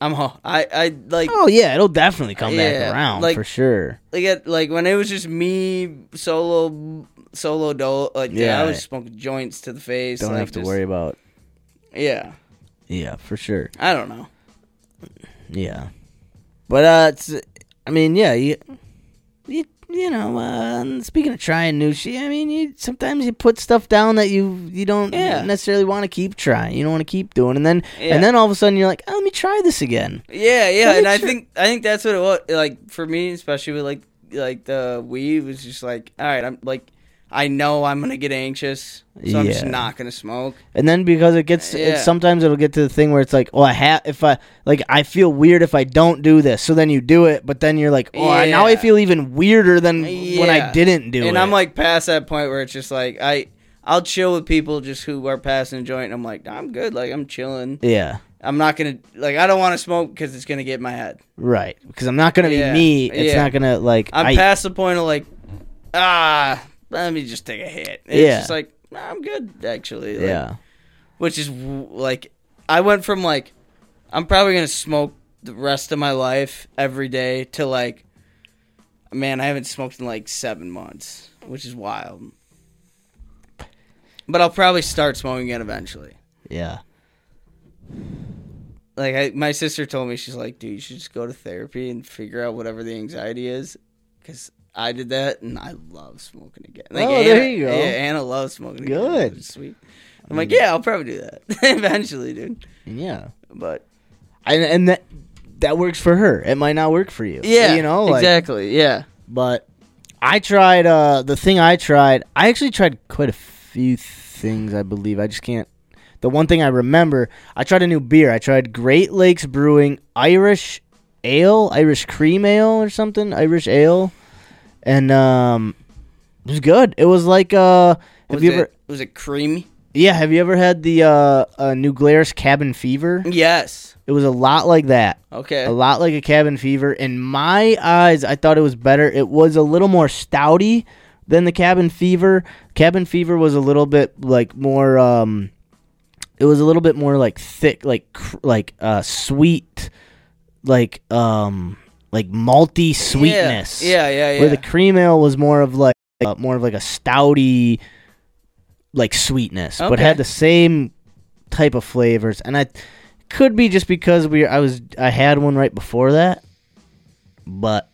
I'm home. I I like
oh yeah, it'll definitely come
Yeah,
back around
like-
for sure.
like at, like when it was just me solo solo dole like yeah, I
Yeah.
was smoking joints to the face.
Don't
like,
have to
just-
worry about.
Yeah.
Yeah, for sure.
I don't know.
Yeah, but uh, it's. I mean, yeah, you, you know, uh, speaking of trying new shit, I mean, you sometimes you put stuff down that you you don't
Yeah.
necessarily want to keep trying. You don't want to keep doing, and then
Yeah.
and then all of a sudden you're like, oh, let me try this again.
Yeah, yeah,
Pretty
and I
sure-
think I think that's what it was. Like for me, especially with like like the weed was just like, all right, I'm like, I know I'm gonna get anxious, so I'm just
Yeah.
not gonna smoke.
And then because it gets,
Yeah.
it, sometimes it'll get to the thing where it's like, oh, I have, if I, like, I feel weird if I don't do this. So then you do it, but then you're like, oh, I- now I
Yeah.
feel even weirder than when I
Yeah.
didn't do it.
and I'm like past that point where it's just like I I'll chill with people just who are passing a joint, and I'm like, I'm good, like I'm chilling.
yeah,
I'm not gonna like I don't want to smoke because it's gonna get in my head.
right. Because I'm not going to
Yeah,
be me. It's
yeah.
not going to, like,
I'm
I-
past the point of like, ah, let me just take a hit. It's
Yeah.
just like nah, I'm good actually. Like,
yeah.
which is w- like I went from like I'm probably gonna smoke the rest of my life every day to like man I haven't smoked in like seven months, which is wild. But I'll probably start smoking again eventually.
Yeah.
Like I, my sister told me, she's like, dude, you should just go to therapy and figure out whatever the anxiety is, because. I did that, and I love smoking again. Like,
Oh, there you go.
Yeah, Anna loves smoking. again,
Good.
which is sweet. I'm like, yeah, I'll probably do that eventually, dude.
Yeah.
But
And, and that, that works for her. It might not work for you.
Yeah,
You know, like,
exactly. Yeah,
but I tried uh the thing I tried. I actually tried quite a few things, I believe. I just can't. The one thing I remember, I tried a new beer. I tried Great Lakes Brewing Irish Ale, Irish Cream Ale or something, Irish Ale. And um it was good. It was like uh have
was
you
it,
ever
was it creamy?
Yeah, have you ever had the uh, uh New Glarus Cabin Fever?
Yes.
It was a lot like that
Okay.
a lot like a cabin fever in my eyes i thought it was better it was a little more stouty than the cabin fever cabin fever was a little bit like more um it was a little bit more like thick like cr- like uh sweet like um like malty sweetness
Yeah, yeah, yeah.
where the cream ale was more of like uh, more of like a stouty like sweetness but
Okay.
had the same type of flavors and i could be just because we i was i had one right before that but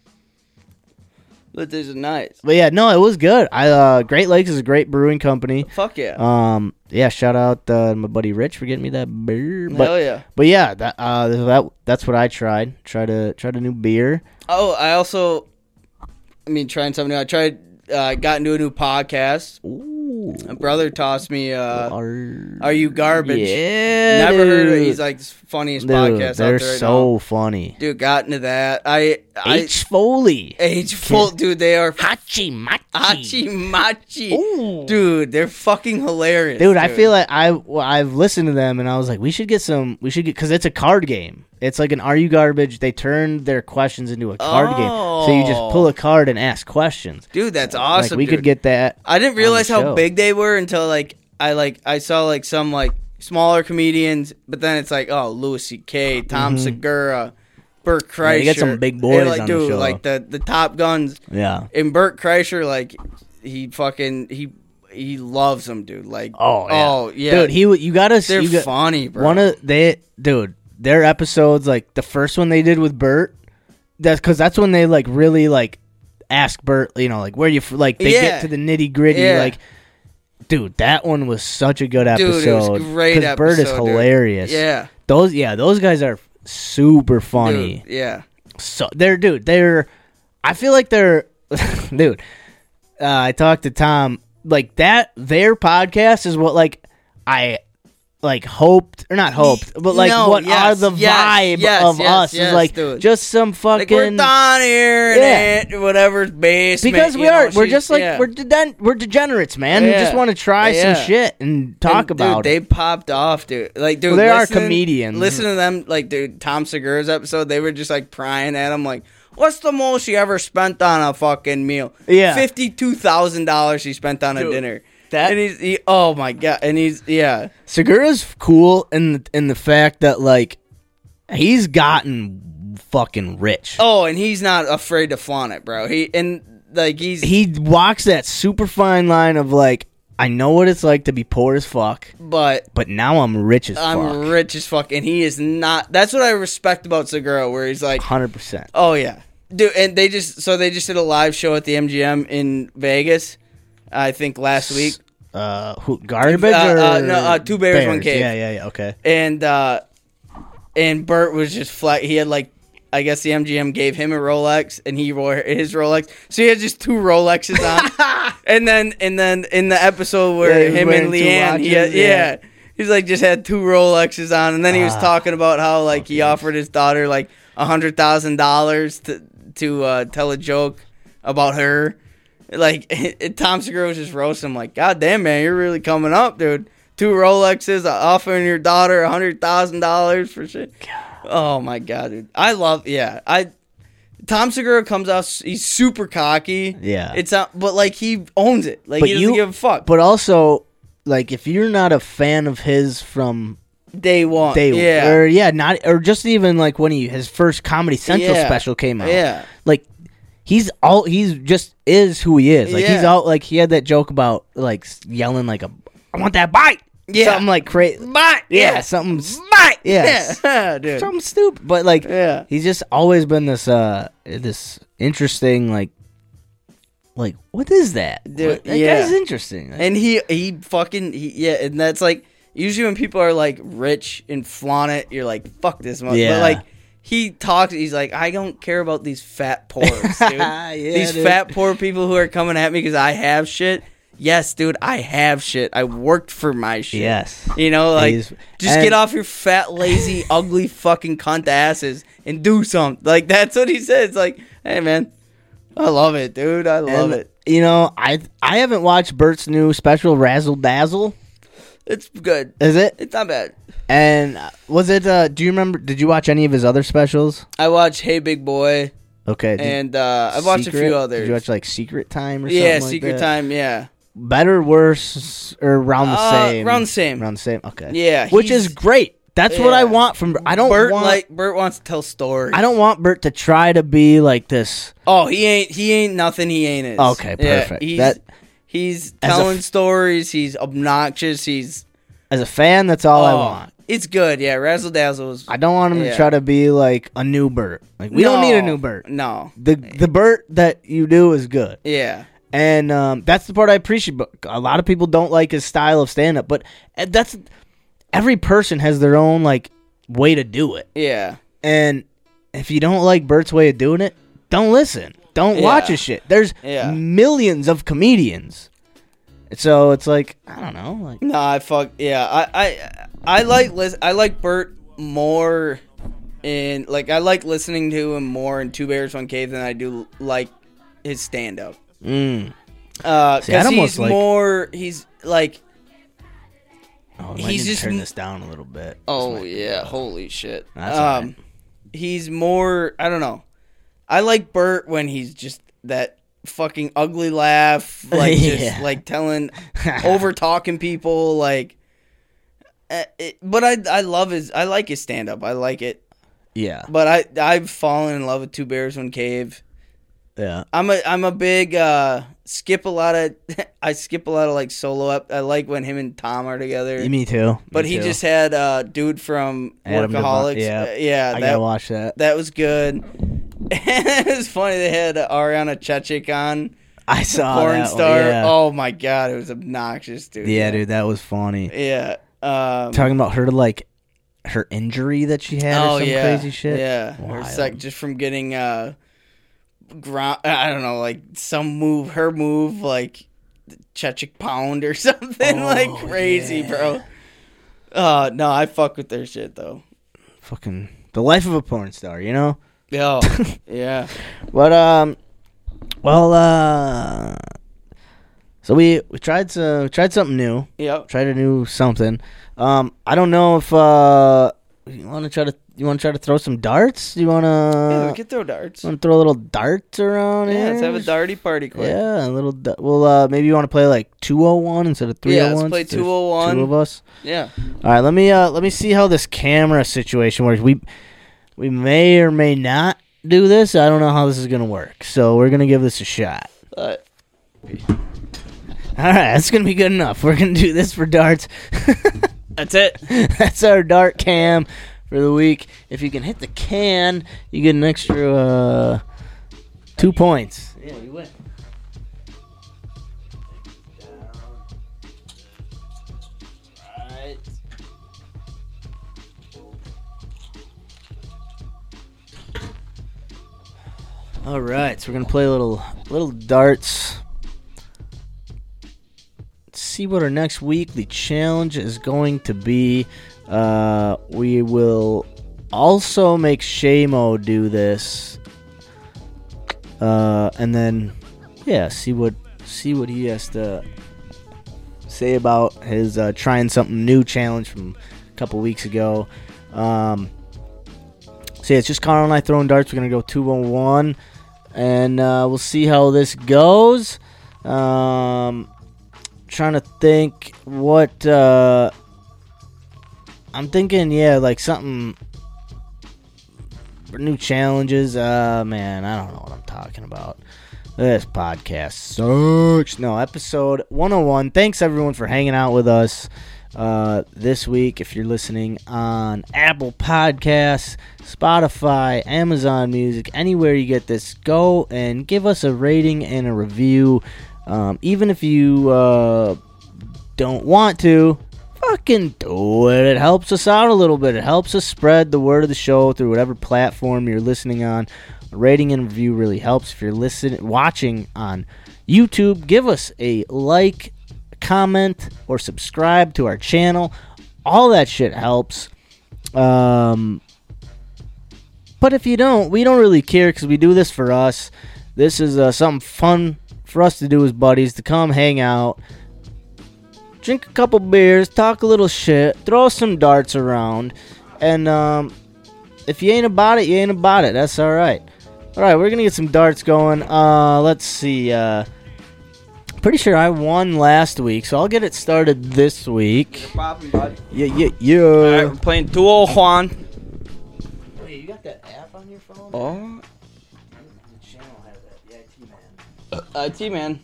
but this is nice.
but yeah no it was good i uh great lakes is a great brewing company
Fuck yeah.
um yeah shout out uh, my buddy rich for getting me that beer but
Hell yeah.
but yeah that uh that that's what i tried tried to tried a new beer
Oh, I also, I mean, trying something new. I tried. Uh, got into a new podcast.
Ooh,
My brother tossed me. Uh,
Arr.
Are you garbage?
yeah
Never heard of it.
dude.
He's like the funniest
Dude,
podcast out
they're
there. right
so
now.
funny.
Dude, got into that. I I
H Foley,
H full dude. They are
Hachi Machi.
hachi machi.
Ooh.
Dude, they're fucking hilarious.
Dude, I feel like I well, I've listened to them and I was like, we should get some. We should get because it's a card game. It's like an Are You Garbage. They turned their questions into a card game, so you just
Oh.
pull a card and ask questions.
dude, that's awesome.
like we
dude.
could get that.
I didn't realize how
show.
big they were until like I like I saw like some like smaller comedians, but then it's like oh Louis C.K., Tom Segura, Burt Kreischer.
Mm-hmm. Yeah, they got some big
And,
boys
like,
on the
dude,
show.
Like the the top guns
Yeah.
and Burt Kreischer, like he fucking he he loves them, dude. Like
Oh yeah.
oh yeah,
Dude, he would- you got us.
they're
you got,
funny, bro.
One of they, dude, their episodes like the first one they did with Bert. That's because that's when they like really like ask Bert, you know, like where you f- like they
Yeah.
get to the nitty gritty.
Yeah.
Like, dude, that one was such a good
Dude, it
episode.
was great
Bert is
episode, dude.
hilarious.
yeah,
those yeah, those guys are super funny.
dude, yeah.
So they're dude, they're I feel like they're dude. Uh, I talked to Tom like that their podcast is what like I like hoped or not hoped, but like
No,
what
yes,
are the
yes,
vibe
yes,
of
yes,
us
yes,
is like
dude.
just some
Like we're
fucking
down here in
Yeah.
it, whatever's basement.
because we
you know,
are we're
she's-
just like
yeah.
we're de- we're degenerates, man. We
Yeah.
just want to try
Yeah.
some shit and
And,
talk about
dude,
it.
They popped off, dude. Like, dude,
Well, they are
listen-
comedians.
Listen to them, like, dude. Tom Segura's episode, they were just like prying at him, like, "What's the most you ever spent on a fucking meal?"
Yeah.
fifty-two thousand dollars he spent on a dinner.
that-
and he's, he, oh my god, and he's, yeah,
Segura's cool in in the fact that like he's gotten fucking rich.
oh, and he's not afraid to flaunt it, bro. He and like he's,
he walks that super fine line of like, I know what it's like to be poor as fuck,
but
but now I'm rich as
I'm
fuck.
rich as fuck, and he is not. That's what I respect about Segura, where he's like,
Hundred percent.
oh yeah, dude, and they just so they just did a live show at the MGM in Vegas, I think last week,
Uh, who garbage
Uh,
or
uh, no, uh, two bears, one cave.
Yeah, yeah, yeah. Okay.
and uh and Bert was just flat. He had like. I guess the MGM gave him a Rolex, and he wore his Rolex. So he had just two Rolexes on. and then, and then in the episode
Yeah,
where
he was
him and
wearing two
Leanne, he had,
watches, yeah. Ah.
yeah, he's like just had two Rolexes on, and then he was talking about how like he offered his daughter like a hundred thousand dollars to to uh, tell a joke about her. Like Tom Segura was just roasting him, like, God damn man, you're really coming up, dude. Two Rolexes, offering your daughter a hundred thousand dollars for shit. Oh my god, dude. I love yeah. I Tom Segura comes out s- he's super cocky.
Yeah.
It's not but like he owns it. Like
But
he doesn't
you-
give a fuck.
But also, like, if you're not a fan of his from
day one.
day,
Uh, yeah.
or yeah, not, or just even like when he his first Comedy Central
Yeah.
special came out,
Yeah.
like he's all he's just is who he is. Like he's
Yeah.
out. Like he had that joke about like s- yelling like a I want that bite.
Yeah.
something like crazy.
But
Yeah,
yeah.
something. s-
But
Yeah.
yeah. dude.
Something stupid, but like
Yeah.
he's just always been this uh this interesting like like what is that?
Dude,
What- that
yeah.
guy's interesting. Like,
And he he fucking he, yeah, and that's like usually when people are like rich and flaunt it, you're like fuck this mother.
Yeah.
But like he talks, he's like, I don't care about these fat poors, dude.
Yeah,
these
dude.
fat poor people who are coming at me because I have shit. Yes, dude, I have shit. I worked for my shit.
Yes.
You know, like
He's-
just
and-
get off your fat, lazy, ugly fucking cunt asses and do something. Like that's what he says. Like, hey man, I love it, dude. I love
And,
it.
You know, I I haven't watched Bert's new special Razzle Dazzle.
It's good.
Is it?
It's not bad.
And uh, was it? Uh, do you remember? Did you watch any of his other specials?
I watched Hey Big Boy,
Okay. did-
and uh, I watched a
Secret?
few others.
Did you watch like Secret Time or
yeah,
something? like
Secret
that?
Time. Yeah,
Better, worse, or around the
Uh,
same?
around the same.
Around the same. Okay.
Yeah,
Which
he's-
is great. That's what I
Yeah.
want from. I don't
Bert
want.
like Bert wants to tell stories.
I don't want Bert to try to be like this.
Oh, he ain't. He ain't nothing. He ain't it.
Okay, perfect.
he's,
That-
he's
As a
telling
f-
stories. He's obnoxious. He's
As a fan, that's all I
oh,
want.
It's good. Yeah, Razzle Dazzle was.
I don't want him to
Yeah.
try to be like a new Bert. Like we don't need a
No,
new Bert.
No.
The the Bert that you do is good.
Yeah.
and um, that's the part I appreciate. But a lot of people don't like his style of stand up, but uh, that's every person has their own like way to do it.
Yeah.
And if you don't like Bert's way of doing it, don't listen. Don't
Yeah.
watch his shit. There's
Yeah.
millions of comedians, so it's like I don't know. Like oh,
No, I fuck. Yeah. I I I like lis- I like Bert more. In like I like listening to him more in Two Bears One Cave than I do like his stand up.
mm.
Uh,
See, I'd
because
almost
he's
like-
more he's like
oh,
He's
I need to
just
turn
m-
this down a little bit.
Oh yeah, holy shit.
That's
um
alright.
he's more I don't know. I like Bert when he's just that fucking ugly laugh, like just
Yeah.
like telling over talking people like uh, it, but I I love his I like his stand up. I like it.
yeah,
But I I've fallen in love with Two Bears One Cave.
yeah.
I'm a I'm a big uh skip a lot of I skip a lot of like solo up. I like when him and Tom are together.
Me too.
But
Me
he
too.
just had uh dude from
Adam
Workaholics.
Devine- yeah.
Uh, yeah,
I
that
gotta watch that.
that was good. it was funny they had uh, Ariana Chechik on
I saw
porn
that one,
star.
yeah.
Oh my god, it was obnoxious, dude.
yeah, dude, that was funny.
Yeah. Um,
talking about her like her injury that she had
oh
or some
yeah.
crazy shit.
Yeah. Or it's like
Wild.
just from getting uh ground I don't know, like some move her move like Chechik pound or something
Oh,
like crazy, bro. Uh no, I fuck with their shit though.
Fucking the life of a porn star, you know?
Yo. yeah.
But um well uh so we, we tried to tried something new.
Yep.
Tried a new something. Um I don't know if uh you wanna try to you wanna try to throw some darts? You
Yeah,
wanna
we could throw darts.
wanna throw a little darts around
Yeah,
here?
let's have a darty party quick.
Yeah, a little. da- Well, uh, maybe you want to play like two oh one instead of three
Yeah,
oh
let's
one.
play 201.
Two of us.
Yeah.
All right, let me uh let me see how this camera situation works. We we may or may not do this. I don't know how this is gonna work. So we're gonna give this a shot.
Uh,
All right, that's gonna be good enough. We're gonna do this for darts.
that's it.
that's our dart cam for the week. If you can hit the can, you get an extra uh Two points. All right, so we're gonna play a little little darts. Let's see what our next weekly challenge is going to be. Uh, we will also make Shamo do this, uh, and then yeah, see what see what he has to say about his uh, trying something new challenge from a couple weeks ago. Um, so yeah, it's just Connor and I throwing darts. We're gonna go two on one, and uh, we'll see how this goes. Um, trying to think what uh, I'm thinking. Yeah, like something new challenges. Uh, man, I don't know what I'm talking about. This podcast sucks. No, episode 101. Thanks everyone for hanging out with us uh, this week. If you're listening on Apple Podcasts, Spotify, Amazon Music, anywhere you get this, go and give us a rating and a review. Um, even if you uh, don't want to, fucking do it. It helps us out a little bit. It helps us spread the word of the show through whatever platform you're listening on. A rating and review really helps. If you're listening, watching on YouTube, give us a like, comment, or subscribe to our channel. All that shit helps. Um, but if you don't, we don't really care because we do this for us. This is uh, something fun for us to do as buddies to come hang out drink a couple beers, talk a little shit, throw some darts around, and um, if you ain't about it, you ain't about it. That's all right. All right, we're gonna get some darts going. Uh, let's see. Uh, pretty sure I won last week, so I'll get it started this week. Yeah, yeah, yeah.
All right, we're playing Duo Juan.
Wait, you got that app on your phone?
Oh,
The channel has that. Yeah,
IT
T-Man.
man.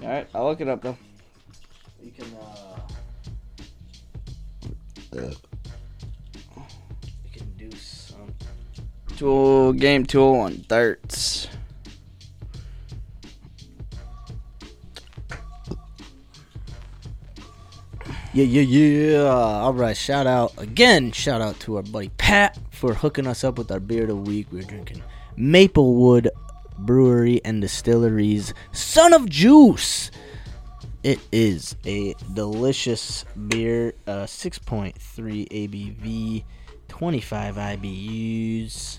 Uh, All right, I'll look it up though.
You can. Uh, you can do some.
Tool game tool on darts.
Yeah, yeah, yeah. All right, shout out again. Shout out to our buddy Pat for hooking us up with our beer of the week. We're drinking Maplewood Brewery and Distilleries Son of Juice. It is a delicious beer, uh, 6.3 ABV, 25 IBUs.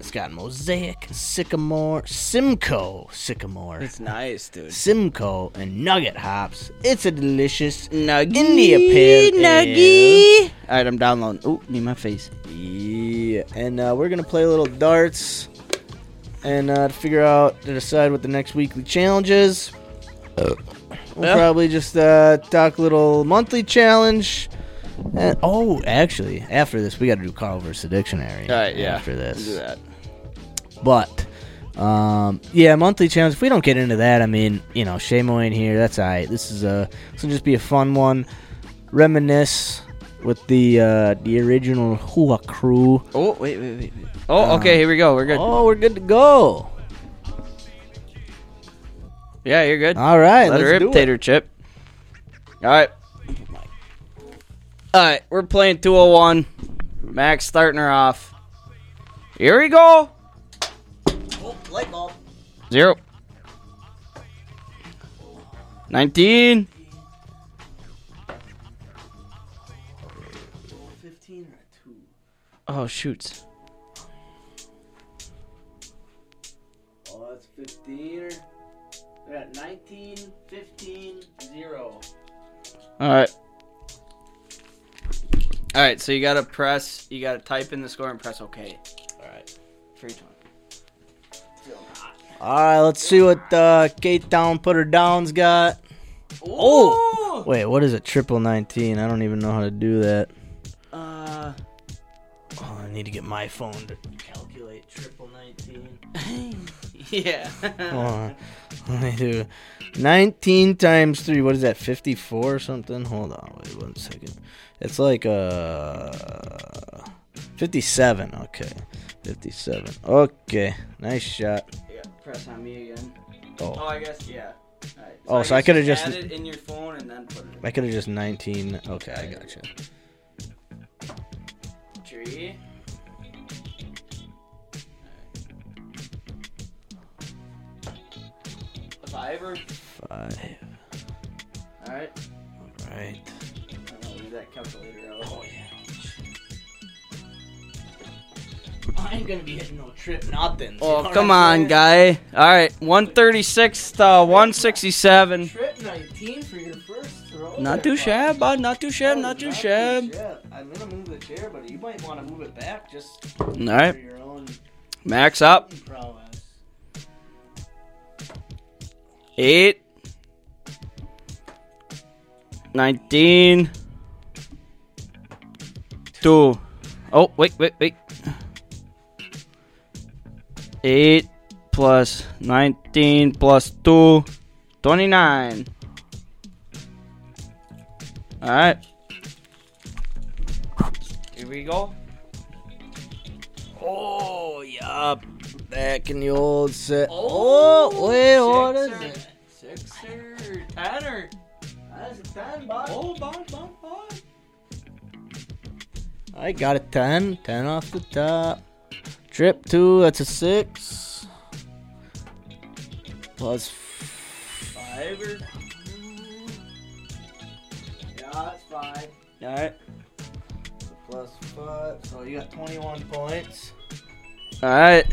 It's got Mosaic, Sycamore, Simcoe, Sycamore.
It's nice, dude.
Simcoe and Nugget hops. It's a delicious
Nuggy,
India pale
nuggy. All right, I'm downloading. Ooh, need my face.
Yeah, and uh, we're gonna play a little darts and uh, to figure out to decide what the next weekly challenge is. We'll
Yeah.
probably just uh, talk a little monthly challenge. And, oh, actually, after this, we got to do Carl versus Dictionary.
All right, yeah.
After this,
do that.
But um, yeah, monthly challenge. If we don't get into that, I mean, you know, Shamo in here. That's all right. This is a this will just be a fun one. Reminisce with the uh, the original Hua crew.
Oh, wait, wait, wait. wait. Oh, okay, here we go. We're good.
Uh, Oh, we're good to go.
Yeah, you're good.
All right,
Let
let's
her rip,
do it.
tater chip. All right. All right, we're playing 201. Max starting her off. Here we go.
Oh,
Zero. 19.
15 or a two?
Oh, shoots.
Oh, that's 15 or. We're at 19, 15, 0.
All right. All right, so you got to press, you got to type in the score and press OK. All right. Free time.
All right, let's see what uh, Kate Down Putter Down's got. Oh! Wait, what is it? Triple 19. I don't even know how to do that.
Uh,
Oh, I need to get my phone to calculate triple 19.
yeah.
Hold on. Let me do 19 times 3. What is that? 54 or something? Hold on. Wait one second. It's like uh 57. Okay. 57. Okay. Nice shot.
Yeah, press on me again.
Oh.
I guess yeah. Alright,
Oh, so I
guess
coulda just-
add it in your phone and then put it
I could have just 19. Okay, I gotcha.
in tree. Five or
Five.
all right.
All right.
I'm gonna leave that calculator out.
Oh, yeah. I ain't gonna be hitting no trip, nothing.
Oh, come on, guy. All right, 136 to 167.
Trip 19 for your first throw. Oh,
Not too shabby, bud. Not too shabby. Not too shabby.
I'm gonna move the chair, but you might want to move it back just
All right,
for your own
max up.
prowess.
Eight. 19. Two. Oh, wait, wait, wait. Eight plus 19 plus two. 29. All right. Here we go.
Oh, yup. Back in the old set. Oh, wait, what is it?
Six or ten or
That's a 10, bud.
oh, bon, bon, bon.
I got a 10. 10 off the top. Trip 2, that's a 6. Plus
Five or
Yeah, it's 5.
all right,
Plus 5. So you got 21 points.
all right.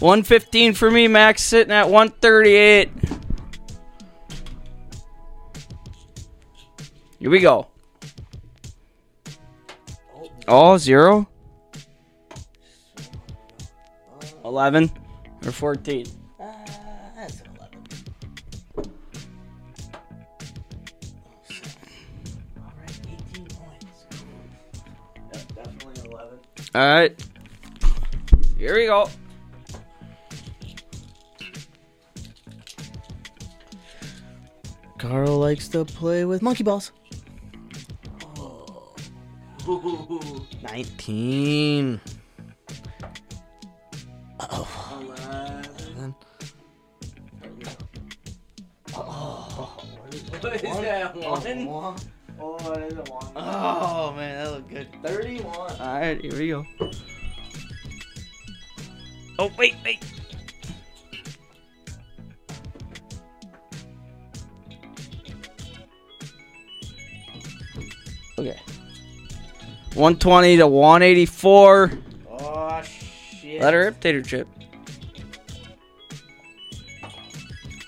One fifteen for me, Max. Sitting at one thirty-eight. Here we go. All zero. Eleven or fourteen.
Uh, that's an 11. All right, 18 points. Yep, definitely an 11.
All right. Here we go.
Carl likes to play with monkey balls. 19. Oh.
What is that one?
Oh, that is a one.
Oh man, that looked good.
31.
All right, here we go. Oh wait, wait. Okay. 120 to 184.
Oh, shit.
Let her rip, tater chip.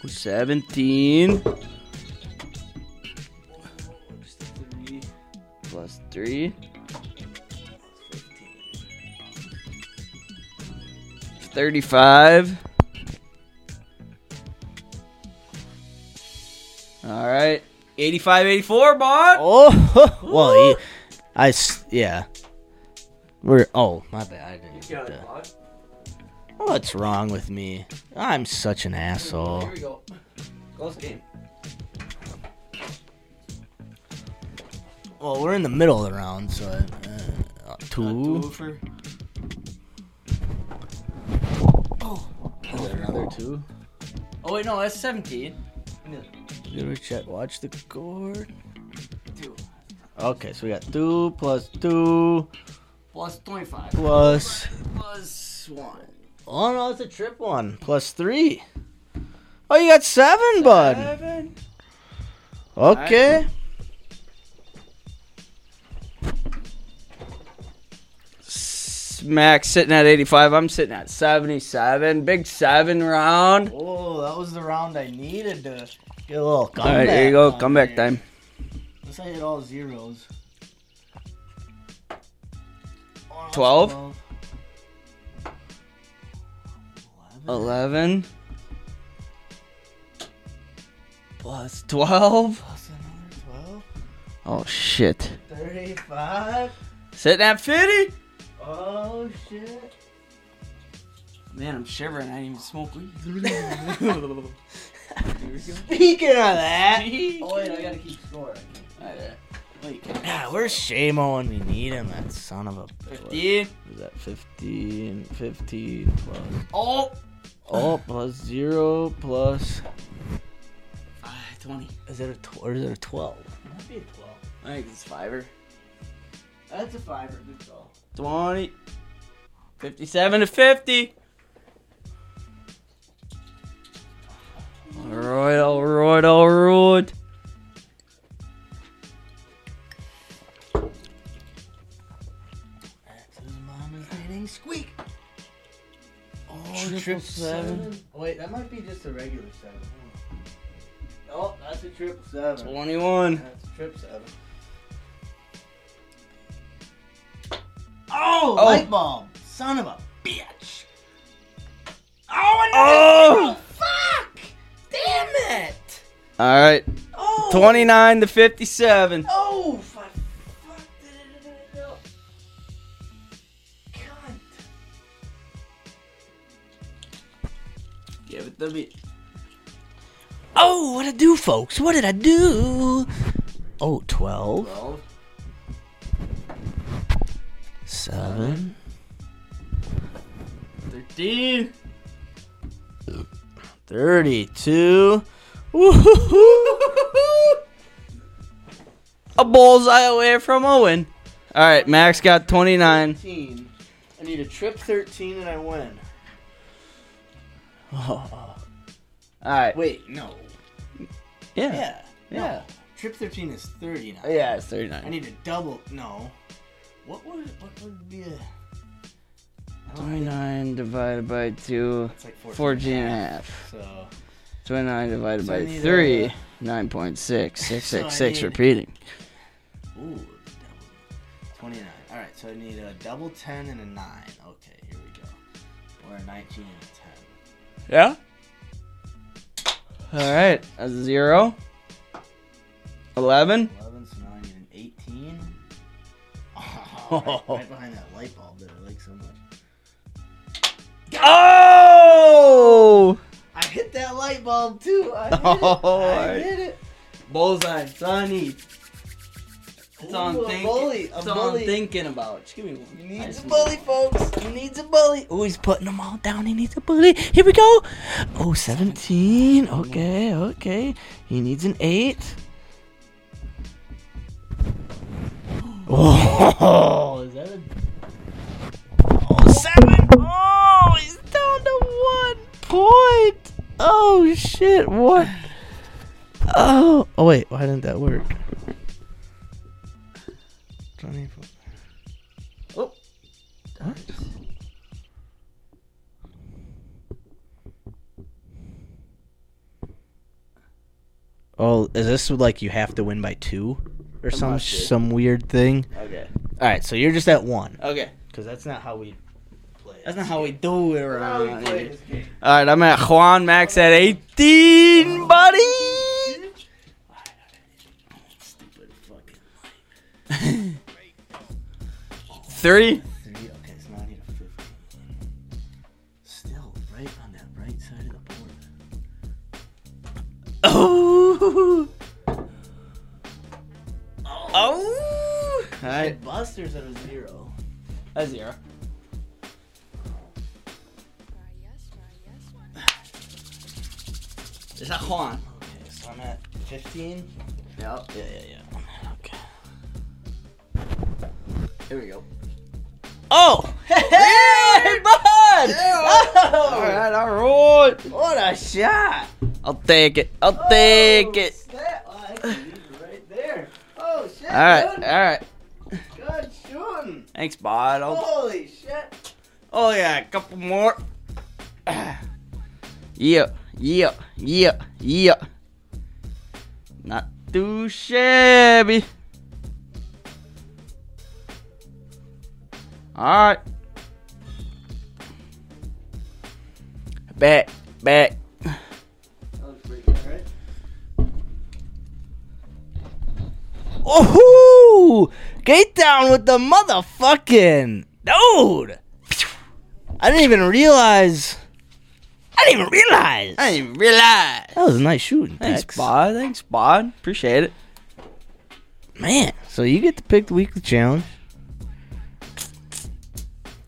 17
Just a three.
plus 3. 35. All right. 85 84, Bond.
Oh, well, he, I, s- yeah. We're, oh, my bad. I didn't get the, what's wrong with me? I'm such an asshole.
we go. Close game.
Well, we're in the middle of the round, so uh, uh, two.
for
Is there another two?
Oh, wait, no, that's 17.
Did we check? Watch the cord.
Two.
Okay, so we got two plus two
Plus 25.
plus.
Plus 1.
Oh no, it's a trip one plus three. Oh, you got seven, bud.
Seven.
Okay.
Max sitting at 85. I'm sitting at 77. Big seven round.
Oh, that was the round I needed to get a little comeback.
All right, here you go.
on
Oh, Comeback
there.
time.
Let's say hit all zeros. Oh, that's
Twelve? 11
11
plus 12.
plus another 12.
Oh, shit.
35.
Sitting at 50.
Oh, shit.
Man, I'm shivering. I didn't even smoke weed.
Speaking of that.
Speaking
Oh, wait, Oh, I gotta keep score.
Alright,
Yeah, where's Shamo when we need him? That son of a. What
Fifteen.
is that 15? 15 plus.
Oh.
Oh, plus zero plus.
Uh, Twenty.
Is it a tw- or is it a twelve?
That'd be a twelve. I think it's a fiver.
That's a fiver. Good call.
Twenty. Fifty-seven to fifty. All right, all right, all right.
That's his mom is hitting squeak. Oh,
Triple
triple
seven.
seven. Wait, that might be just a regular seven. Hold on. Oh, that's a triple seven.
Twenty-one.
That's a triple seven.
Oh,
Light bulb, son of a bitch.
Oh! Damn it! All right. 29 to 57.
Oh, fuck. fuck. God.
Give it to me.
Oh, what I do, folks? What did I do? Oh, 12,
12,
7,
13.
32. Woo-hoo-hoo.
A bullseye away from Owen. All right, Max got 29.
13. I need a trip 13 and I win.
All right.
Wait, no.
Yeah.
Yeah.
Yeah.
No. Trip 13 is 39.
Yeah, it's
I
39.
need a double. No. What would what would be a. I don't think
29 divided by 2,
It's like 14.
14 and a half.
So.
29 divided
So
by
I need,
3,
uh,
9.666.
So I need-
repeating.
Ooh, double. 29. Alright, so I need a double 10 and a 9. Okay, here we go. Or a 19 and a
Yeah. All right. A zero. Eleven.
10. 11, so now I need an 18. Oh, right, right behind that light bulb that I like so much.
Oh!
I hit that light bulb too. I hit
Oh,
it. I
I-
hit it.
Bullseye. Sonny. It's on
Ooh, a
thinking.
bully, a
it's
bully.
on thinking about. Just give me one.
He
I
needs
just
a bully, folks. He needs a bully. Oh, he's putting them all down. He needs a bully. Here we go. Oh, 17. Okay, okay. He needs an 8. Oh, is that a. Oh, 7. Oh, he's down to 1 point. Oh, shit. What? Oh. Oh, wait. Why didn't that work? Johnny. Oh. Oh, is this like you have to win by two, or some
must be.
some weird thing?
Okay.
All right, so you're just at one,
Okay.
because Uh, that's not how we play.
That's not how we do it around here. All right. I'm at Juan Max at 18, buddy. Three.
Three. Okay, so now I need a fifteen. Still right on that right side of the board.
Oh. Oh. All
I
right.
busters at a zero.
A zero. Is that Juan?
Okay, so I'm at fifteen.
Yep.
Yeah, yeah, yeah. Okay.
Here we go. Oh! Hey, oh. bud! Ah! All right, all right.
What a shot!
I'll take it. I'll take
Oh,
it.
snap. Oh, I can use it right there. Oh shit!
All right, all
dude.
right.
Good shooting.
Thanks, bud. I'll-
Holy shit.
Oh yeah, a couple more. yeah, yeah, yeah, yeah. Not too shabby. All right. Back, back.
That was pretty good, right?
Oh,
Gate down with the motherfucking dude. I didn't even realize. I didn't even realize.
I didn't even realize.
That was a nice shooting.
Thanks,
Tex.
bud. Thanks, bud. Appreciate it.
Man, so you get to pick the weekly challenge.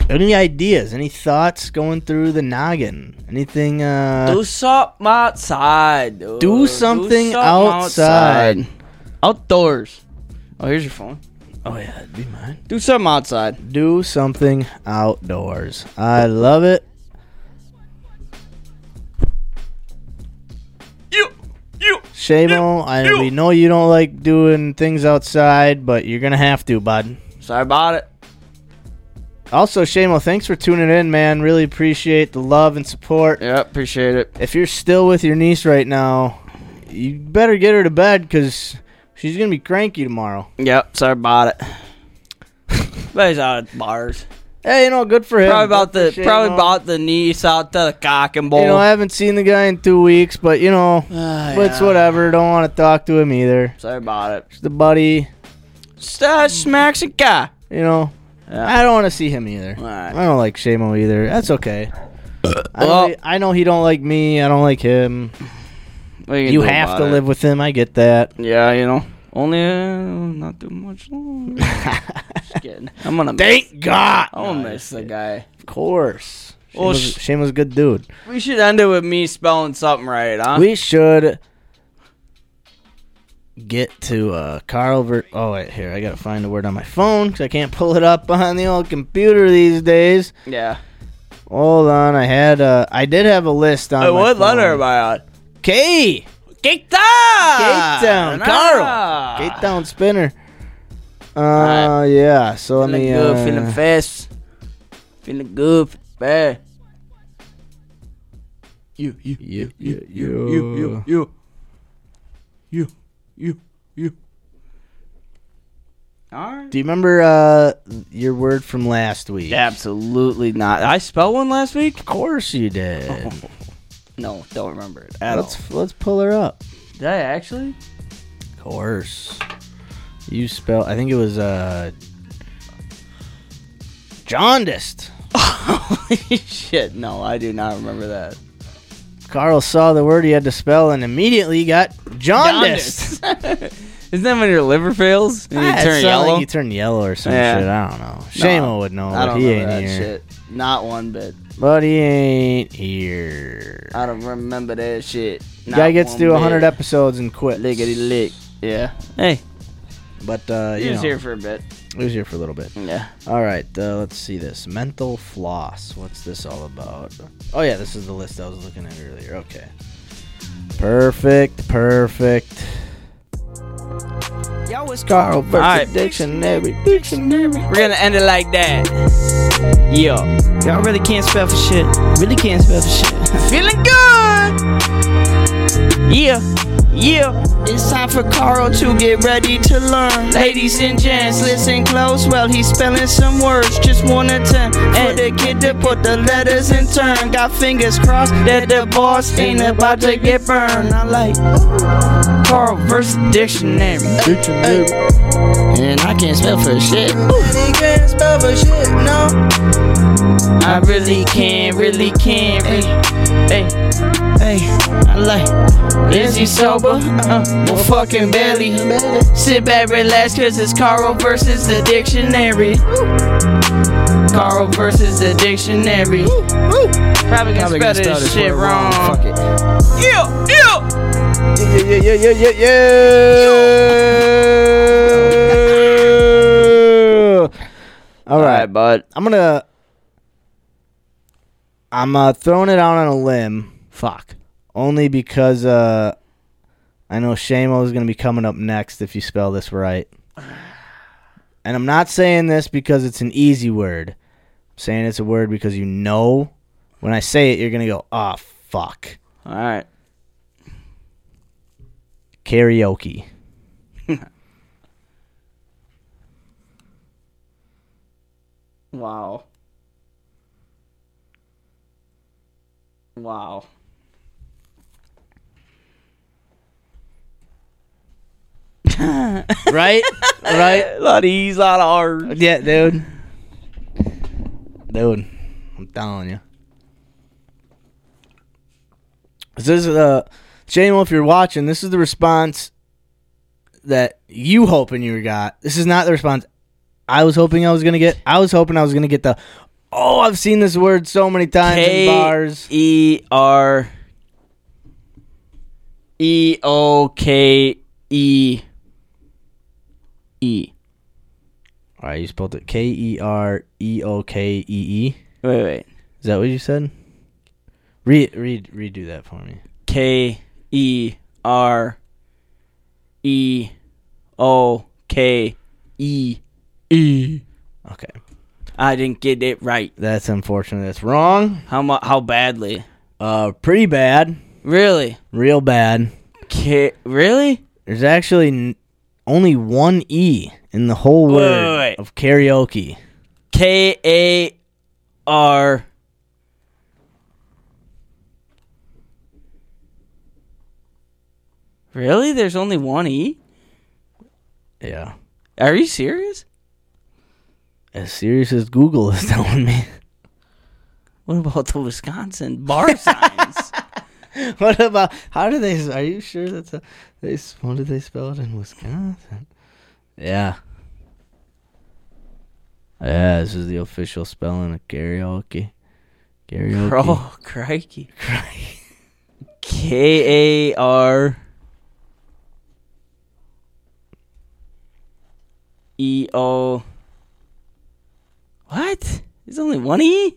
Any ideas? Any thoughts going through the noggin? Anything? uh
do something outside. dude.
Do something outside.
Outdoors. Oh, here's your phone.
Oh yeah, it'd be mine.
Do something outside.
Do something outdoors. I love it.
You, you.
Shamo, I we know you don't like doing things outside, but you're gonna have to, bud.
Sorry about it.
Also, Shamo, thanks for tuning in, man. Really appreciate the love and support.
Yeah, appreciate it.
If you're still with your niece right now, you better get her to bed because she's gonna be cranky tomorrow.
Yep, sorry about it. but he's out at bars.
Hey, you know, good for him.
Probably about
Good
the
for
probably
Shamo.
about the niece out to the cock and bowl.
You know, I haven't seen the guy in two weeks, but you know,
Oh. Ah,
but it's
yeah.
whatever. Don't want to talk to him either.
Sorry about it.
It's the buddy.
Stash Mexica.
You know, I don't want to see him either.
Alright.
I don't like Shamo either. That's okay. I, know
Well-
he, I know he don't like me. I don't like him.
What are gonna
You
do
have
about
to
it?
live with him. I get that.
Yeah, you know. Only uh, not too much longer. Just kidding. I'm gonna miss,
Thank God.
I'm gonna miss the guy.
Of course.
Well,
Shamo's,
sh-
Shamo's a good dude.
We should end it with me spelling something right, huh?
we should get to uh, Carl. Ver- oh wait, here I gotta find the word on my phone because I can't pull it up on the old computer these days.
yeah.
Hold on, I had uh, I did have a list on.
Hey,
my
what
phone.
letter am I Ah, on?
K.
Cape
Cape
Town! Ah.
Town, Carl. Cape Town Spinner. Uh, yeah. So let
Feeling
me.
good,
uh,
feeling fast. Feeling good, feeling bad. You, you,
You,
you,
you,
you, you. You, you, you. Alright.
Do you remember uh, your word from last week?
Absolutely not. I spelled one last week?
Of course you did.
No, don't remember it at all.
Let's let's pull her up.
Did I actually?
course. You spell. I think it was uh, jaundiced.
Holy shit, no, I do not remember that.
Carl saw the word he had to spell and immediately got jaundiced.
Isn't that when your liver fails and you
Ah, it
turn
sounded like
yellow?
you turn yellow or some
Yeah.
shit. I don't know. Shamo
No,
would know,
I
but
don't
he
know
ain't
that
here.
shit. Not one bit.
But he ain't here.
I don't remember that shit. Not
Guy gets
one
through 100
bit.
episodes and quits.
Lickety lick. Yeah. Hey,
But uh,
he
you
was
know,
here for a bit.
he was here for a little bit.
Yeah.
All right, uh, let's see this. Mental floss. What's this all about? Oh, yeah, this is the list I was looking at earlier. Okay. Perfect, perfect. Yo, it's Carl Burke,
Alright.
Dictionary, Dictionary.
We're gonna end it like that. Yeah.
Y'all really can't spell for shit. Really can't spell for shit.
Feeling good. Yeah. Yeah.
it's time for Carl to get ready to learn. Ladies and gents, listen close while he's spelling some words. Just one at a time. For the kid to put the letters in turn. Got fingers crossed that the boss ain't about to get burned. I like Carl versus dictionary. Dictionary. And I can't spell for shit.
can't spell for shit, no.
I really can, really can. Hey, hey, hey, I like. Is he sober? Uh, well, fucking barely. Sit back, relax, cause it's Carl versus the dictionary. Carl versus the dictionary. Probably gonna spell this shit wrong.
Fuck it.
Yeah, yeah.
Yeah, yeah, yeah, yeah, yeah. All right,
bud.
I'm gonna. I'm uh, throwing it out on a limb. Fuck. Only because uh, I know Shamo is gonna be coming up next if you spell this right. And I'm not saying this because it's an easy word. I'm saying it's a word because you know when I say it, you're gonna go, ah, fuck.
All right.
Karaoke.
Wow. Wow.
Right? right?
A lot of E's, a lot of R's.
Yeah, dude. Dude, I'm telling you. This is uh, Shamo, if you're watching, this is the response that you hoping you got. This is not the response I was hoping I was gonna get. I was hoping I was gonna get the. Oh, I've seen this word so many times in bars.
E R E O K E E.
All right, you spelled it K E R E O K E E.
Wait, wait.
Is that what you said? Read, read, redo that for me.
K E R E O K E E.
Okay,
I didn't get it right.
that's unfortunate. That's wrong.
How mu- how badly?
Uh, pretty bad,
Really?
real bad.
K- really?
There's actually n- only one E in the whole
Wait,
word
wait, wait.
of karaoke.
K A R Really? There's only one E?
Yeah,
Are you serious?
as serious as Google is telling me.
What about the Wisconsin bar signs?
what about how do they? Are you sure that's a, they? s- What did they spell it in Wisconsin? Yeah. Yeah, this is the official spelling of karaoke. Karaoke.
Bro, crikey. K A R E O. What? There's only one E?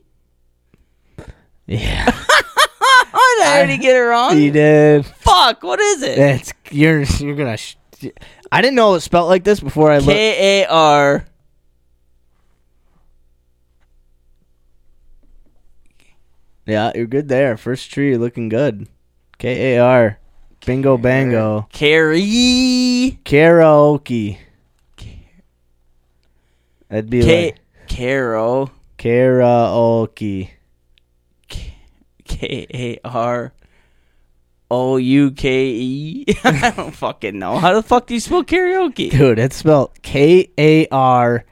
Yeah,
Oh, did I already get it wrong?
he did.
Fuck, what is it?
That's you're you're gonna. Sh- I didn't know it was spelled like this before I looked.
K A R.
Yeah, you're good there. First tree, you're looking good. K A R. Bingo bango.
Carry.
Karaoke. That'd be
K.
like
Caro.
karaoke.
K A R O U K E. I don't fucking know. How the fuck do you spell karaoke?
Dude, it's spelled K A R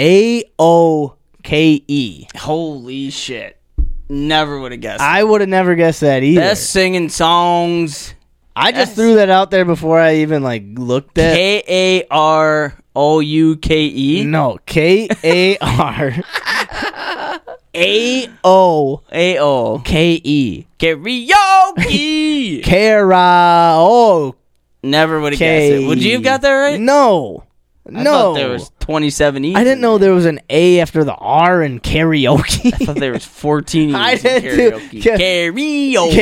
A O K E.
Holy shit. Never would have guessed.
I would have never guessed that either.
Best singing songs.
I just
yes.
threw that out there before I even like looked at.
K A R O U K E.
no, K A R
A
O
A O.
K E.
Karaoke.
Karaoke.
Never would have guessed it. Would you have got that right?
No,
I
E. no.
thought there was E. 27 E's.
I didn't know there was an A after the R in karaoke.
I thought there was 14 E's
I
in
did too.
karaoke.
Ca-
karaoke.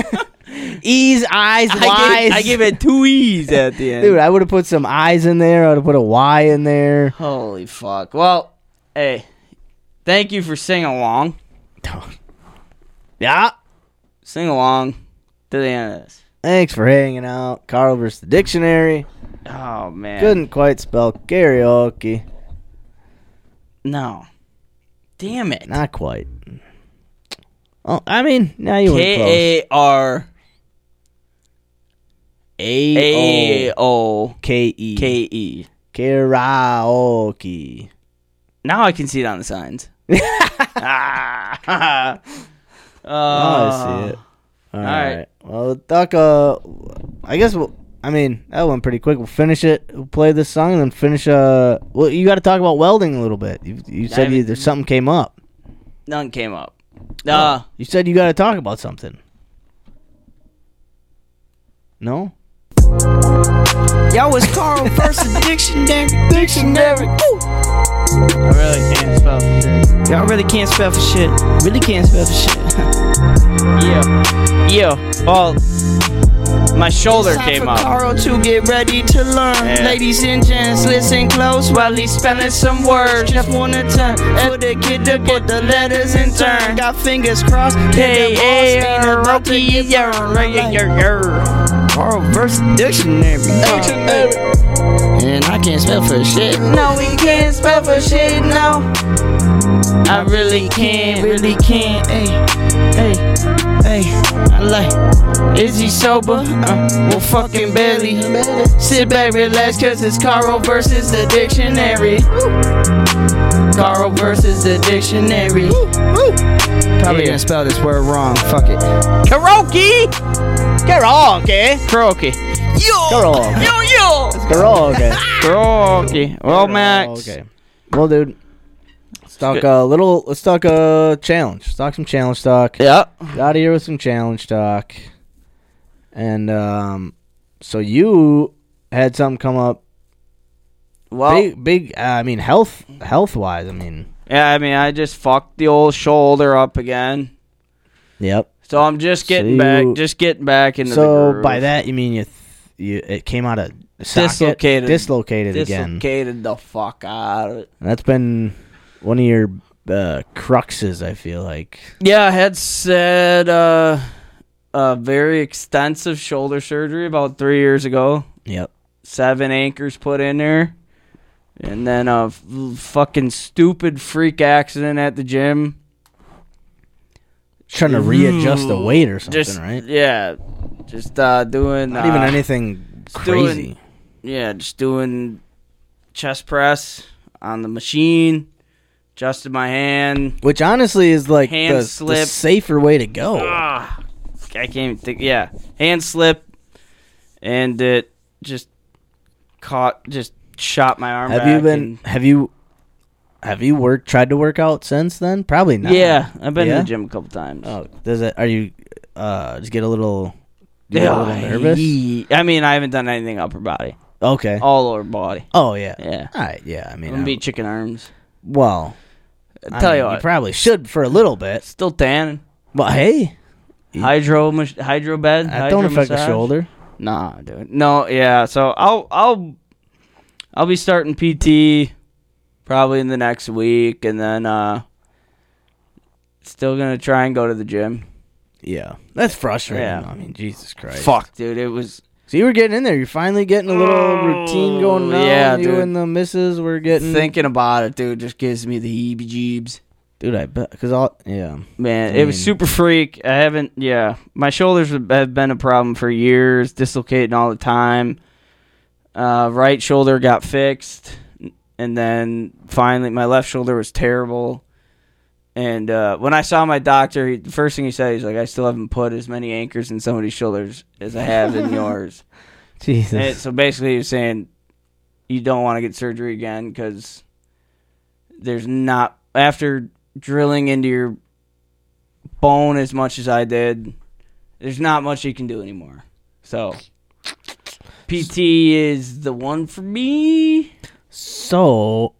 Carry E's, eyes, Y's.
I gave, I gave it two E's at the end.
Dude, I would have put some I's in there. I would have put a Y in there.
Holy fuck. Well, hey, thank you for singing along.
Yeah.
Sing along to the end of this.
Thanks for hanging out. Carl versus the dictionary.
Oh, man.
Couldn't quite spell karaoke.
No. Damn it.
Not quite. Oh, I mean, now you were close.
K A R
A
A
O
O
K E
K E.
karaoke.
Now I can see it on the signs. ah.
Oh, I see it. All right.
right.
Well, Duck, uh, I guess we'll, I mean, that went pretty quick. We'll finish it. We'll play this song and then finish, uh, well, you got to talk about welding a little bit. You, you
I
said you,
haven't-
there's something came up.
None came up. Uh,
You said you got to talk about something. No?
Yo, it's Carl versus Dictionary. Dictionary. Ooh.
I really can't spell for sure.
Y'all really can't spell for shit. Really can't spell for shit.
Yeah. Yeah. Well, my shoulder
Time
came
for
up.
Carl to get ready to learn.
Yeah.
Ladies and gents, listen close while he's spelling some words. Just wanna turn for the kid to put the letters in turn. Got fingers crossed. K A R O K E R.
K-A-R-O-K-E-R.
Carl versus Dictionary. And I can't spell for shit.
No, we can't spell for shit, no. I really can't, really can't.
Hey, hey, hey, I like. Is he sober? Uh, well, fucking barely. Sit back, relax, cause it's Carl versus the dictionary. Carl versus the dictionary. Probably gonna spell this word wrong. Fuck it.
Karaoke!
Karaoke.
Karaoke.
Oh,
Yo!
Karaoke.
Yo, yo!
Karaoke.
Karaoke. Well, Max.
Oh, Okay. Well, dude. Let's talk a little. Let's talk a challenge. Let's talk some challenge talk.
Yeah.
Got out of here with some challenge talk. And um, so you had something come up.
Well,
big, big. Uh, I mean, health, health wise. I mean,
yeah, I mean, I just fucked the old shoulder up again.
yep.
So I'm just getting
So
back,
you-
just getting back into the
So
groove.
by that you mean you, th- you it came out of socket,
Dislocated.
dislocated, again.
dislocated the fuck out of it.
And That's been one of your uh, cruxes. I feel like.
Yeah, I had said uh, a very extensive shoulder surgery about three years ago.
Yep.
Seven anchors put in there, and then a f- fucking stupid freak accident at the gym.
Trying to readjust the weight or something,
just
right?
yeah, just uh, doing
Not even
uh,
anything
doing-
crazy.
yeah, just doing chest press on the machine. Adjusted my hand.
Which honestly is like
Hand
the, the
slip.
safer way to go.
Ah, I can't even think. Yeah, hand slip, and it just caught, just shot my arm.
have you
back
been? Have you? Have you worked? Tried to work out since then? Probably
and-
not.
yeah, I've been in
Yeah?
the gym a couple times.
Oh, does it? Are you? Uh, just get a little. do you get a little nervous.
ye- I mean, I haven't done anything upper body,
Okay.
all lower body.
Oh yeah.
Yeah,
All right. Yeah. I
I'm
mean,
gonna
I-
be chicken arms.
well,
I tell
mean,
you what,
probably should for a little bit.
still tanning.
But hey,
Hydro, mach- hydro bed.
that don't
hydro
affect the
massage.
shoulder.
Nah, dude. No, yeah. So I'll I'll I'll be starting PT probably in the next week and then uh still going to try and go to the gym.
Yeah, that's frustrating.
Yeah.
I mean, Jesus Christ.
Fuck, dude. It was
So you were getting in there. You're finally getting a little routine going on.
Oh, yeah,
you
dude.
and the missus were getting.
thinking about it, dude, just gives me the heebie-jeebs.
dude, I bet because all yeah.
Man,
I
it was
mean-
super freak. I haven't, yeah. My shoulders have been a problem for years, dislocating all the time. Uh, right shoulder got fixed, and then finally, my left shoulder was terrible. And uh, when I saw my doctor, he, the first thing he said, he's like, "I still haven't put as many anchors in somebody's shoulders as I have in yours."
Jesus.
And so basically, he was saying you don't want to get surgery again because there's not after drilling into your bone as much as I did. There's not much you can do anymore. So PT is the one for me.
So,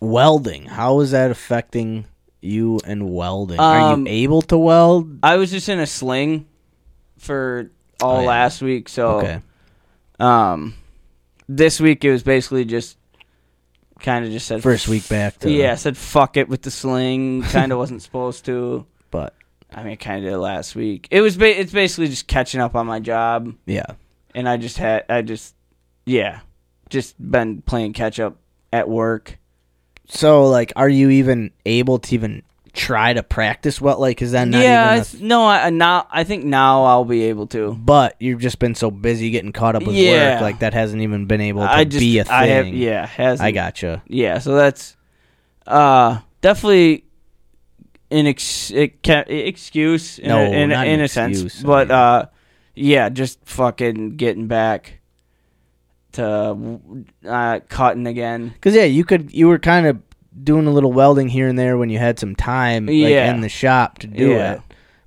welding. How is that affecting you and welding? Are
Um,
you able to weld?
I was just in a sling for all
Oh, yeah.
last week, so
Okay.
um, this week it was basically just kind of just said
First week back to
yeah, I said fuck it with the sling. Kind of wasn't supposed to.
But
I mean, kind of did last week. It was ba- it's basically just catching up on my job,
yeah.
and I just had I just yeah, just been playing catch up at work.
So, like, are you even able to even try to practice what? Like, is that not
yeah, I
even? a-
th- no, I I now I think now I'll be able to.
but you've just been so busy getting caught up with
Yeah.
work, like that hasn't even been able to
I just
be a thing.
I have yeah has
I gotcha.
yeah. So that's uh definitely an ex- it ca- excuse in,
No,
a, in, a-
not an
in a
excuse,
sense,
I
but
mean-
uh yeah, just fucking getting back to uh, cutting again.
Because yeah, you could. You were kind of doing a little welding here and there when you had some time, like,
Yeah.
in the shop to do
Yeah.
it.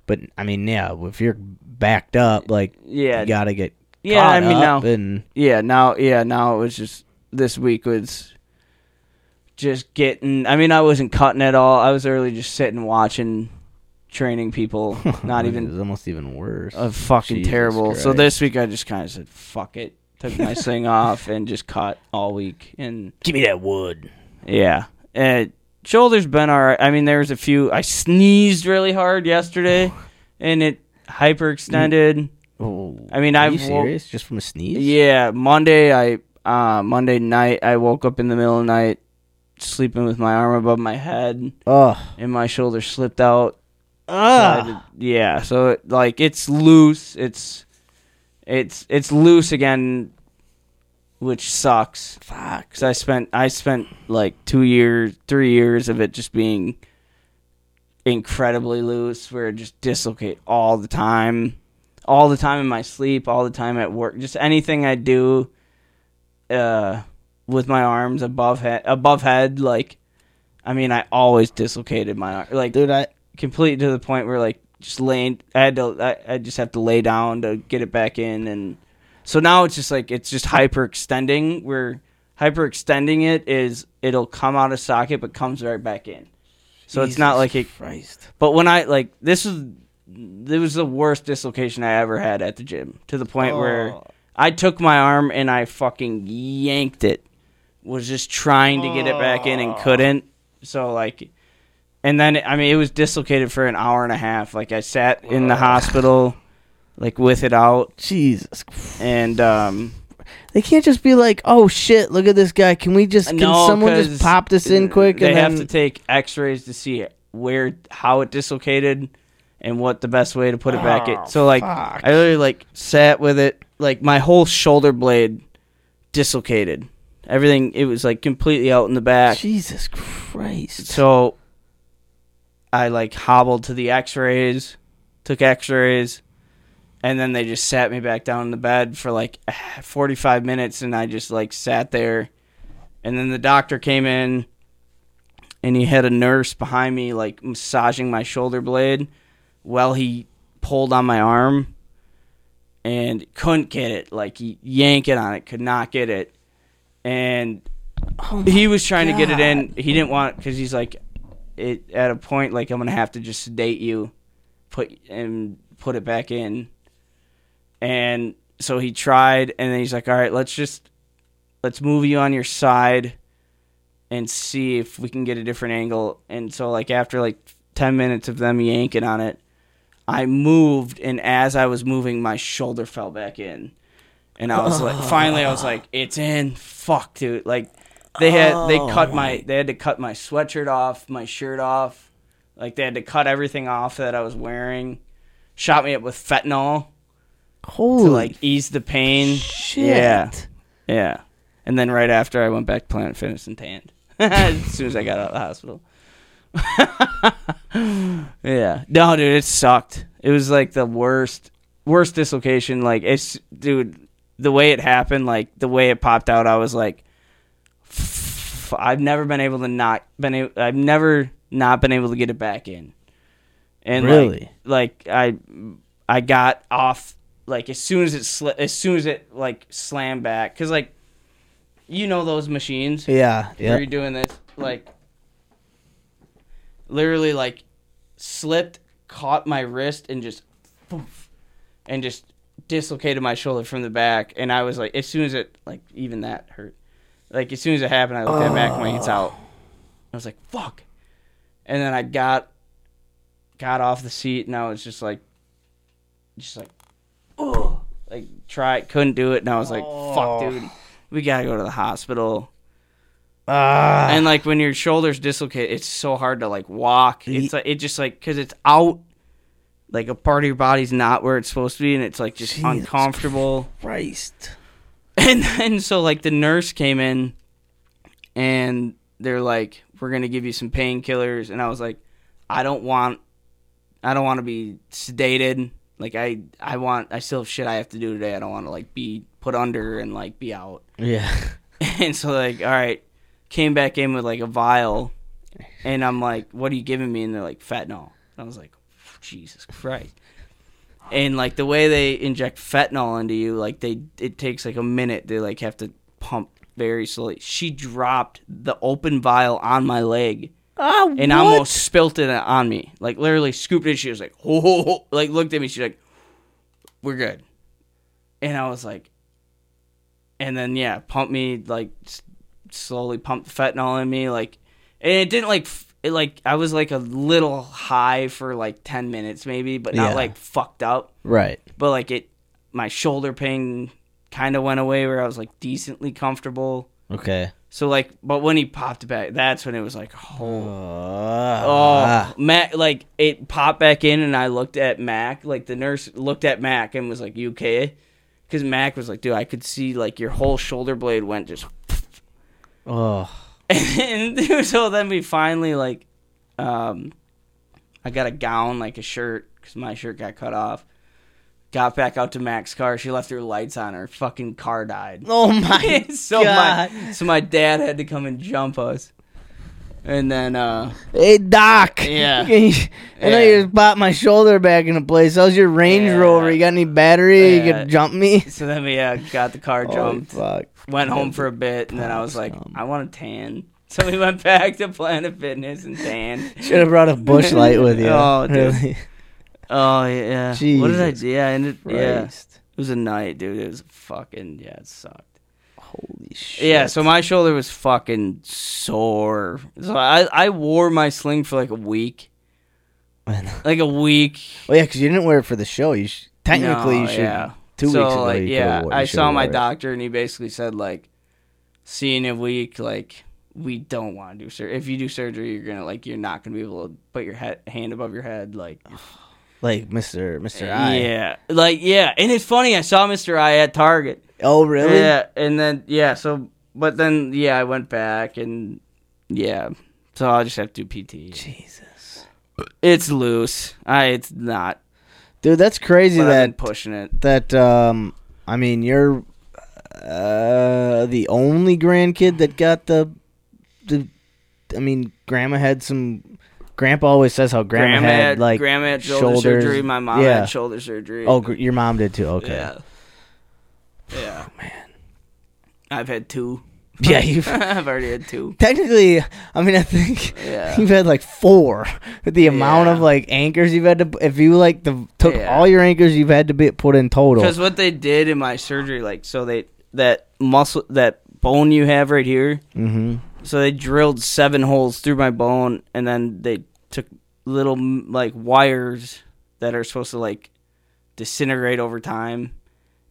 But I mean, yeah, if you're backed up, like
Yeah,
you gotta get
Yeah,
caught
I mean
up
now.
and
Yeah, now yeah, now it was just this week was just getting I mean, I wasn't cutting at all. I was really just sitting watching training people, not even
it's almost even worse.
a fucking
Jesus
terrible. So
Christ.
this week I just kind of said fuck it. Took my sling off and just cut all week and
Give me that wood.
yeah. And shoulders been all right. I mean, there was a few I sneezed really hard yesterday and it hyperextended.
Oh,
I mean,
are
I've
you
wo-
serious? Just from a sneeze?
Yeah, Monday I uh Monday night I woke up in the middle of the night sleeping with my arm above my head
Oh,
and my shoulder slipped out. So I had to- yeah, so it, like it's loose. It's it's it's loose again which sucks
fuck.
cuz I spent I spent like 2 years, 3 years of it just being incredibly loose where it just dislocate all the time. all the time in my sleep, all the time at work, just anything I do uh, with my arms above head, above head. Like, I mean, I always dislocated my arm, like
dude. I
complete to the point where like just laying, I had to, I, I just have to lay down to get it back in, and so now it's just like it's just hyperextending. Where hyperextending it is, it'll come out of socket but comes right back in. So it's not like it
Christ.
but when I like this was it was the worst dislocation I ever had at the gym to the point where
Oh.
I took my arm and I fucking yanked it. Was just trying to get it back in and couldn't. So like and then I mean it was dislocated for an hour and a half. Like I sat in the hospital like with it out
Jesus. Christ.
and um
They can't just be like, oh shit, look at this guy. Can we just? Can
no,
someone
'cause
just pop this in quick?
They
and
have
then-
to take X-rays to see where how it dislocated and what the best way to put it back. It so like I literally like sat with it like my whole shoulder blade dislocated. Everything it was like completely out in the back.
Jesus Christ.
So I like hobbled to the x-rays, took x-rays, and then they just sat me back down in the bed for like 45 minutes and I just like sat there. And then the doctor came in and he had a nurse behind me like massaging my shoulder blade while he pulled on my arm and couldn't get it. Like he yanked it on it, could not get it. And he was trying to get it in. He didn't want because he's like, it at a point like I'm gonna have to just sedate you, put and put it back in. And so he tried, and then he's like, all right, let's just let's move you on your side and see if we can get a different angle. And so like after like ten minutes of them yanking on it, I moved, and as I was moving, my shoulder fell back in. And I was like, finally, I was like, it's in. Fuck, dude. Like, they had
Oh
they cut my they had to cut my sweatshirt off, my shirt off, like they had to cut everything off that I was wearing. Shot me up with fentanyl to
Holy
like ease the pain.
shit.
Yeah, yeah. And then right after, I went back to Planet Fitness and tanned as soon as I got out of the hospital. yeah, no, dude, it sucked. It was like the worst, worst dislocation. Like it's, dude, the way it happened, like the way it popped out, I was like, f- I've never been able to not been, a- I've never not been able to get it back in. And like-
Really?
like, I, I got off. Like as soon as it sli- as soon as it like slammed back, because like, you know those machines
Yeah. Yeah.
where you're doing this, like literally like slipped, caught my wrist and just poof, and just dislocated my shoulder from the back and I was like as soon as it like even that hurt. Like as soon as it happened I looked at Mac and my it's out. I was like, fuck. And then I got got off the seat and I was just like just like oh like try couldn't do it and I was like, fuck dude. We gotta go to the hospital
Ah.
and like when your shoulders dislocate, it's so hard to like walk. It's like it just like because it's out, like a part of your body's not where it's supposed to be, and it's like just
Jesus
uncomfortable.
Christ.
And then so like the nurse came in, and they're like, "We're gonna give you some painkillers," and I was like, "I don't want, I don't want to be sedated. Like I, I want, I still have shit I have to do today. I don't want to like be put under and like be out."
Yeah.
And so like, all right, came back in with like a vial, and I'm like, what are you giving me? And they're like, fentanyl. And I was like, Jesus Christ. And like the way they inject fentanyl into you, like they it takes like a minute. They like have to pump very slowly. She dropped the open vial on my leg
Oh,
and almost spilt it on me. Like literally scooped it. She was like, ho, ho, ho," like looked at me. She's like, we're good. And I was like, and then yeah, pumped me like s- slowly pumped fentanyl in me. Like, and it didn't like f- it like I was like a little high for like ten minutes maybe, but not
Yeah.
like fucked up.
right.
But like it, my shoulder pain kind of went away where I was like decently comfortable.
Okay.
So like, but when he popped it back, that's when it was like, oh Oh,
Ah.
Mac! Like it popped back in, and I looked at Mac. Like the nurse looked at Mac and was like, "You okay?" Because Mac was like, "Dude, I could see like your whole shoulder blade went just."
Oh.
and dude, so then we finally like, um, I got a gown, like a shirt, because my shirt got cut off. Got back out to Mac's car. She left her lights on. Her fucking car died.
Oh my
so
God.
my so my dad had to come and jump us. And then uh
Hey Doc.
Yeah.
I know you just popped my shoulder back into place. How's your Range
Yeah.
Rover? You got any battery? You
Yeah.
could jump me?
so then we uh, got the car
Oh
jumped,
fuck.
went home for a bit, and then I was like, I want to tan. So we went back to Planet Fitness and tan.
Should have brought a bush light with you.
Oh, dude.
really?
Oh yeah. What did I
Jesus
do? Yeah, and it, yeah, it
Christ.
was a night, dude. It was fucking yeah, it sucked.
Holy shit.
Yeah, so my shoulder was fucking sore. So I, I wore my sling for like a week.
Man.
Like a week.
Well, yeah, because you didn't wear it for the show. You sh- technically
No,
you should.
yeah.
Two
so,
weeks ago,
Like,
you
yeah,
could've wore- you
I
should've
saw my
wore it.
doctor and he basically said like, see you in a week. Like we don't want to do surgery. If you do surgery, you're gonna like you're not gonna be able to put your head, hand above your head. Like
Like Mr. Mr. I.
yeah, like yeah. And it's funny. I saw Mister I at Target.
Oh really?
Yeah, and then yeah, so but then yeah, I went back and yeah, so I'll just have to do PT.
Jesus.
It's loose. I it's not.
Dude, that's crazy
But I've been
that
pushing it.
that um I mean you're uh the only grandkid that got the the I mean grandma had some grandpa always says how grandma,
Grandma
had,
had
like
grandma had shoulder
shoulders-
surgery. My mom
yeah.
had shoulder surgery.
Oh, gr- your mom did too. Okay.
yeah, yeah.
Oh,
man, I've had two.
Yeah, you've
I've already had two.
technically I mean I think
Yeah.
you've had like four with the amount of
Yeah.
like anchors you've had to if you like the took
Yeah.
all your anchors you've had to be put in total.
Because what they did in my surgery, like, so they that muscle that bone you have right here,
mm-hmm.
So they drilled seven holes through my bone, and then they took little m- like wires that are supposed to like disintegrate over time,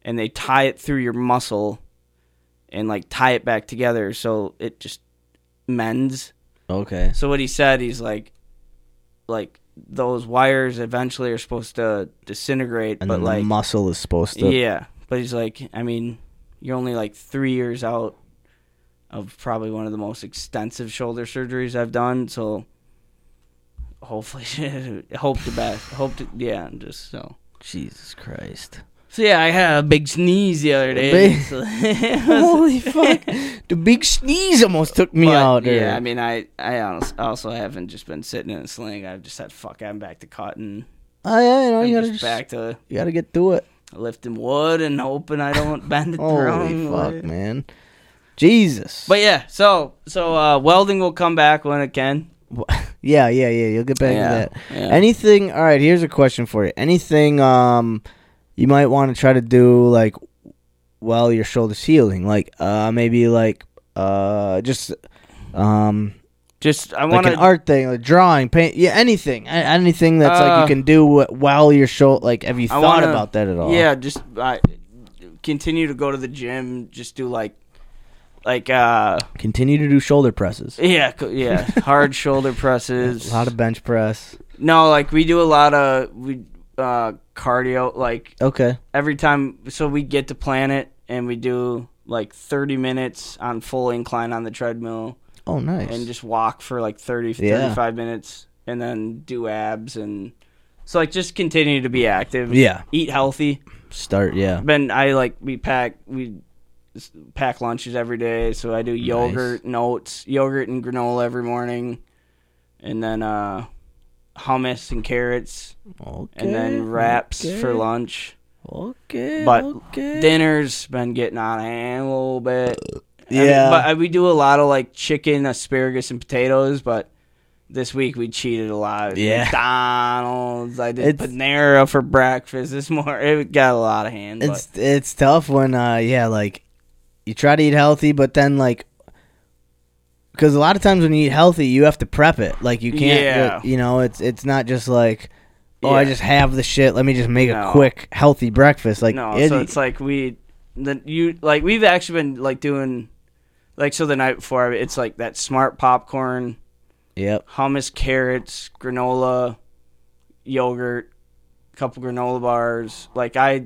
and they tie it through your muscle, and like tie it back together so it just mends.
Okay.
So what he said, he's like, like those wires eventually are supposed to disintegrate,
And
but
then
like
the muscle is supposed to
yeah, but he's like, I mean, you're only like three years out of probably one of the most extensive shoulder surgeries I've done, so hopefully, hope the best. Hope to, yeah, and just so.
Jesus Christ.
So yeah, I had a big sneeze the other day.
Big-
so-
Holy fuck! The big sneeze almost took me
But,
out.
yeah,
or-
I mean, I I honest, also haven't just been sitting in a sling. I've just said, fuck, I'm back to cutting.
oh yeah, you know,
I'm
you gotta
just,
just,
back to
you gotta get through it.
lifting wood and hoping I don't bend it the
Holy
wrong
fuck,
way.
man! Jesus.
But yeah, so so uh, welding will come back when it can.
yeah, yeah, yeah. You'll get back
Yeah,
to that.
yeah.
Anything? All right. Here's a question for you. Anything? Um, you might want to try to do like while your shoulder's healing, like uh maybe like uh just um
Just I
like
want
an
to.
art thing, like drawing, paint, yeah, anything, A- anything that's like
Uh,
you can do wh- while you're short. Like, have you
I
thought
wanna-
about that at all?
Yeah, just I continue to go to the gym. Just do like, like uh,
Continue to do shoulder presses.
yeah, co- yeah, hard shoulder presses.
A lot of bench press.
no, like we do a lot of we uh cardio. Like
Okay.
every time, so we get to Planet and we do like 30 minutes on full incline on the treadmill
Oh, nice.
and just walk for like 30
Yeah.
35 minutes and then do abs and so like just continue to be active
Yeah.
eat healthy
start. Yeah.
been I like we pack we s- pack lunches every day, so I do yogurt and oats, yogurt and granola every morning, and then uh hummus and carrots,
Um, Okay.
and then wraps for
okay,
lunch.
Okay.
But
okay.
Dinner's been getting on hand a little bit. I mean,
yeah.
but I, we do a lot of like chicken, asparagus, and potatoes, but. This week we cheated a lot.
Yeah.
McDonald's. I did
It's-
Panera for breakfast this morning. It got a lot of hand. but-
it's it's tough when uh yeah like you try to eat healthy, but then like. Because a lot of times when you eat healthy, you have to prep it. Like you can't,
Yeah.
ju- you know, it's it's not just like, oh, I
Yeah.
just have the shit. Let me just make a
No.
quick healthy breakfast. Like
no
it-
so it's like we the you like we've actually been like doing like so the night before it's like that smart popcorn
yep,
hummus carrots granola yogurt couple granola bars like i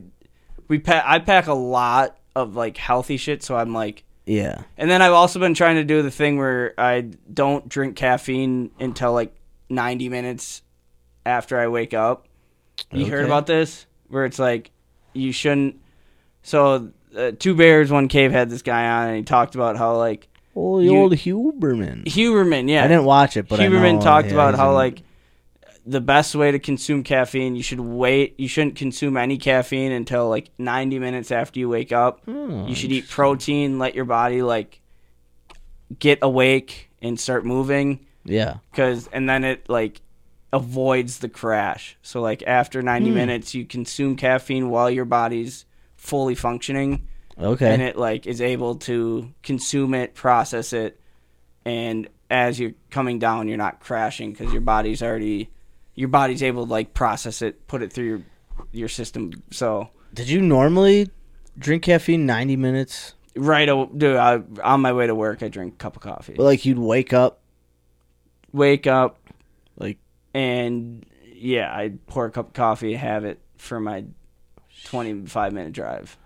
we pack i pack a lot of like healthy shit so i'm like
yeah,
and then i've also been trying to do the thing where i don't drink caffeine until like 90 minutes after i wake up you heard
Okay.
about this where it's like you shouldn't. So, uh, Two Bears, One Cave had this guy on, and he talked about how like
Oh, the
You-
old Huberman.
Huberman, yeah,
I didn't watch it, but I
Huberman
know,
talked
yeah,
about
he's
how
in-
like the best way to consume caffeine, you should wait. You shouldn't consume any caffeine until like 90 minutes after you wake up.
Hmm. Oh,
you should eat protein, let your body like get awake and start moving
yeah,
cuz and then it like avoids the crash. So like after
Hmm.
90 minutes you consume caffeine while your body's fully functioning
okay,
and it like is able to consume it, process it, and as you're coming down, you're not crashing because your body's already your body's able to like process it, put it through your your system. So
Did you normally drink caffeine 90 minutes?
right, aw- dude, I, on my way to work, I drink a cup of coffee,
But like you'd wake up,
wake up,
like
and yeah, I pour a cup of coffee, have it for my 25 minute drive.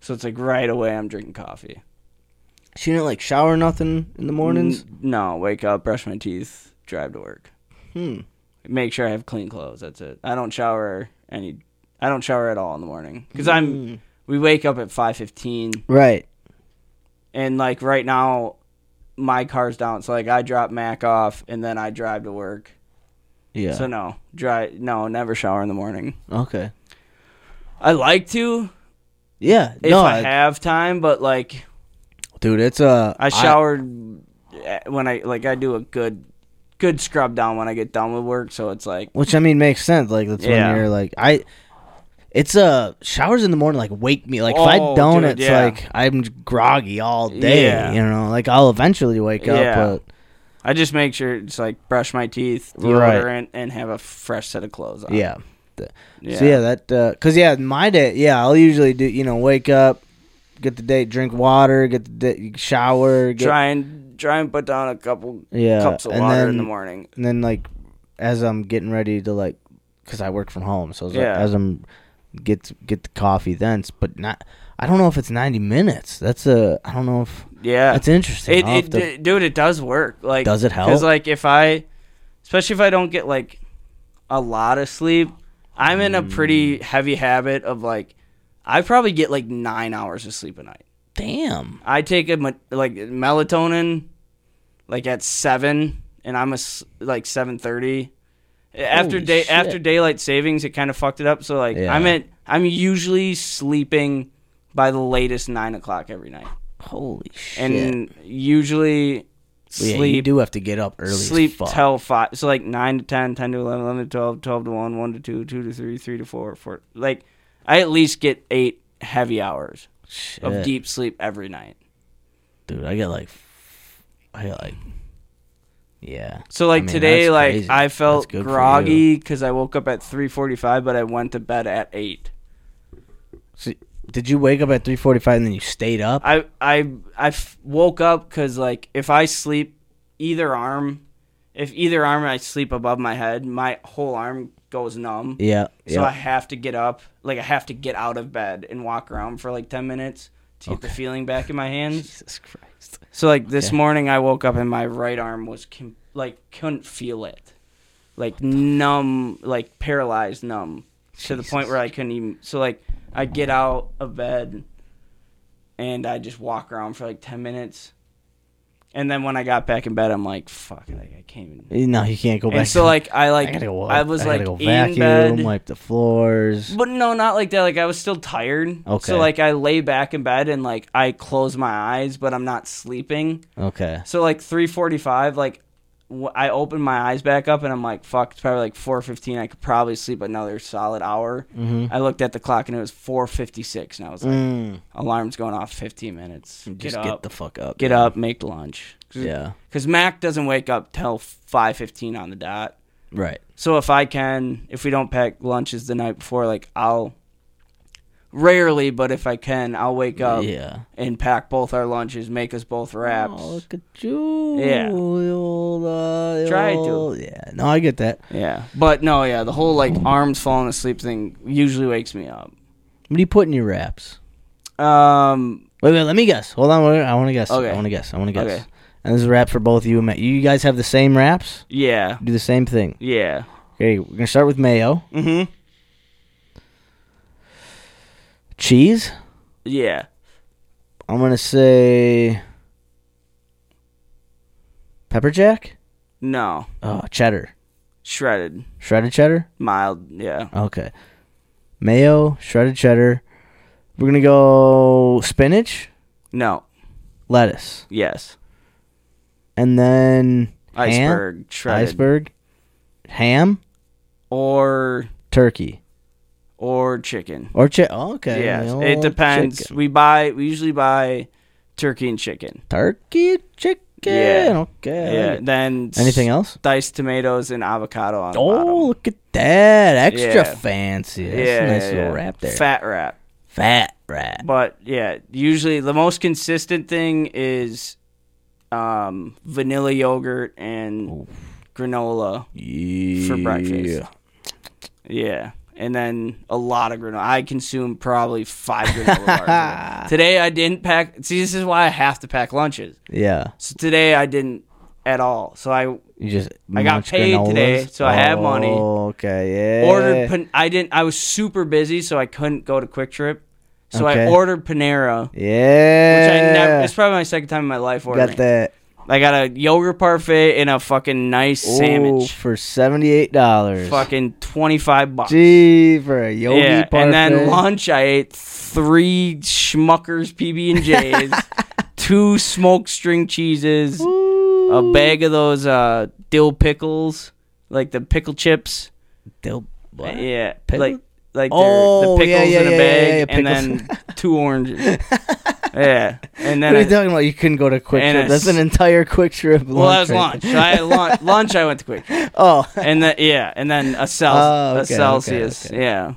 So it's like right away, I'm drinking coffee.
she didn't like shower or nothing in the mornings.
N- no, wake up, brush my teeth, drive to work.
Hmm.
Make sure I have clean clothes. That's it. I don't shower any. I don't shower at all in the morning because I'm. We wake up at five fifteen,
Hmm. Right.
and like right now, my car's down. So like I drop Mac off, and then I drive to work.
Yeah.
So no, dry. No, never shower in the morning.
okay.
I like to
Yeah.
if
no,
I
I-
have time, but like
dude, it's uh
I showered eh, when I like I do a good, good scrub down when I get done with work. So it's like.
which I mean makes sense. Like that's
Yeah.
when you're like I. It's uh showers in the morning like wake me like if I
Oh,
don't
dude,
it's
yeah.
like I'm groggy all day
Yeah.
you know like I'll eventually wake
Yeah.
up
I just make sure it's like brush my teeth,
Right.
deodorant, and have a fresh set of clothes
but
on.
yeah So yeah, that uh 'cause yeah, my day, yeah, I'll usually do you know wake up, get the date, drink water, get the day, shower, get,
try and try and put down a couple
yeah,
cups of
and
water
then,
in the morning.
and then like as I'm getting ready to like, cause I work from home, so it's like,
Yeah.
as I'm get get the coffee then, s- but not. I don't know if it's ninety minutes. That's a I don't know if
Yeah,
that's interesting.
Uh, it,
I'll have
it
to-
d- dude, it does work. Like,
Does it help?
Because like if I, especially if I don't get like a lot of sleep, I'm in a
Mm.
pretty heavy habit of like, I probably get like nine hours of sleep a night.
damn.
I take a me- like melatonin like at seven, and I'm a s- like seven thirty. After
Holy
day
shit.
after daylight savings, it kind of fucked it up. So like
Yeah.
I'm at I'm usually sleeping by the latest nine o'clock every night,
Holy shit.
and usually
Yeah, you
sleep
do have to get up early. as
sleep
fuck.
till five. So like nine to 10, 10 to 11, 11 to 12, 12 to 1, 1 to 2, 2 to 3, 3 to 4, 4. Like I at least get eight heavy hours of
Shit.
deep sleep every night.
dude. I get like, I get like, yeah.
So like
I mean,
today,
that's
like
crazy.
I
That's
felt
good for
groggy because I woke up at three forty-five, but I went to bed at eight.
So, did you wake up at three forty-five and then you stayed up?
I I I f- woke up because like if I sleep either arm, if either arm I sleep above my head, my whole arm goes numb.
yeah.
So
yeah.
I have to get up, like I have to get out of bed and walk around for like ten minutes to get the feeling back in my hands.
Jesus Christ.
So like this morning, I woke up and my right arm was com- like couldn't feel it, like numb, like paralyzed, numb to the point where I couldn't even. So like I get out of bed, and I just walk around for like ten minutes, and then when I got back in bed, I'm like, fuck, like I can't even.
No, you can't go back.
And so
to-
like I like
I
I,
gotta go. Up.
was
I gotta
like
go
in
vacuum,
bed,
wipe the floors.
but no, not like that. Like I was still tired.
Okay.
So like I lay back in bed and like I close my eyes, but I'm not sleeping.
Okay.
So like 3:45, like wh- I open my eyes back up and I'm like, fuck, it's probably like 4:15. I could probably sleep another solid hour. I looked at the clock and it was 4:56, and I was like,
Mm-hmm. Mm.
alarm's going off 15 minutes.
Just
get up,
get the fuck up.
get
man.
up, make lunch.
Yeah.
Because Mac doesn't wake up till 5:15 on the dot.
Right.
So if I can, if we don't pack lunches the night before, like I'll rarely, but if I can, I'll wake up
yeah.
and pack both our lunches, make us both wraps.
Oh, look at you.
Yeah.
The Old, uh, the
Tried to.
old- Yeah. No, I get that.
Yeah, but no, yeah, the whole like arms falling asleep thing usually wakes me up.
What do you put in your wraps?
Um,
Wait, wait. Let me guess. Hold on. wait, I want to guess.
Okay.
I want to guess. I want to guess.
Okay.
And this is a wrap for both you and Matt. You guys have the same wraps.
yeah,
Do the same thing.
yeah.
Okay, we're gonna start with mayo.
Mm-hmm.
Cheese?
Yeah.
I'm gonna say pepper jack.
No.
Oh, cheddar,
Shredded.
shredded cheddar.
Mild. Yeah.
Okay, mayo, shredded cheddar. We're gonna go spinach,
No.
lettuce,
Yes.
and then ham?
Iceberg. Shredded.
iceberg, ham,
Or
turkey,
or chicken.
or chicken. Oh, okay,
Yes.
the
It
old
depends.
chicken.
We buy. We usually buy turkey and chicken.
Turkey, chicken.
Yeah.
Okay. I like
Yeah.
it.
Then s-
Anything else?
Diced tomatoes and avocado on the bottom.
Oh, look at that! Extra
Yeah.
fancy. That's
yeah.
a nice
yeah,
little
yeah.
wrap there.
Fat wrap.
Fat wrap.
But yeah, usually the most consistent thing is um, vanilla yogurt and granola for breakfast. Yeah. And then a lot of granola. I consume probably five granola bars. a day. Today I didn't pack. See, this is why I have to pack lunches.
Yeah.
So today I didn't at all. So I
You just
I got
munch
paid today,
granolas?
so I have money.
Oh, Okay, yeah.
ordered. Pan- I didn't. I was super busy, so I couldn't go to Quick Trip. So
Okay.
I ordered Panera,
yeah.
which I never. It's probably my second time in my life ordering.
got that
I got a yogurt parfait and a fucking nice
Ooh,
sandwich.
for seventy eight dollars.
Fucking twenty five bucks.
Gee, for a yogi
yeah,
parfait.
and then lunch I ate three schmuckers PB and J's, two smoked string cheeses, a bag of those uh, dill pickles, like the pickle chips. Uh,
Dill- what?
Yeah,
Pickle-
like like they're-
Oh,
the
yeah,
pickles
yeah,
in a
yeah,
bag,
yeah, yeah,
and
pickles.
then two oranges. yeah,
What
and then
are you
I,
talking about? You couldn't go to Quick
and
Trip.
a
That's an
s-
entire Quick Trip.
well, that was
right
lunch. So I had lunch. lunch I went to Quick. Trip.
there. Oh,
and then yeah, and then a, Cel-
Oh, okay,
a
okay,
Celsius,
okay.
yeah,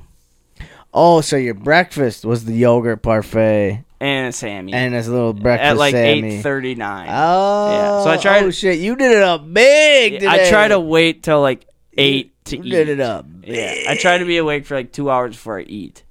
oh, so your breakfast was the yogurt parfait
and a Sammy
and his little breakfast
at like
Sammy.
eight thirty nine.
Oh,
So I tried-
Oh shit, you did it up big. Today.
I try to wait till like eight to
You
eat.
did it up
Yeah, I try to be awake for like two hours before I eat.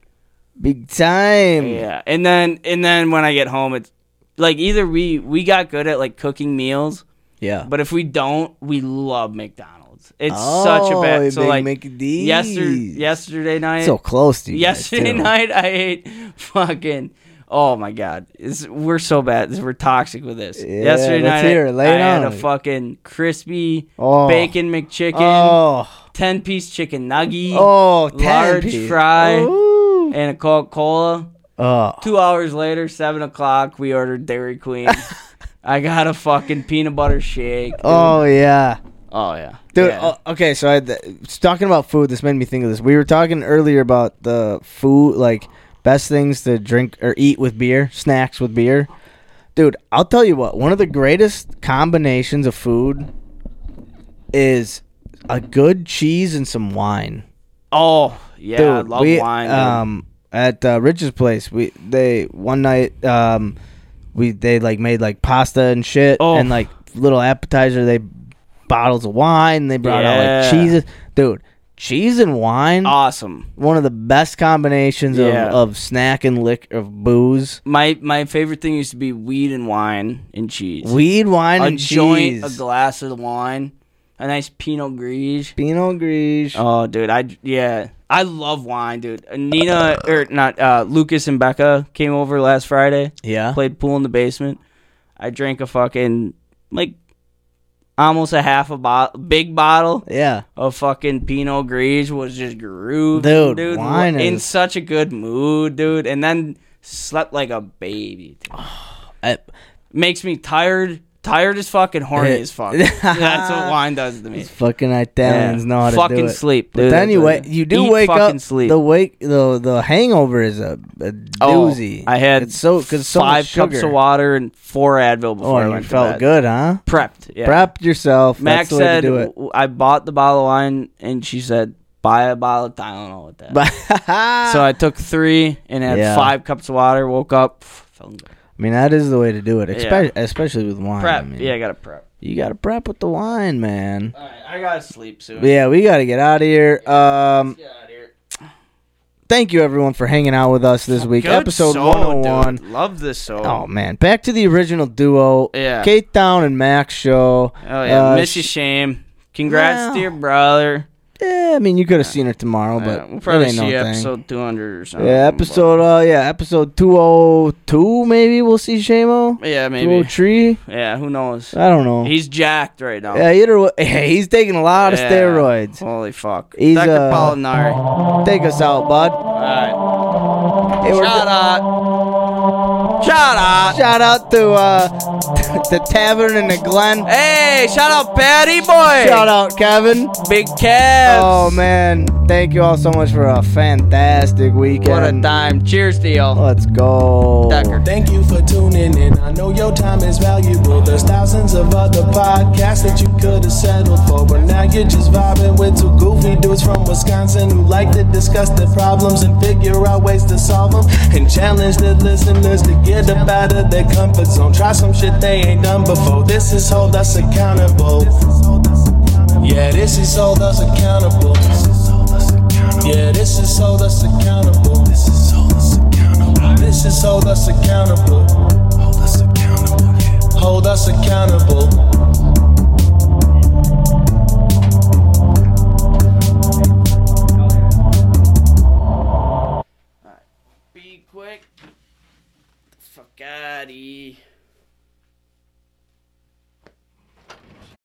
big time.
Yeah, and then and then when I get home, it's like either we we got good at like cooking meals,
Yeah.
but if we don't, we love McDonald's. It's such a
Oh,
bad. So
big
like
McD's.
yesterday, yesterday night,
so close to you. guys,
yesterday
too.
night I ate fucking. Oh my god, it's, we're so bad. We're toxic with this. yesterday
let's
night,
hear
I,
it. Lay it
I had
on
a
me.
fucking crispy
Oh.
bacon McChicken.
Oh,
10 piece chicken nugget,
oh, 10
large
piece.
fry,
Ooh.
and a Coca Cola.
Oh,
Two hours later, 7 o'clock, we ordered Dairy Queen. I got a fucking peanut butter shake. dude.
oh yeah.
Oh, yeah.
Dude,
Yeah.
oh, okay, so I had the- it's talking about food. This made me think of this. We were talking earlier about the food, like best things to drink or eat with beer, snacks with beer. Dude, I'll tell you what. One of the greatest combinations of food is a good cheese and some wine.
Oh, yeah. I
Dude,
love
we,
wine. dude.
Um, at uh, Rich's place, we they one night um, we they like made like pasta and shit,
Oh.
and like little appetizer. They bottles of wine. They brought out
Yeah.
like cheeses, dude. Cheese and wine,
awesome.
one of the best combinations
Yeah.
of, of snack and lick of booze,
My my favorite thing used to be weed and wine and cheese.
weed, wine,
a
and
joint,
cheese.
a glass of wine, a nice Pinot Gris.
Pinot Gris.
Oh, dude, I yeah, I love wine, dude. Uh, Nina or not, uh, Lucas and Becca came over last Friday.
yeah,
Played pool in the basement. I drank a fucking like almost a half a bottle, big bottle
yeah.
of fucking Pinot Gris was just grooved,
Dude, wine
in
is-
such a good mood, dude. And then slept like a baby. dude.
I-
Makes me tired, tired as fucking, horny
It-
as fuck. That's what wine does to me.
Fucking Italians
Yeah.
know how to
Fucking
do it.
sleep,
But
dude.
then you
That's
wake,
what-
you do
Eat
wake
fucking
up.
sleep. Oh,
The wake, the the hangover is a, a doozy.
I had
it's so because so
five
much sugar.
cups of water and four Advil
Oh,
before I
and
went
you
to
felt
bed.
good, huh?
Prepped, yeah.
Prep yourself. That's
Max
the way
said
to do it.
"W- I bought the bottle of wine, and she said buy a bottle of Tylenol with that.
But
so I took three and had
Yeah.
five cups of water. Woke up, pff, feeling good.
I mean, that is the way to do it, especially especially with wine.
Prep,
I mean,
yeah, I gotta prep.
you got to prep with the wine, man.
All right, I gotta sleep soon.
But yeah, we got to get out of here. Um,
Get out of here.
thank you everyone for hanging out with us this week,
Good
episode
soul,
one hundred one.
dude. Love this song.
Oh man, back to the original duo.
Yeah.
Kate Down and Max show.
Oh yeah,
Uh,
miss you,
sh-
Shame. Congrats
Wow.
to your brother.
Eh, I mean, you could have seen her tomorrow, but
Yeah, we'll
Uh,
probably
it ain't
see
no thing.
episode 200 or something.
Yeah, episode uh, yeah, episode two oh two maybe we'll see Shamo.
but- yeah,
Two oh
maybe.
three.
Yeah, who knows?
I don't know.
He's jacked right now.
yeah, either way, he's taking a lot of
Yeah.
steroids.
Holy fuck.
He's,
Dr.
uh,
Polidori.
Take us out, bud.
Alright.
Hey, we're
Shout out. Shout out.
Shout out to uh, the Tavern in the Glen.
Hey, shout out Patty Boy.
Shout out, Kevin.
Big Cavs.
Oh man, thank you all so much for a fantastic weekend.
What a dime. Cheers to y'all.
Let's go.
Decker.
Thank you for tuning in. I know your time is valuable. There's thousands of other podcasts that you could have settled for, but now you're just vibing with two goofy dudes from Wisconsin who like to discuss their problems and figure out ways to solve them and challenge the listeners to get up out of their comfort zone. Try some shit they ain't done before. This is hold us accountable. Yeah, this is hold us accountable. Yeah, this is hold us accountable. This is hold us accountable. This is hold us accountable. Hold us accountable. Hold us accountable.
Be quick. Fuck out